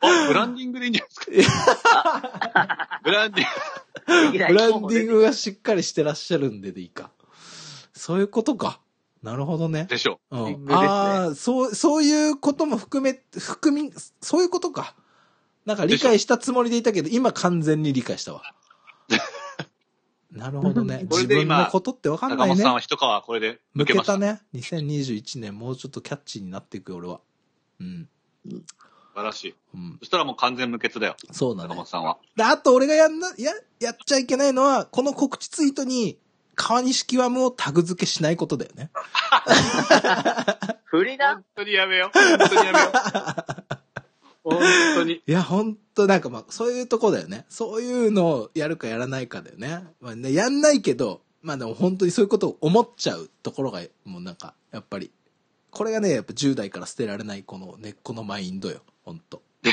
Speaker 3: あブランディングでいいんじゃないです か。ブランディング。
Speaker 4: ブ
Speaker 2: ブランディングがしっかりしてらっしゃるんででいいか。そういうことか。なるほどね。
Speaker 3: でしょ。
Speaker 2: う
Speaker 4: ランディン
Speaker 2: ん
Speaker 4: グ、ですね
Speaker 2: ああ、そう、そういうことも含め、含み、そういうことか。なんか理解したつもりでいたけど、今完全に理解 したわ。なるほどね。
Speaker 3: こ
Speaker 2: 自
Speaker 3: れで
Speaker 2: 分
Speaker 3: 今
Speaker 2: のことってわかん
Speaker 3: 坂
Speaker 2: ない
Speaker 3: 本
Speaker 2: ね
Speaker 3: さん。は一皮これで
Speaker 2: 向
Speaker 3: 抜け
Speaker 2: け
Speaker 3: ました
Speaker 2: た。ね。2021年もうちょっとキャッチーになっていくよ、俺は。うん。
Speaker 3: 素晴らしい。
Speaker 2: うん。
Speaker 3: そしたらもう完全無欠だよ。
Speaker 2: そうだ
Speaker 3: 坂
Speaker 2: ね
Speaker 3: 本。さんは。
Speaker 2: で、あと俺がやんな、や、やっちゃいけないのは、この告知ツイートに、川西極むをタグ付けしないことだよね。
Speaker 4: 振りだ
Speaker 3: 本当にやめよう。本当に やめよう。本当に。
Speaker 2: いや、ほんと、なんかまあ、そういうとこだよね。そういうのをやるかやらないかだよね。まあね、やんないけど、まあでも本当にそういうことを思っちゃうところが、もうなんか、やっぱり、これがね、やっぱ10代から捨てられないこの根っこのマインドよ。ほんと。
Speaker 3: 家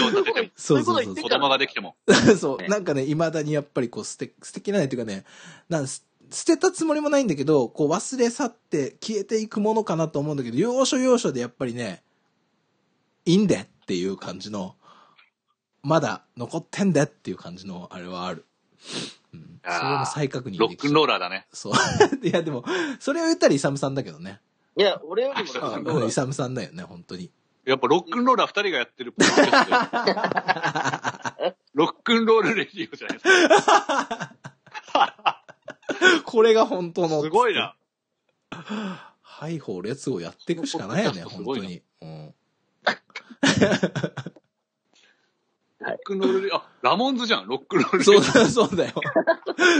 Speaker 3: を建てても、
Speaker 2: そうそうそ
Speaker 4: そういうこと言
Speaker 2: う
Speaker 4: って
Speaker 3: 子供ができても。
Speaker 2: そう、
Speaker 4: ね
Speaker 2: なんかね、未だにやっぱりこう捨て、捨てきれないというかね、なんす捨てたつもりもないんだけど、こう忘れ去って消えていくものかなと思うんだけど、要所要所でやっぱりね、いいんでっていう感じの、まだ残ってんでっていう感じのあれはある。うん。
Speaker 3: あー
Speaker 2: それも再確認
Speaker 3: ロ
Speaker 2: で
Speaker 3: ッ
Speaker 2: き
Speaker 3: クンローラーだね。
Speaker 2: そう。 いや、でも、それを言ったらイサムさんだけどね。
Speaker 4: いや、俺よりもな
Speaker 3: あそ
Speaker 4: ん
Speaker 3: う
Speaker 4: か
Speaker 2: うんイサムさんだよね、本当に。
Speaker 3: やっぱロックンローラー二人がやってるポッドキャストよ ロックンロールレディオじゃないです
Speaker 2: これが本当の。
Speaker 3: か。すごいな。
Speaker 2: ハイホー列をやっていくしかないよね、
Speaker 3: す
Speaker 2: 本
Speaker 3: ご
Speaker 2: 当
Speaker 3: いな
Speaker 2: に。うん。
Speaker 3: ロックンロールレディオ。あ、ラモンズじゃん。ロックンロールレディ
Speaker 2: そ
Speaker 3: オ。
Speaker 2: うだ、そうだよ。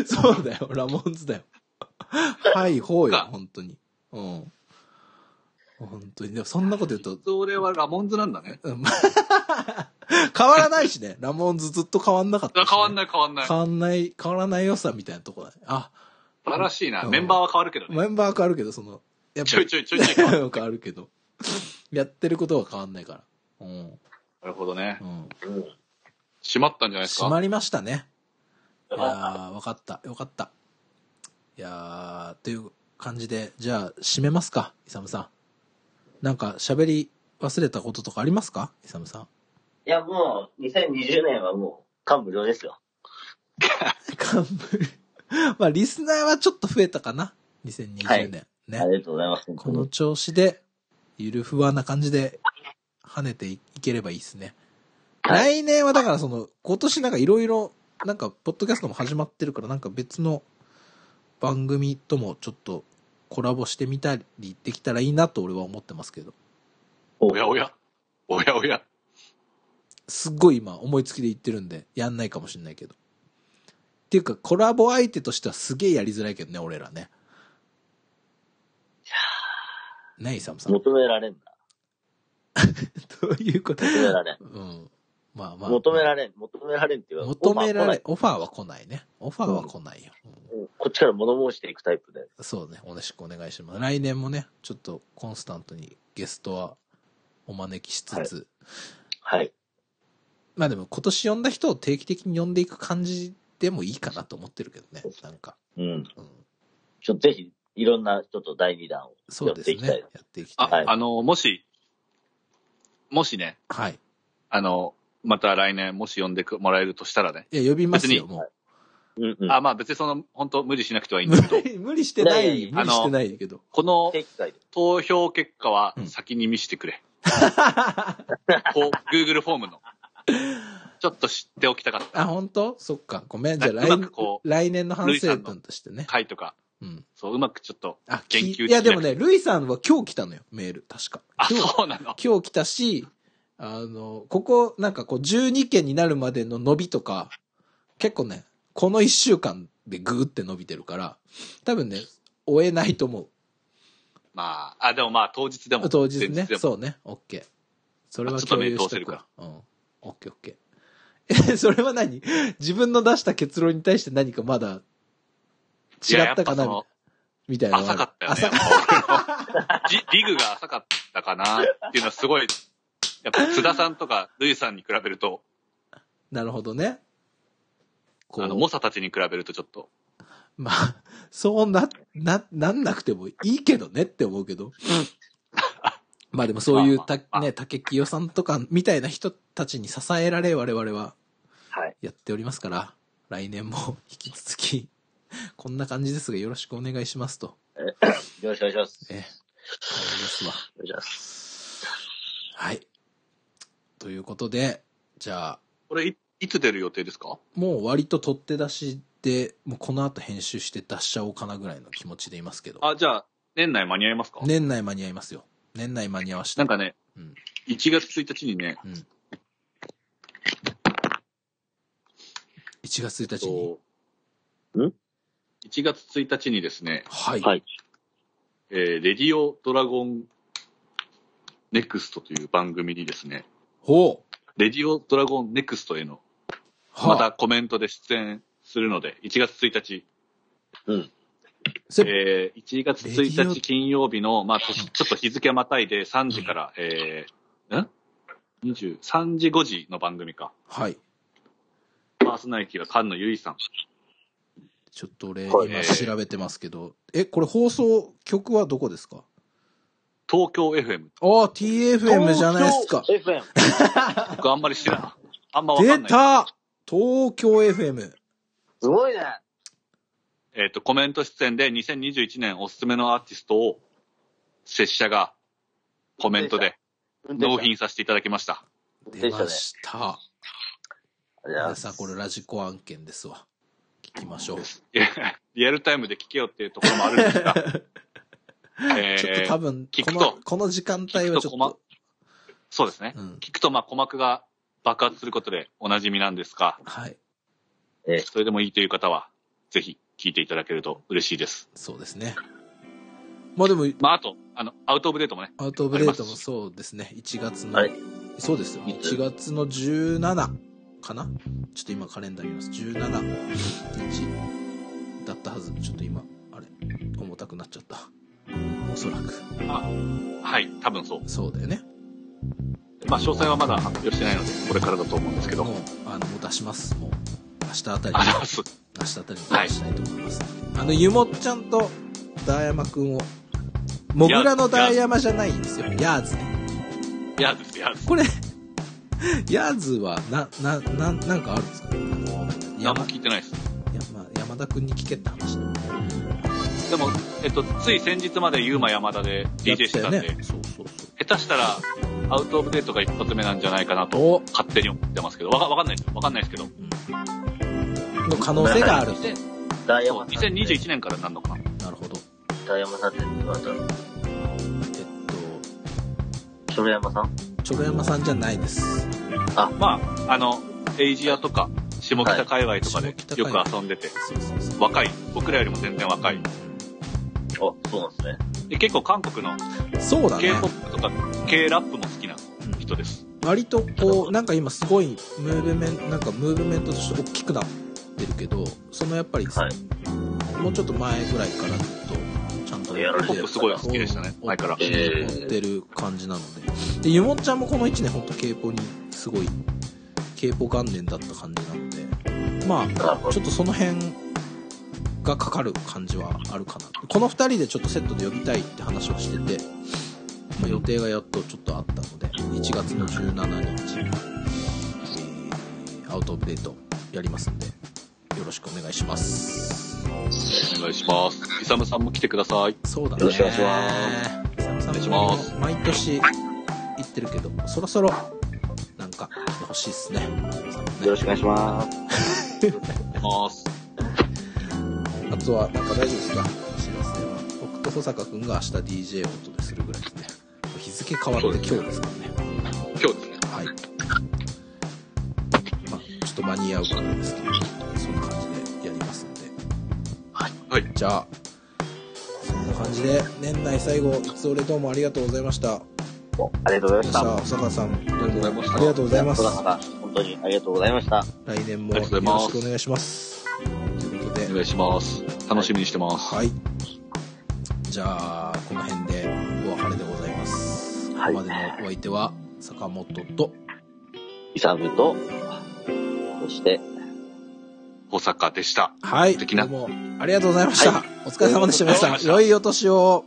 Speaker 2: そうだよ、ラモンズだよ。はい、ほうよ、本当に。うん。本当に。でも、そんなこと言うと、
Speaker 3: それはラモンズなんだね。
Speaker 2: うんま あ変わらないしね。ラモンズずっと変わんなかったしね、
Speaker 3: 変わん
Speaker 2: ない。
Speaker 3: ない変わんない。
Speaker 2: 変
Speaker 3: 素
Speaker 2: わんない、変わらない良さみたいなとこだね。あ、
Speaker 3: 晴らしいな。
Speaker 2: うん
Speaker 3: メンバーは変わるけどね。
Speaker 2: メンバーは変わるけど、その、やっ
Speaker 3: ちょいちょいちょいちょい変わる。
Speaker 2: 変わるけど。やってることは変わんないから。うん。
Speaker 3: なるほどね
Speaker 2: う。ん。
Speaker 3: 閉まったんじゃないです
Speaker 2: 閉
Speaker 3: か。
Speaker 2: まりましたね。いやー、わかった。よかった。いやー、という感じで、じゃあ、締めますか、イサムさん。なんか、喋り忘れたこととかありますかイサムさん。
Speaker 4: いや、もう、2020年はもう、感無量ですよ。
Speaker 2: 冠。 まあ、リスナーはちょっと増えたかな ?2020 年。ね。
Speaker 4: ありがとうございます。本当
Speaker 2: この
Speaker 4: に
Speaker 2: 調子で、ゆるふわな感じで、跳ねていければいいですね。
Speaker 4: はい
Speaker 2: 来年はだからその、今年なんかいろいろ、なんか、ポッドキャストも始まってるから、なんか別の番組ともちょっとコラボしてみたりできたらいいなと俺は思ってますけど、
Speaker 3: おやおや。おやおや。
Speaker 2: すっごい今思いつきで言ってるんで、やんないかもしんないけど。っていうか、コラボ相手としてはすげえやりづらいけどね、俺らね。ねイサムさん。 ど
Speaker 4: 求められんな。
Speaker 2: ういうこと
Speaker 4: 求められん。
Speaker 2: うん。まあまあ。
Speaker 4: 求められん。求められんっていうか
Speaker 2: 求めら
Speaker 4: オファー来ない
Speaker 2: れ、オファーは来ないね。オファーは来ないよ。うん
Speaker 4: うんこっちから物申していくタイプで。
Speaker 2: そうね、おねしくお願いします。来年もね、ちょっとコンスタントにゲストはお招きしつつ、
Speaker 4: はい。
Speaker 2: まあでも今年呼んだ人を定期的に呼んでいく感じでもいいかなと思ってるけどね、なんか。
Speaker 4: うん。
Speaker 2: うん、
Speaker 4: ちょっとぜひ、いろんな人と第二弾を。
Speaker 2: そうですね。
Speaker 4: や
Speaker 2: や
Speaker 4: っていき
Speaker 2: っていきたい。
Speaker 3: あ、
Speaker 2: はい。
Speaker 3: あの、もし、もしね、
Speaker 2: はい、
Speaker 3: あの、また来年もし呼んでくもらえるとしたらね。
Speaker 2: いや、呼びますよ、
Speaker 3: 別
Speaker 2: も
Speaker 4: うんうん。
Speaker 3: あ、まあ別にその、本当無理しなくてはいいん
Speaker 2: う。無
Speaker 3: だけど、
Speaker 2: 理、無理してない
Speaker 4: いやいやいや
Speaker 2: 無理してないけど。
Speaker 3: この
Speaker 4: 定期会で。
Speaker 3: 投票結果は
Speaker 2: うん
Speaker 3: 先に見せて くれ。こう、Google フォームの。ちょっと知っておきたかっ
Speaker 2: あ、
Speaker 3: た
Speaker 2: 本当そっか。ごめん。じゃあ
Speaker 3: なんと
Speaker 2: 来
Speaker 3: なくこ、う
Speaker 2: 来年の反
Speaker 3: ルイさ
Speaker 2: 省
Speaker 3: んの
Speaker 2: 文としてね。
Speaker 3: 回とか、
Speaker 2: うん。
Speaker 3: そう、うまくちょっと、
Speaker 2: あ、
Speaker 3: 言
Speaker 2: き
Speaker 3: 及
Speaker 2: いや、で
Speaker 3: できな
Speaker 2: も
Speaker 3: く
Speaker 2: ね、ルイさんは今日来たのよ、メール。確か。
Speaker 3: あ、
Speaker 2: 今日
Speaker 3: そうなの。
Speaker 2: 今日来たし、あの、ここ、なんかこう、12件になるまでの伸びとか、結構ね、この1週間でぐーって伸びてるから、多分ね、追えないと思
Speaker 3: まあ、あ、でもまあ当日でも。
Speaker 2: う。当日
Speaker 3: 前
Speaker 2: ね
Speaker 3: で。も
Speaker 2: そうね、OK。それは
Speaker 3: あちょっと
Speaker 2: 共有
Speaker 3: 目
Speaker 2: し
Speaker 3: 通せ
Speaker 2: て
Speaker 3: る
Speaker 2: くわ
Speaker 3: か。
Speaker 2: うん。OK、OK。え、 それは何自分の出した結論に対して何かまだ、
Speaker 3: いや
Speaker 2: 違ったかな
Speaker 3: やっぱその
Speaker 2: みたいなのはあ
Speaker 3: 浅
Speaker 2: る。
Speaker 3: かったよね。
Speaker 2: 浅
Speaker 3: やっぱ俺のリ リグが浅かったかなっていうのはすごい、やっぱ津田さんとかルイさんに比べると、
Speaker 2: なるほどね。こう
Speaker 3: あの、猛者たちに比べるとちょっと、
Speaker 2: まあ、そうな、な、なんなくてもいいけどねって思うけ ど。まあでもそういう
Speaker 3: まあ
Speaker 2: た、
Speaker 3: まあまあ
Speaker 2: ね、竹清さんとかみたいな人たちに支えられ我々は
Speaker 4: はい。
Speaker 2: やっておりますから、来年も引き続き、こんな感じですがよろしくお願いしますと。
Speaker 4: よろしくお願いします。
Speaker 2: ええ、
Speaker 4: お
Speaker 2: 思いますわ。
Speaker 4: 願いします。
Speaker 2: はい。ということで、じゃあ、
Speaker 3: これい、いつ出る予定ですか
Speaker 2: もう割と取って出しで、もうこの後編集して出しちゃおうかなぐらいの気持ちでいますけど、
Speaker 3: あ、じゃあ、年内間に合いますか、
Speaker 2: 年内間に合いますよ。年内間に合わして
Speaker 3: なん。かね、
Speaker 2: うん
Speaker 3: 1月1日にね、
Speaker 2: うん。1月1日に。
Speaker 3: そう
Speaker 4: うん
Speaker 3: ?1 月1日にですね、
Speaker 2: はい。
Speaker 4: はい。
Speaker 3: えーレディオドラゴンネクストという番組にですね、
Speaker 2: ほう。
Speaker 3: レディオドラゴンネクストへの
Speaker 2: は
Speaker 3: ま
Speaker 2: あ、
Speaker 3: たコメントで出演するので、1月1日、
Speaker 2: せ
Speaker 3: えー1月
Speaker 2: レディ
Speaker 3: 1
Speaker 2: オ
Speaker 3: 日金曜日の、まあ、年ちょっと日付またいで3時から、えー、ん ?23 時5時の番組か。
Speaker 2: はい。
Speaker 3: パーソナリティは菅野由依さん。
Speaker 2: ちょっと俺、
Speaker 4: は
Speaker 2: 今
Speaker 4: い
Speaker 2: 調べてますけど。え、これ放送局はどこですか
Speaker 3: 東京 FM。
Speaker 2: ああ、TFM じゃないですか。
Speaker 4: 東京 FM。
Speaker 3: 僕あんまり知らん。あんまわか
Speaker 2: 出
Speaker 3: んない。
Speaker 2: た東京 FM。
Speaker 4: すごいね。
Speaker 3: えっ、と、コメント出演で2021年おすすめのアーティストを、拙者がコメントで
Speaker 4: 運転手
Speaker 3: 納品させていただきました。
Speaker 4: 運
Speaker 2: 出
Speaker 4: 転手
Speaker 2: ま
Speaker 4: ね。
Speaker 2: した。
Speaker 4: ありがとうござい
Speaker 2: 皆
Speaker 4: ます
Speaker 2: さん、これラジコ案件ですわ。聞きましょう。
Speaker 3: いやリアルタイムで聞けよっていうところもあるんです が、え
Speaker 2: ちょっと
Speaker 3: ー
Speaker 2: 多分、
Speaker 3: 聞
Speaker 2: こ
Speaker 3: くと
Speaker 2: の、この時間帯はちょっ
Speaker 3: 聞
Speaker 2: と
Speaker 3: くと、そうですね。
Speaker 2: うん。
Speaker 3: 聞くと、まあ、鼓膜が爆発することでおなじみなんですが、
Speaker 2: はい。
Speaker 3: それでもいいという方は、ぜひ聞いていただけると嬉しいです。
Speaker 2: そうですね。まあでも、
Speaker 3: まあ、あと、あの、アウトオブデートもね、
Speaker 2: アウトオブデートもそうですね。1月の、
Speaker 4: はい
Speaker 2: そうですよ。
Speaker 4: いつ
Speaker 2: 1月の17かなちょっと今カレンダー見ます。17日だったはず。ちょっと今、あれ、重たくなっちゃった。おそらく。
Speaker 3: はい、多分そう。
Speaker 2: そうだよね。
Speaker 3: まあ、詳細はまだ発表してないので、これからだと思うんですけど、
Speaker 2: もう、あの、もう出します。もう、明日あたりに
Speaker 3: あ、ざっす
Speaker 2: 明日あたりに出したいと思います。あの、ゆもっちゃんとダーヤマくんを、モグラのダーヤマじゃないんですよ。ヤーズね。
Speaker 3: やです、やです。
Speaker 2: これ、ヤーズは、な、な、な、なんかあるんですか
Speaker 3: 何も聞いてないです。
Speaker 2: 山山田君に聞けって話だ
Speaker 3: でも、えっと、つい先日までユーマ山田で DJ してたんで、
Speaker 2: そうそうそう
Speaker 3: 下手したら、アウト・オブ・デートが一発目なんじゃないかなと
Speaker 2: お、
Speaker 3: 勝手に思ってますけど、わかわかんないですよ。わかんないですけど。
Speaker 2: の可能性がある。
Speaker 3: 2000
Speaker 4: ダイヤ
Speaker 3: そう
Speaker 4: マンさん。
Speaker 3: 2021年からになるのかな。
Speaker 2: なるほど。
Speaker 4: ダイヤマンさんってどなただろう
Speaker 2: えっ
Speaker 4: チョロヤマさん
Speaker 2: と、ちょろやまさんじゃないです。
Speaker 3: まあ、あの、エイジアとか、下北界隈とか
Speaker 2: は
Speaker 3: で
Speaker 2: い下北
Speaker 3: よ
Speaker 2: 界隈
Speaker 3: く遊んでて、
Speaker 2: そうそうそう。
Speaker 3: 若い、僕らよりも全然若い。
Speaker 4: あ、そうなんですね。
Speaker 3: で、結構韓国の
Speaker 2: そうだね。
Speaker 3: K-POP とか K-RAP も好き
Speaker 2: う
Speaker 3: な
Speaker 2: ん
Speaker 3: 人です。
Speaker 2: 割とこうなんか今すごいムーブメントなんかムーブメントとして大きくなってるけどそのやっぱり、
Speaker 4: はい。
Speaker 2: もうちょっと前ぐらいからずっとちゃんと
Speaker 4: やられてる
Speaker 3: K-POP すごい好きでしたね、前から。
Speaker 4: え
Speaker 2: やってる感じなのででゆもっちゃんもこの1年ほんと k p o にすごい k p o 元年だった感じなのでま
Speaker 4: なるほ
Speaker 2: あ
Speaker 4: ど
Speaker 2: ちょっとその辺がかかる感じはあるかなこの2人でちょっとセットで呼びたいって話をしてて、まあ予定がやっとちょっとあったので1月の17日、えーアウトオブデートやりますんでよろしくお願いします
Speaker 3: お願いします。イサムさんも来てください。
Speaker 2: そうだね。
Speaker 4: よろしくお願いし
Speaker 2: ます。
Speaker 3: お願いします
Speaker 2: 毎年言ってるけど、そろそろなんか来てほしいですね。
Speaker 4: よろしくお願いします。
Speaker 3: ます。
Speaker 2: あとはなんか大丈夫ですかお知らせは。僕と保坂くんが明日 DJ をお届けするぐらいですね。日付変わって今日ですからね。
Speaker 3: 今日ですね。
Speaker 2: はい。まあ、ちょっと間に合うからですけど、そんな感じでやりますんで。
Speaker 3: はい。
Speaker 2: じゃあ、そんな感じで、年内最後、いつ俺どうもありがとうございました。
Speaker 4: ありがとうございま
Speaker 2: さ
Speaker 4: した。
Speaker 2: あ、保坂さん、どうも
Speaker 3: ありがとうございました
Speaker 2: ありがとうございます
Speaker 4: 小。高さん、本当にありがとうございました。
Speaker 2: 来年も
Speaker 3: あ
Speaker 2: よろ
Speaker 3: りがとうございます
Speaker 2: しくお願いします。ということ
Speaker 3: お
Speaker 2: で、
Speaker 3: 願いします。楽しみにしてます。
Speaker 2: はい。じゃあ、この辺でお別れでございます。
Speaker 4: はい
Speaker 2: ここまでのお相手は、坂本と、
Speaker 4: イサムと、そして、
Speaker 3: 保坂でした。
Speaker 2: はい、
Speaker 3: 素敵な
Speaker 2: どうもありがとうございました。お疲れ様でした、皆さ
Speaker 3: はい
Speaker 2: ん。良いお年を。